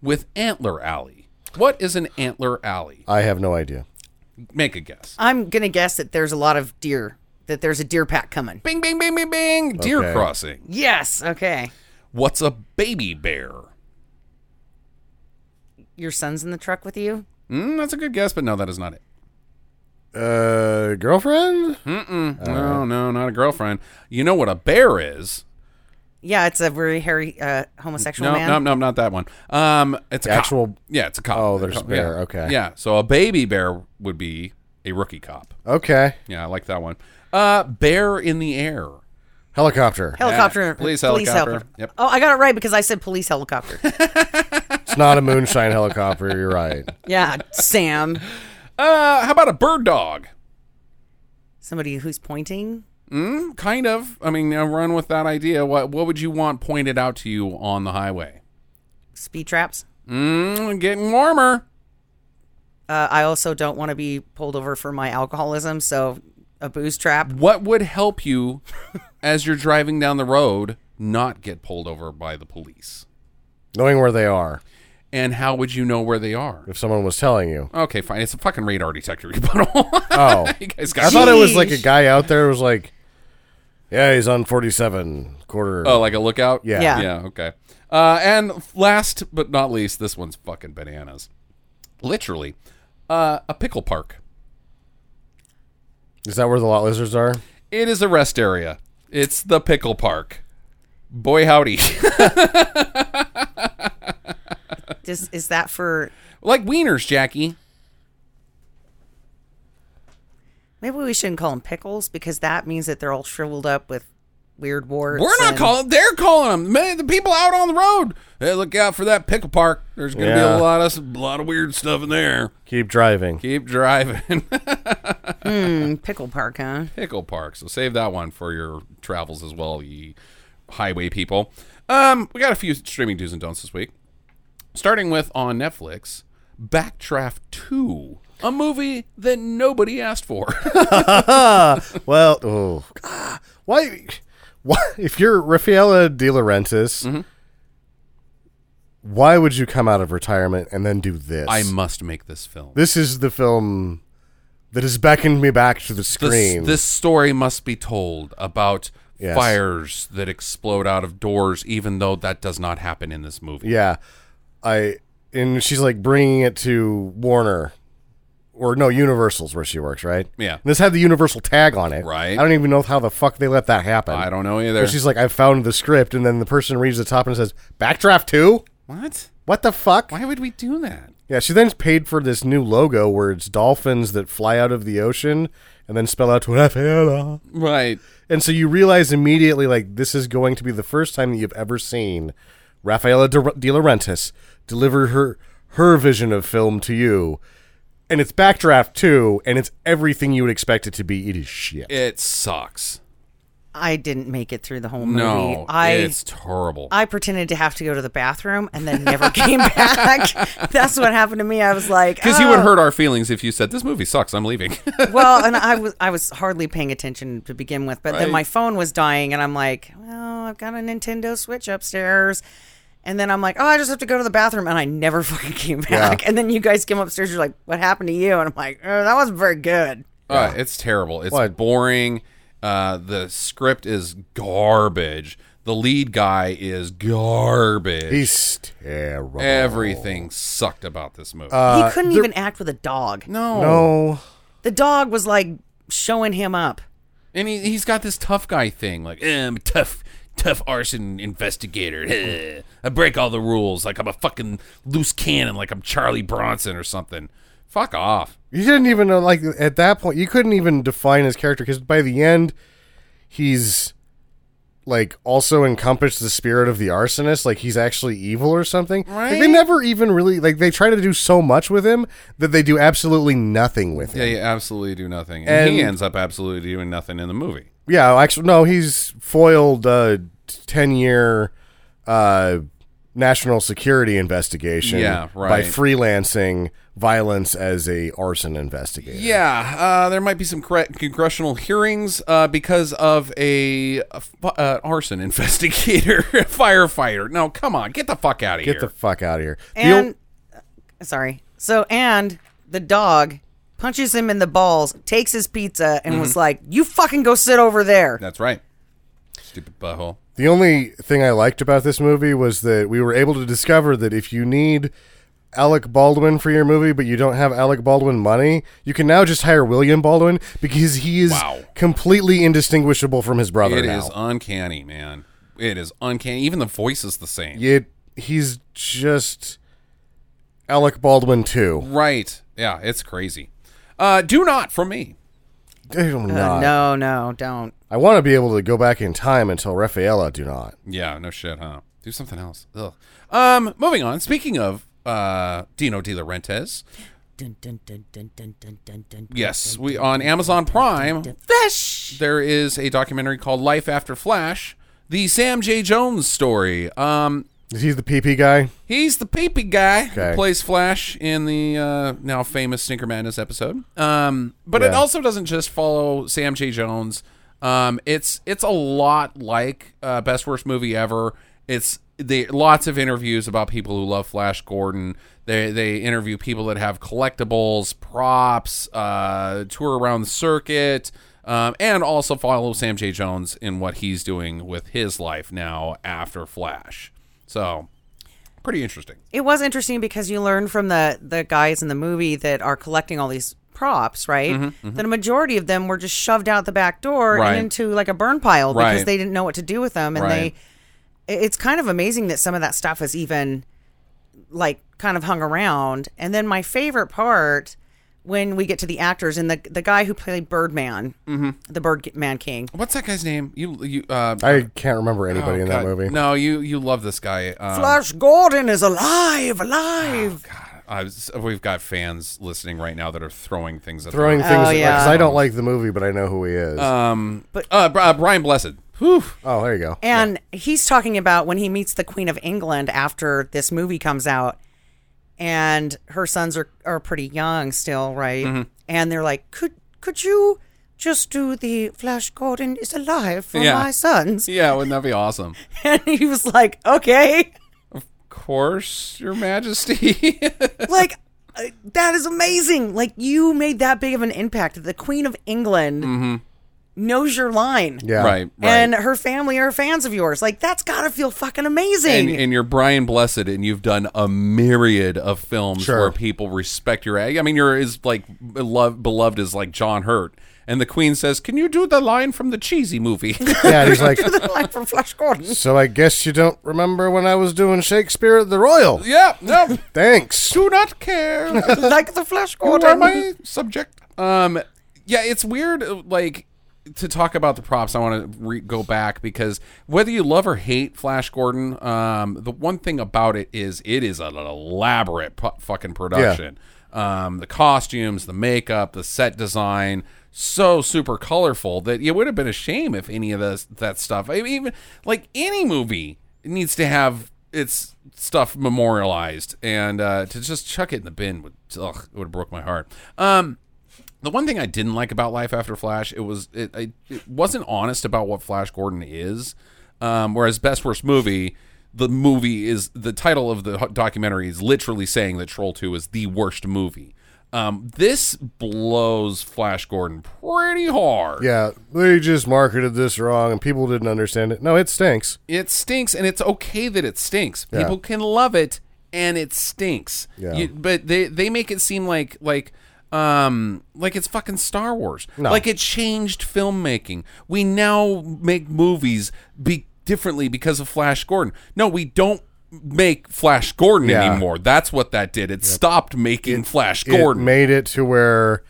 Speaker 3: with Antler Alley. What is an Antler Alley?
Speaker 1: I have no idea.
Speaker 3: Make a guess.
Speaker 1: Uh,
Speaker 2: I'm gonna guess that there's a lot of deer. That there's a deer pack coming.
Speaker 3: Bing, bing, bing, bing, bing. Deer
Speaker 1: Okay.
Speaker 3: crossing.
Speaker 2: Yes. Okay.
Speaker 3: What's a baby bear?
Speaker 2: Your son's in the truck with you.
Speaker 3: Mm, that's a good guess, but no, that is not it.
Speaker 1: Uh, girlfriend? Uh,
Speaker 3: No, no, not a girlfriend. You know what a bear is?
Speaker 2: Yeah, it's a very hairy uh, homosexual
Speaker 3: No,
Speaker 2: man.
Speaker 3: no, no, not that one. Um, it's a
Speaker 1: The
Speaker 3: cop.
Speaker 1: actual-
Speaker 3: Yeah, it's a cop.
Speaker 1: Oh, there's
Speaker 3: Co-
Speaker 1: a bear,
Speaker 3: yeah.
Speaker 1: okay.
Speaker 3: Yeah, so a baby bear would be a rookie cop.
Speaker 1: Okay.
Speaker 3: Yeah, I like that one. Uh, bear in the air.
Speaker 1: Helicopter.
Speaker 2: Helicopter.
Speaker 3: Yeah, police helicopter. Yep.
Speaker 2: Oh, I got it right because I said police helicopter.
Speaker 1: It's not a moonshine helicopter. You're right.
Speaker 2: yeah, Sam.
Speaker 3: Uh, how about a bird dog?
Speaker 2: Somebody who's pointing.
Speaker 3: Kind of. I mean, now run with that idea. What What would you want pointed out to you on the highway?
Speaker 2: Speed traps.
Speaker 3: Mm, getting warmer.
Speaker 2: Uh, I also don't want to be pulled over for my alcoholism, so a booze trap.
Speaker 3: What would help you as you're driving down the road not get pulled over by the police?
Speaker 1: Knowing where they are,
Speaker 3: And how would you know where they are?
Speaker 1: if someone was telling you.
Speaker 3: Okay, fine. It's a fucking radar detector rebuttal.
Speaker 1: Oh.
Speaker 3: you guys got
Speaker 1: I thought it was like a
Speaker 2: Sheesh.
Speaker 1: guy out there was like, yeah, he's on 47 quarter.
Speaker 3: Oh, like a lookout?
Speaker 1: Yeah.
Speaker 2: Yeah.
Speaker 3: Yeah, okay. Uh, and last but not least, this one's fucking bananas. Literally, uh, a pickle park.
Speaker 1: Is that where the lot lizards are?
Speaker 3: It is a rest area. It's the pickle park. Boy, howdy.
Speaker 2: Is, is that for?
Speaker 3: like wieners, Jackie.
Speaker 2: Maybe we shouldn't call them pickles because that means that they're all shriveled up with weird warts.
Speaker 3: We're not
Speaker 2: and-
Speaker 3: calling. They're calling them. Man, the people out on the road. Hey, look out for that pickle park. There's gonna
Speaker 1: Yeah.
Speaker 3: be a lot of a lot of weird stuff in there.
Speaker 1: Keep driving.
Speaker 3: Keep driving.
Speaker 2: mm, pickle park, huh?
Speaker 3: Pickle Park. So save that one for your travels as well, ye highway people. Um, we got a few streaming do's and don'ts this week. Starting with on Netflix, Backdraft 2, a movie that nobody asked for.
Speaker 1: Well, oh, ah, why? Why? If you're Rafaela De Laurentiis, why would you come out of retirement and then do this?
Speaker 3: I must make this film.
Speaker 1: this is the film that has beckoned me back to the
Speaker 3: This,
Speaker 1: screen.
Speaker 3: this story must be told about
Speaker 1: Yes.
Speaker 3: fires that explode out of doors, even though that does not happen in this movie.
Speaker 1: yeah, I and she's like bringing it to Warner or no Universal's where she works, right?
Speaker 3: Yeah.
Speaker 1: this had the Universal tag on it,
Speaker 3: Right.
Speaker 1: I don't even know how the fuck they let that happen.
Speaker 3: I don't know
Speaker 1: But
Speaker 3: either.
Speaker 1: she's like, I found the script, and then the person reads the top and says, "Backdraft two?
Speaker 3: what?
Speaker 1: What the fuck?"
Speaker 3: Why would we do that?
Speaker 1: Yeah, she then paid for this new logo where it's dolphins that fly out of the ocean and then spell out Rafaela.
Speaker 3: Right.
Speaker 1: And so you realize immediately, like, this is going to be the first time that you've ever seen Rafaela De, De Laurentiis deliver her her vision of film to you. And it's Backdraft too, and it's everything you would expect it to be. It is shit.
Speaker 3: It sucks.
Speaker 2: I didn't make it through the whole movie.
Speaker 3: No,
Speaker 2: I
Speaker 3: it's terrible.
Speaker 2: I pretended to have to go to the bathroom and then never came back. That's what happened to me. I was like,
Speaker 3: Because you would
Speaker 2: "Oh."
Speaker 3: hurt our feelings if you said this movie sucks. I'm leaving. Uh,
Speaker 2: Well, and I was I was hardly paying attention to begin with, but
Speaker 3: Right.
Speaker 2: then my phone was dying, and I'm like, well, I've got a Nintendo Switch upstairs. And then I'm like, oh, I just have to go to the bathroom, and I never fucking came back. And then you guys came upstairs, you're like, what happened to you? And I'm like, oh, that wasn't very good.
Speaker 3: uh, it's terrible. It's
Speaker 1: What?
Speaker 3: boring. Uh, the script is garbage. The lead guy is garbage.
Speaker 1: He's terrible.
Speaker 3: Everything sucked about this movie.
Speaker 2: he couldn't even act with a dog.
Speaker 3: Uh, no.
Speaker 1: No.
Speaker 2: The dog was like showing him up.
Speaker 3: And he, he's got this tough guy thing, like, "Eh, I'm a tough, tough arson investigator. Eh, I break all the rules. Like I'm a fucking loose cannon, like I'm Charlie Bronson or something. Fuck off.
Speaker 1: You didn't even know, like, at that point, you couldn't even define his character because by the end, he's like also encompass the spirit of the arsonist like he's actually evil or something Like, they
Speaker 3: Right?
Speaker 1: never even really like they try to do so much with him that they do absolutely nothing with
Speaker 3: Yeah,
Speaker 1: him
Speaker 3: you absolutely do nothing. And, he
Speaker 1: And-
Speaker 3: ends up absolutely doing nothing in the movie.
Speaker 1: yeah, actually, no, he's foiled a ten-year uh, national security investigation.
Speaker 3: Yeah,
Speaker 1: By
Speaker 3: right.
Speaker 1: freelancing violence as a arson investigator.
Speaker 3: Yeah, uh, there might be some cre- congressional hearings uh, because of a, a fu- uh, arson investigator, firefighter. No, come on, get the fuck out of
Speaker 1: get
Speaker 3: here.
Speaker 1: the fuck out of here. The
Speaker 2: And uh,
Speaker 1: ol-
Speaker 2: sorry. So and the dog punches him in the balls, takes his pizza, and was like, "You fucking go sit over there."
Speaker 3: That's right. Stupid butthole.
Speaker 1: the only thing I liked about this movie was that we were able to discover that if you need Alec Baldwin for your movie, but you don't have Alec Baldwin money, you can now just hire William Baldwin because he is
Speaker 3: Wow.
Speaker 1: completely indistinguishable from his brother
Speaker 3: It
Speaker 1: now.
Speaker 3: is uncanny, man. It is uncanny. Even the voice is the same.
Speaker 1: It he's just Alec Baldwin too.
Speaker 3: Right. Yeah, it's crazy. Uh, do not from me.
Speaker 1: Do
Speaker 2: Uh,
Speaker 1: not.
Speaker 2: no, no, don't.
Speaker 1: I want to be able to go back in time until Raffaella. Do not.
Speaker 3: Yeah, no shit, huh? Do something else. Ugh. Um, moving on. Speaking of uh, Dino De Laurentiis,
Speaker 2: Dun, dun, dun, dun, dun, dun, dun, dun,
Speaker 3: yes,
Speaker 2: dun,
Speaker 3: we
Speaker 2: dun,
Speaker 3: on Amazon Prime
Speaker 2: dun. Flesh.
Speaker 3: there is a documentary called Life After Flash, the Sam J. Jones story. Um,
Speaker 1: Is he the PP guy?
Speaker 3: He's the peepee guy
Speaker 1: Okay.
Speaker 3: who plays Flash in the uh, now famous Stinker Madness episode. Um, but it
Speaker 1: Yeah.
Speaker 3: also doesn't just follow Sam J. Jones. Um, it's it's a lot like uh, Best Worst Movie Ever. It's they lots of interviews about people who love Flash Gordon. They they interview people that have collectibles, props, uh, tour around the circuit. Um, and also follow Sam J. Jones in what he's doing with his life now after Flash. So pretty interesting.
Speaker 2: It was interesting because you learn from the the guys in the movie that are collecting all these props, right? That a majority of them were just shoved out the back door
Speaker 3: Mm-hmm, Right.
Speaker 2: and into like a burn pile
Speaker 3: Right.
Speaker 2: because they didn't know what to do with them, and
Speaker 3: Right.
Speaker 2: they. it- It's kind of amazing that some of that stuff is even, like, kind of hung around. And then my favorite part when we get to the actors and the the guy who played Birdman,
Speaker 3: Mm-hmm.
Speaker 2: the Birdman King.
Speaker 3: What's that guy's name? You you uh,
Speaker 1: I can't remember anybody
Speaker 3: oh,
Speaker 1: in that
Speaker 3: God.
Speaker 1: movie.
Speaker 3: No, you you love this guy. Um,
Speaker 2: Flash Gordon is alive,
Speaker 3: Oh,
Speaker 2: alive.
Speaker 3: I was- we've got fans listening right now that are throwing things at
Speaker 1: Throwing
Speaker 3: The
Speaker 1: things because
Speaker 2: Oh, yeah.
Speaker 1: I don't like the movie, but I know who he is.
Speaker 3: uh, Bri- uh, Brian Blessed. Whew.
Speaker 1: oh, there you go.
Speaker 2: And he's talking about when he meets the Queen of England after this movie comes out, and her sons are, are pretty young still, right?
Speaker 3: Mm-hmm.
Speaker 2: And they're like, could could you just do the Flash Gordon is alive for
Speaker 3: Yeah.
Speaker 2: my sons?
Speaker 3: Yeah, wouldn't that be awesome?
Speaker 2: And he was like, okay,
Speaker 3: Of course, Your Majesty.
Speaker 2: like uh, that is amazing. Like you made that big of an impact. that The Queen of England knows your line.
Speaker 1: Yeah.
Speaker 3: Right, Mm-hmm. right.
Speaker 2: And her family are fans of yours. Like that's gotta feel fucking amazing.
Speaker 3: and, and you're Brian Blessed, and you've done a myriad of films
Speaker 1: Sure.
Speaker 3: where people respect your. I mean, you're as like beloved, beloved as like John Hurt. And the Queen says, "Can you do the line from the cheesy movie?"
Speaker 1: Yeah. and He's like,
Speaker 2: like from Flash Gordon.
Speaker 1: so I guess you don't remember when I was doing Shakespeare at the Royal.
Speaker 3: yeah, no,
Speaker 1: Thanks.
Speaker 3: do not care.
Speaker 2: like the Flash
Speaker 3: You
Speaker 2: Gordon.
Speaker 3: are my subject. Um, yeah, it's weird. uh, Like to talk about the props, I want to re- go back because whether you love or hate Flash Gordon, um, the one thing about it is it is an elaborate pu- fucking production. Um, the costumes, the makeup, the set design, so super colorful that it would have been a shame if any of this that stuff, I mean, even like any movie, needs to have its stuff memorialized and uh, to just chuck it in the bin would ugh, it would have broke my heart. Um, the one thing I didn't like about Life After Flash, it was it, I, it wasn't honest about what Flash Gordon is. Um, whereas Best Worst Movie, the movie is the title of the ho- documentary is literally saying that Troll Two is the worst movie. Um, this blows Flash Gordon pretty hard.
Speaker 1: Yeah, they just marketed this wrong, and people didn't understand it. No, it stinks.
Speaker 3: it stinks and it's okay that it stinks
Speaker 1: Yeah.
Speaker 3: people can love it and it stinks
Speaker 1: Yeah.
Speaker 3: You- but they they make it seem like like um like it's fucking star wars like it changed filmmaking we now make movies be differently because of flash gordon no we don't make flash gordon
Speaker 1: Yeah.
Speaker 3: anymore that's what that did it stopped making flash
Speaker 1: It
Speaker 3: gordon
Speaker 1: made it to where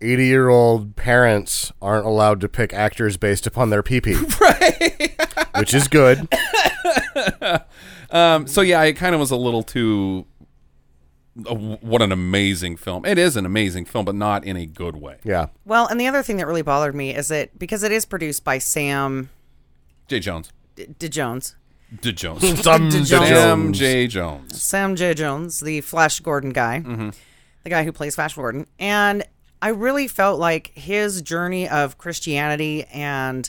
Speaker 1: 80 year old parents aren't allowed to pick actors based upon their pee pee. Right. which is good.
Speaker 3: Um, so yeah, it kind of was a little too. uh, what an amazing film! It is an amazing film, but not in a good way.
Speaker 1: Yeah.
Speaker 2: Well, and the other thing that really bothered me is that because it is produced by Sam
Speaker 3: Jay Jones,
Speaker 2: D- DeJones,
Speaker 3: did Jones,
Speaker 1: Some
Speaker 2: Jones.
Speaker 3: Sam J Jones.
Speaker 2: Sam J. Jones, the Flash Gordon guy, the guy who plays Flash Gordon. And I really felt like his journey of Christianity and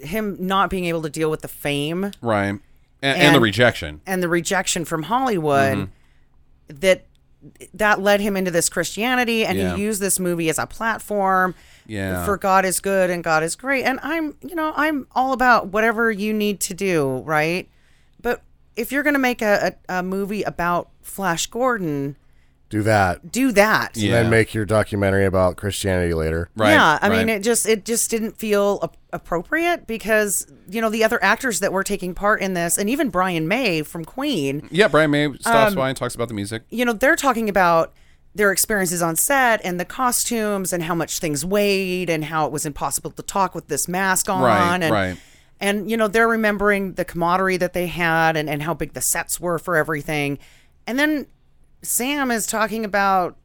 Speaker 2: him not being able to deal with the fame
Speaker 3: Right, and, and the
Speaker 2: And-
Speaker 3: rejection.
Speaker 2: and the rejection from Hollywood that that led him into this Christianity and
Speaker 3: Mm-hmm. Yeah.
Speaker 2: he used this movie as a platform
Speaker 3: Yeah.
Speaker 2: for God is good and God is great and I'm you know I'm all about whatever you need to do right but if you're going to make a, a, a movie about Flash Gordon
Speaker 1: Do that.
Speaker 2: do that
Speaker 3: Yeah.
Speaker 1: Then make your documentary about Christianity later.
Speaker 3: Right.
Speaker 2: yeah, I mean,
Speaker 3: right.
Speaker 2: it just it just didn't feel ap- appropriate because you know the other actors that were taking part in this, and even Brian May from Queen,
Speaker 3: yeah, Brian May
Speaker 2: Um,
Speaker 3: stops by and talks about the music.
Speaker 2: you know, they're talking about their experiences on set and the costumes and how much things weighed and how it was impossible to talk with this mask on
Speaker 3: Right,
Speaker 2: and
Speaker 3: right.
Speaker 2: and you know they're remembering the camaraderie that they had and, and how big the sets were for everything and then sam is talking about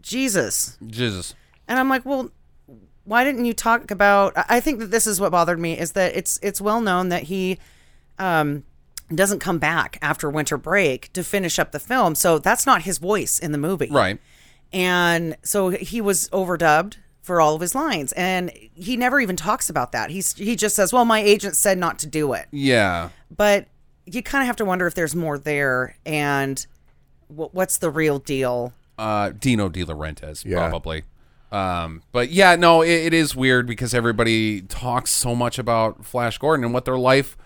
Speaker 2: jesus
Speaker 3: Jesus.
Speaker 2: and I'm like, well, why didn't you talk about? I I think that this is what bothered me is that it's it's well known that he um, doesn't come back after winter break to finish up the film, so that's not his voice in the movie,
Speaker 3: Right.
Speaker 2: And so he was overdubbed for all of his lines, and he never even talks about that. He's he just says, well, my agent said not to do it,
Speaker 3: Yeah.
Speaker 2: but you kind of have to wonder if there's more there and wh- what's the real deal.
Speaker 3: uh, Dino De Laurentiis,
Speaker 1: Yeah.
Speaker 3: probably. Um, but yeah, no, it, it is weird because everybody talks so much about Flash Gordon and what their life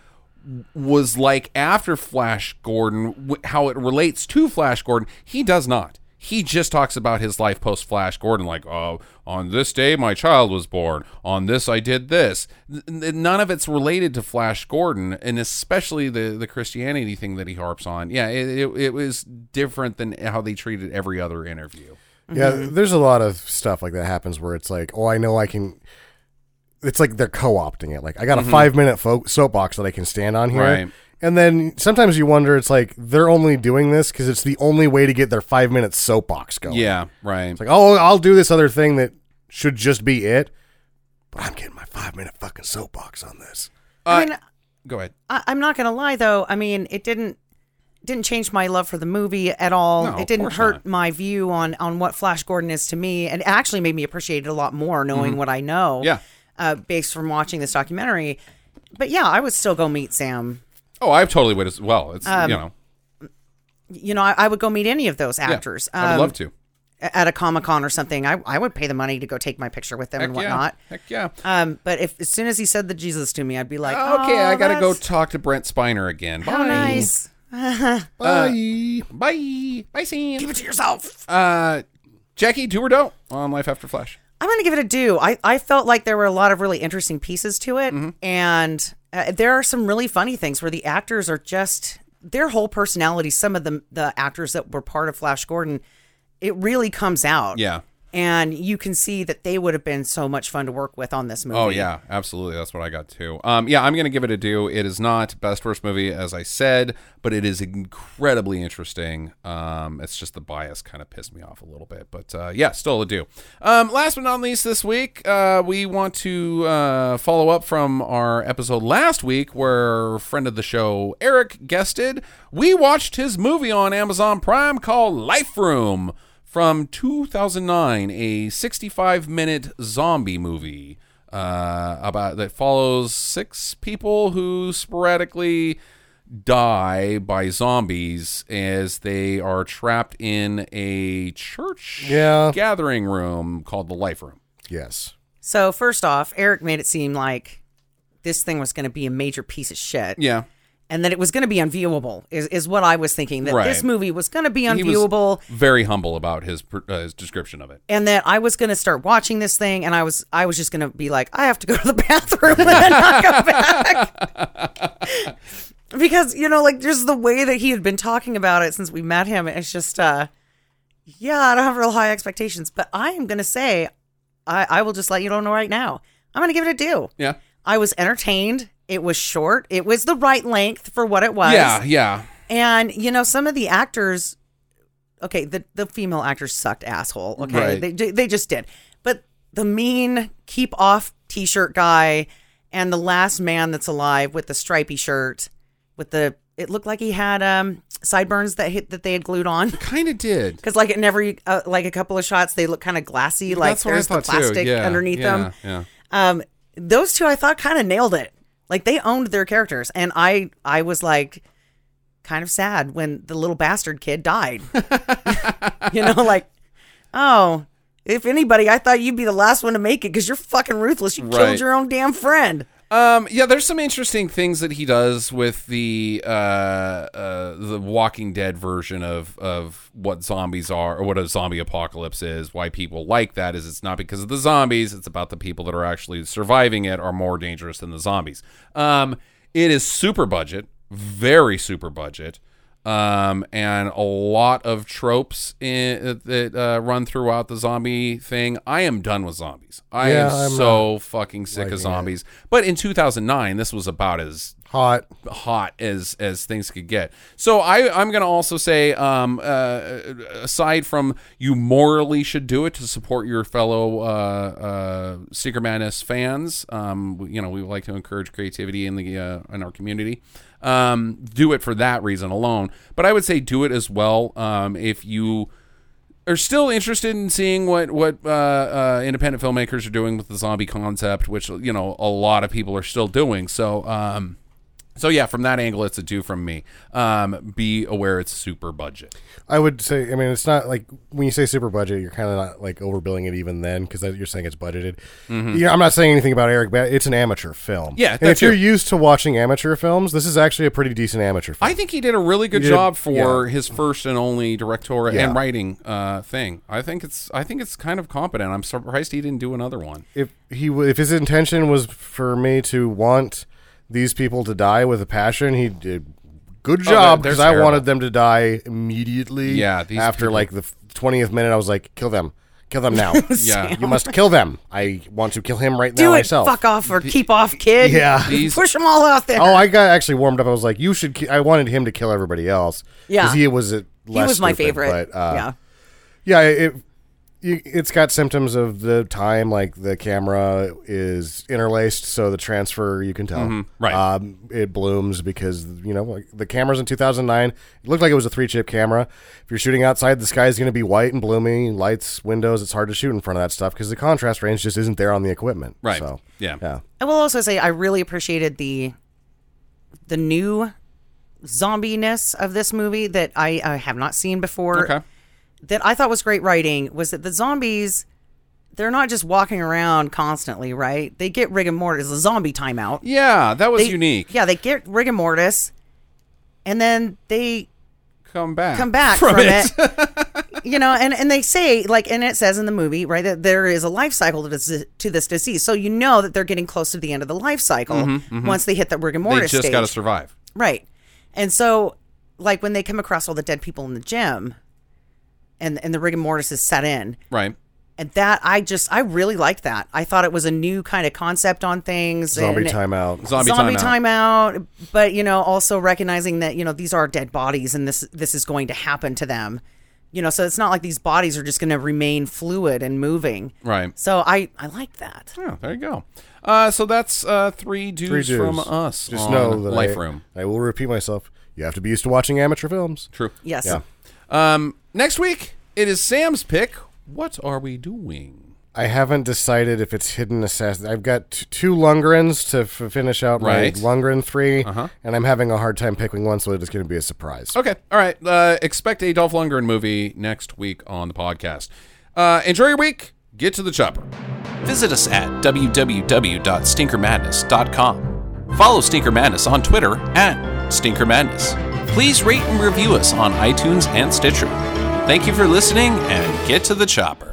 Speaker 3: was like after Flash Gordon, w- how it relates to Flash Gordon. He does not. He just talks about his life post Flash Gordon, like, oh, on this day my child was born. On this I did this. N- n- none of it's related to Flash Gordon, and especially the the Christianity thing that he harps on. Yeah, it, it, it was different than how they treated every other interview.
Speaker 1: Yeah,
Speaker 3: Mm-hmm.
Speaker 1: there's a lot of stuff like that happens where it's like, oh, I know I can. It's like they're co-opting it. Like I got a five minute fo- soapbox that I can stand on here.
Speaker 3: Mm-hmm. Right.
Speaker 1: And then sometimes you wonder, it's like they're only doing this because it's the only way to get their five minute soapbox going.
Speaker 3: Yeah, right.
Speaker 1: It's like, oh, I'll do this other thing that should just be it, but I'm getting my five minute fucking soapbox on this.
Speaker 2: I mean,
Speaker 3: Go ahead.
Speaker 2: I, I'm not gonna lie though. I mean, it didn't didn't change my love for the movie at all.
Speaker 3: No, of
Speaker 2: it didn't
Speaker 3: course
Speaker 2: hurt
Speaker 3: not.
Speaker 2: my view on on what Flash Gordon is to me, and it actually made me appreciate it a lot more knowing what I know.
Speaker 3: Mm-hmm. Yeah.
Speaker 2: Uh, based from watching this documentary, but yeah, I would still go meet Sam.
Speaker 3: Oh, I totally would as well. It's
Speaker 2: Um,
Speaker 3: you know,
Speaker 2: You know, I, I would go meet any of those
Speaker 3: yeah.
Speaker 2: actors.
Speaker 3: I would
Speaker 2: um,
Speaker 3: love to.
Speaker 2: At a Comic Con or something, I, I would pay the money to go take my picture with them
Speaker 3: Heck
Speaker 2: and
Speaker 3: yeah.
Speaker 2: whatnot.
Speaker 3: Heck yeah.
Speaker 2: Um, but if as soon as he said the Jesus to me, I'd be like,
Speaker 3: Okay,
Speaker 2: "Oh,
Speaker 3: I gotta go
Speaker 2: that's
Speaker 3: talk to Brent Spiner again. Bye. Uh,
Speaker 2: so nice.
Speaker 1: Bye.
Speaker 3: Bye. Bye, Sam.
Speaker 2: Give it to yourself.
Speaker 3: Uh, Jackie, do or don't on Life After Flash.
Speaker 2: I'm going to give it a do. I, I felt like there were a lot of really interesting pieces to it.
Speaker 3: Mm-hmm.
Speaker 2: And uh, there are some really funny things where the actors are just their whole personality. Some of the, the actors that were part of Flash Gordon, it really comes out.
Speaker 3: Yeah.
Speaker 2: And you can see that they would have been so much fun to work with on this movie.
Speaker 3: Oh yeah, absolutely. That's what I got too. Um, yeah, I'm gonna give it a do. It is not best worst movie as I said, but it is incredibly interesting. Um, it's just the bias kind of pissed me off a little bit, but uh, yeah, still a do. Um, last but not least, this week uh, we want to uh, follow up from our episode last week where friend of the show Eric guested. We watched his movie on Amazon Prime called Life Room. From 2009, a 65 minute zombie movie uh, about that follows six people who sporadically die by zombies as they are trapped in a church
Speaker 1: Yeah.
Speaker 3: gathering room called the Life Room.
Speaker 1: Yes.
Speaker 2: So, first off, Eric made it seem like this thing was going to be a major piece of shit.
Speaker 3: Yeah,
Speaker 2: And that it was going to be unviewable, is, is what I was thinking. That this
Speaker 3: Right.
Speaker 2: movie was going to be
Speaker 3: He was
Speaker 2: unviewable.
Speaker 3: very humble about his per- uh, his description of it.
Speaker 2: and that I was going to start watching this thing, and I was I was just going to be like, I have to go to the bathroom and then not come back. because you know, like just the way that he had been talking about it since we met him, it's just uh, yeah, I don't have real high expectations, but I am going to say, I, I will just let you know right now. I'm going to give it a do.
Speaker 3: Yeah.
Speaker 2: I was entertained. It was short. It was the right length for what it was.
Speaker 3: Yeah, yeah.
Speaker 2: And you know, some of the actors, okay, the the female actors sucked asshole. Okay,
Speaker 3: Right.
Speaker 2: they they they just did. But the mean keep off t shirt guy and the last man that's alive with the stripy shirt with the it looked like he had um sideburns that hit that they had glued on.
Speaker 3: Kind of did.
Speaker 2: Because like in every uh, like a couple of shots, they look kind of glassy. like
Speaker 3: That's what I
Speaker 2: there's the
Speaker 3: thought, too.
Speaker 2: plastic
Speaker 3: Yeah,
Speaker 2: underneath
Speaker 3: yeah,
Speaker 2: them.
Speaker 3: Yeah.
Speaker 2: Um, those two I thought kind of nailed it. Like they owned their characters, and I I was like kind of sad when the little bastard kid died. you know, like oh, if anybody, I thought you'd be the last one to make it because you're fucking ruthless. You
Speaker 3: Right.
Speaker 2: killed your own damn friend.
Speaker 3: Um, yeah, there's some interesting things that he does with the uh, uh, the Walking Dead version of of what zombies are or what a zombie apocalypse is. Why people like that is it's not because of the zombies; it's about the people that are actually surviving it are more dangerous than the zombies. Um, it is super budget, very super budget, um, and a lot of tropes in, that uh, run throughout the zombie thing. I am done with zombies. I
Speaker 1: Yeah,
Speaker 3: am
Speaker 1: I'm uh,
Speaker 3: so fucking sick
Speaker 1: liking
Speaker 3: of
Speaker 1: it.
Speaker 3: zombies. But in 2009, this was about as
Speaker 1: Hot.
Speaker 3: hot as as things could get. So I I'm gonna also say, um, uh, aside from you morally should do it to support your fellow uh, uh, Secret Madness fans. Um, we- you know we would like to encourage creativity in the uh, in our community. Um, do it for that reason alone. But I would say do it as well um, if you are still interested in seeing what what uh, uh, independent filmmakers are doing with the zombie concept, which you know a lot of people are still doing. So. Um, so yeah, from that angle, it's a do from me. Um, be aware it's super budget.
Speaker 1: I would say, I mean, it's not like when you say super budget, you're kind of not like overbilling it even then because you're saying it's budgeted. You know, I'm not saying anything about Eric, but it's an amateur film.
Speaker 3: Mm-hmm. Yeah,
Speaker 1: and
Speaker 3: that
Speaker 1: if you're
Speaker 3: too.
Speaker 1: used to watching amateur films, this is actually a pretty decent amateur film.
Speaker 3: I think he did a really good
Speaker 1: He did,
Speaker 3: job for his first and only directorial
Speaker 1: Yeah.
Speaker 3: and writing uh, thing. I think it's I think it's kind of competent. I'm surprised he didn't do another one.
Speaker 1: if he w- if his intention was for me to want these people to die with a passion, he did good
Speaker 3: they're-
Speaker 1: job
Speaker 3: Oh, they're
Speaker 1: because I
Speaker 3: terrible.
Speaker 1: wanted them to die immediately.
Speaker 3: Yeah, these
Speaker 1: after
Speaker 3: people-
Speaker 1: like the twentieth minute, I was like, kill them, kill them now.
Speaker 3: Yeah.
Speaker 1: you must kill them. I want to kill him right
Speaker 2: Do
Speaker 1: now
Speaker 2: it,
Speaker 1: myself.
Speaker 2: fuck off or keep off, kid.
Speaker 1: Yeah.
Speaker 3: These-
Speaker 2: push them all out there.
Speaker 1: Oh, I got actually warmed up. I was like, you should. Ki-. I wanted him to kill everybody else. 'cause
Speaker 2: Yeah.
Speaker 1: he was at.
Speaker 2: he was my favorite.
Speaker 1: But, uh,
Speaker 2: yeah,
Speaker 1: yeah, it you- it's got symptoms of the time, like the camera is interlaced, so the transfer you can tell.
Speaker 3: Mm-hmm. right.
Speaker 1: um, it blooms because you know like the cameras in 2009 it looked like it was a three chip camera. If you're shooting outside, the sky is going to be white and bloomy, lights, windows. It's hard to shoot in front of that stuff because the contrast range just isn't there on the equipment.
Speaker 3: Right.
Speaker 1: So
Speaker 3: Yeah.
Speaker 1: yeah,
Speaker 2: I will also say I really appreciated the the new zombiness of this movie that I, I have not seen before.
Speaker 3: Okay.
Speaker 2: That I thought was great writing was that the zombies they're not just walking around constantly, right? They get rigor mortis, a zombie timeout.
Speaker 3: Yeah, that was
Speaker 2: They-
Speaker 3: unique.
Speaker 2: Yeah, they get rigor mortis, and then they
Speaker 3: Come back.
Speaker 2: come back from, it. you know, and, and they say like, and it says in the movie, right, that there is a life cycle to this, to this disease. So you know that they're getting close to the end of the life cycle once they hit that rigor
Speaker 3: they
Speaker 2: mortis
Speaker 3: just
Speaker 2: stage,
Speaker 3: got to survive.
Speaker 2: right? And so, like when they come across all the dead people in the gym, and and the rigor mortis is set in,
Speaker 3: Right.
Speaker 2: and that I just I really liked that. I thought it was a new kind of concept on things.
Speaker 1: zombie
Speaker 2: and-
Speaker 1: timeout.
Speaker 3: Zombie,
Speaker 2: zombie,
Speaker 3: timeout.
Speaker 2: timeout. but you know also recognizing that you know these are dead bodies and this this is going to happen to them you know so it's not like these bodies are just going to remain fluid and moving
Speaker 3: Right.
Speaker 2: so i i like that
Speaker 3: Yeah, there you go. Uh, so that's uh, three, dudes
Speaker 1: Three dudes.
Speaker 3: from us.
Speaker 1: Just
Speaker 3: on
Speaker 1: know that
Speaker 3: Life
Speaker 1: I-
Speaker 3: Room.
Speaker 1: I will repeat myself. You have to be used to watching amateur films.
Speaker 3: True.
Speaker 2: yes
Speaker 1: Yeah.
Speaker 3: Um, next week it is Sam's pick. What are we doing?
Speaker 1: I haven't decided if it's Hidden Assassin. I've got t- two Lungrens to f- finish out
Speaker 3: Right. Uh-huh.
Speaker 1: my Lundgren 3, and I'm having a hard time picking one, so it's going to be a surprise.
Speaker 3: Okay. All right. Uh, expect a Dolph Lundgren movie next week on the podcast. Uh, enjoy your week. Get to the chopper. Visit us at www.stinkermadness.com. Follow Stinker Madness on Twitter at Stinker Madness. Please rate and review us on iTunes and Stitcher. Thank you for listening and get to the chopper.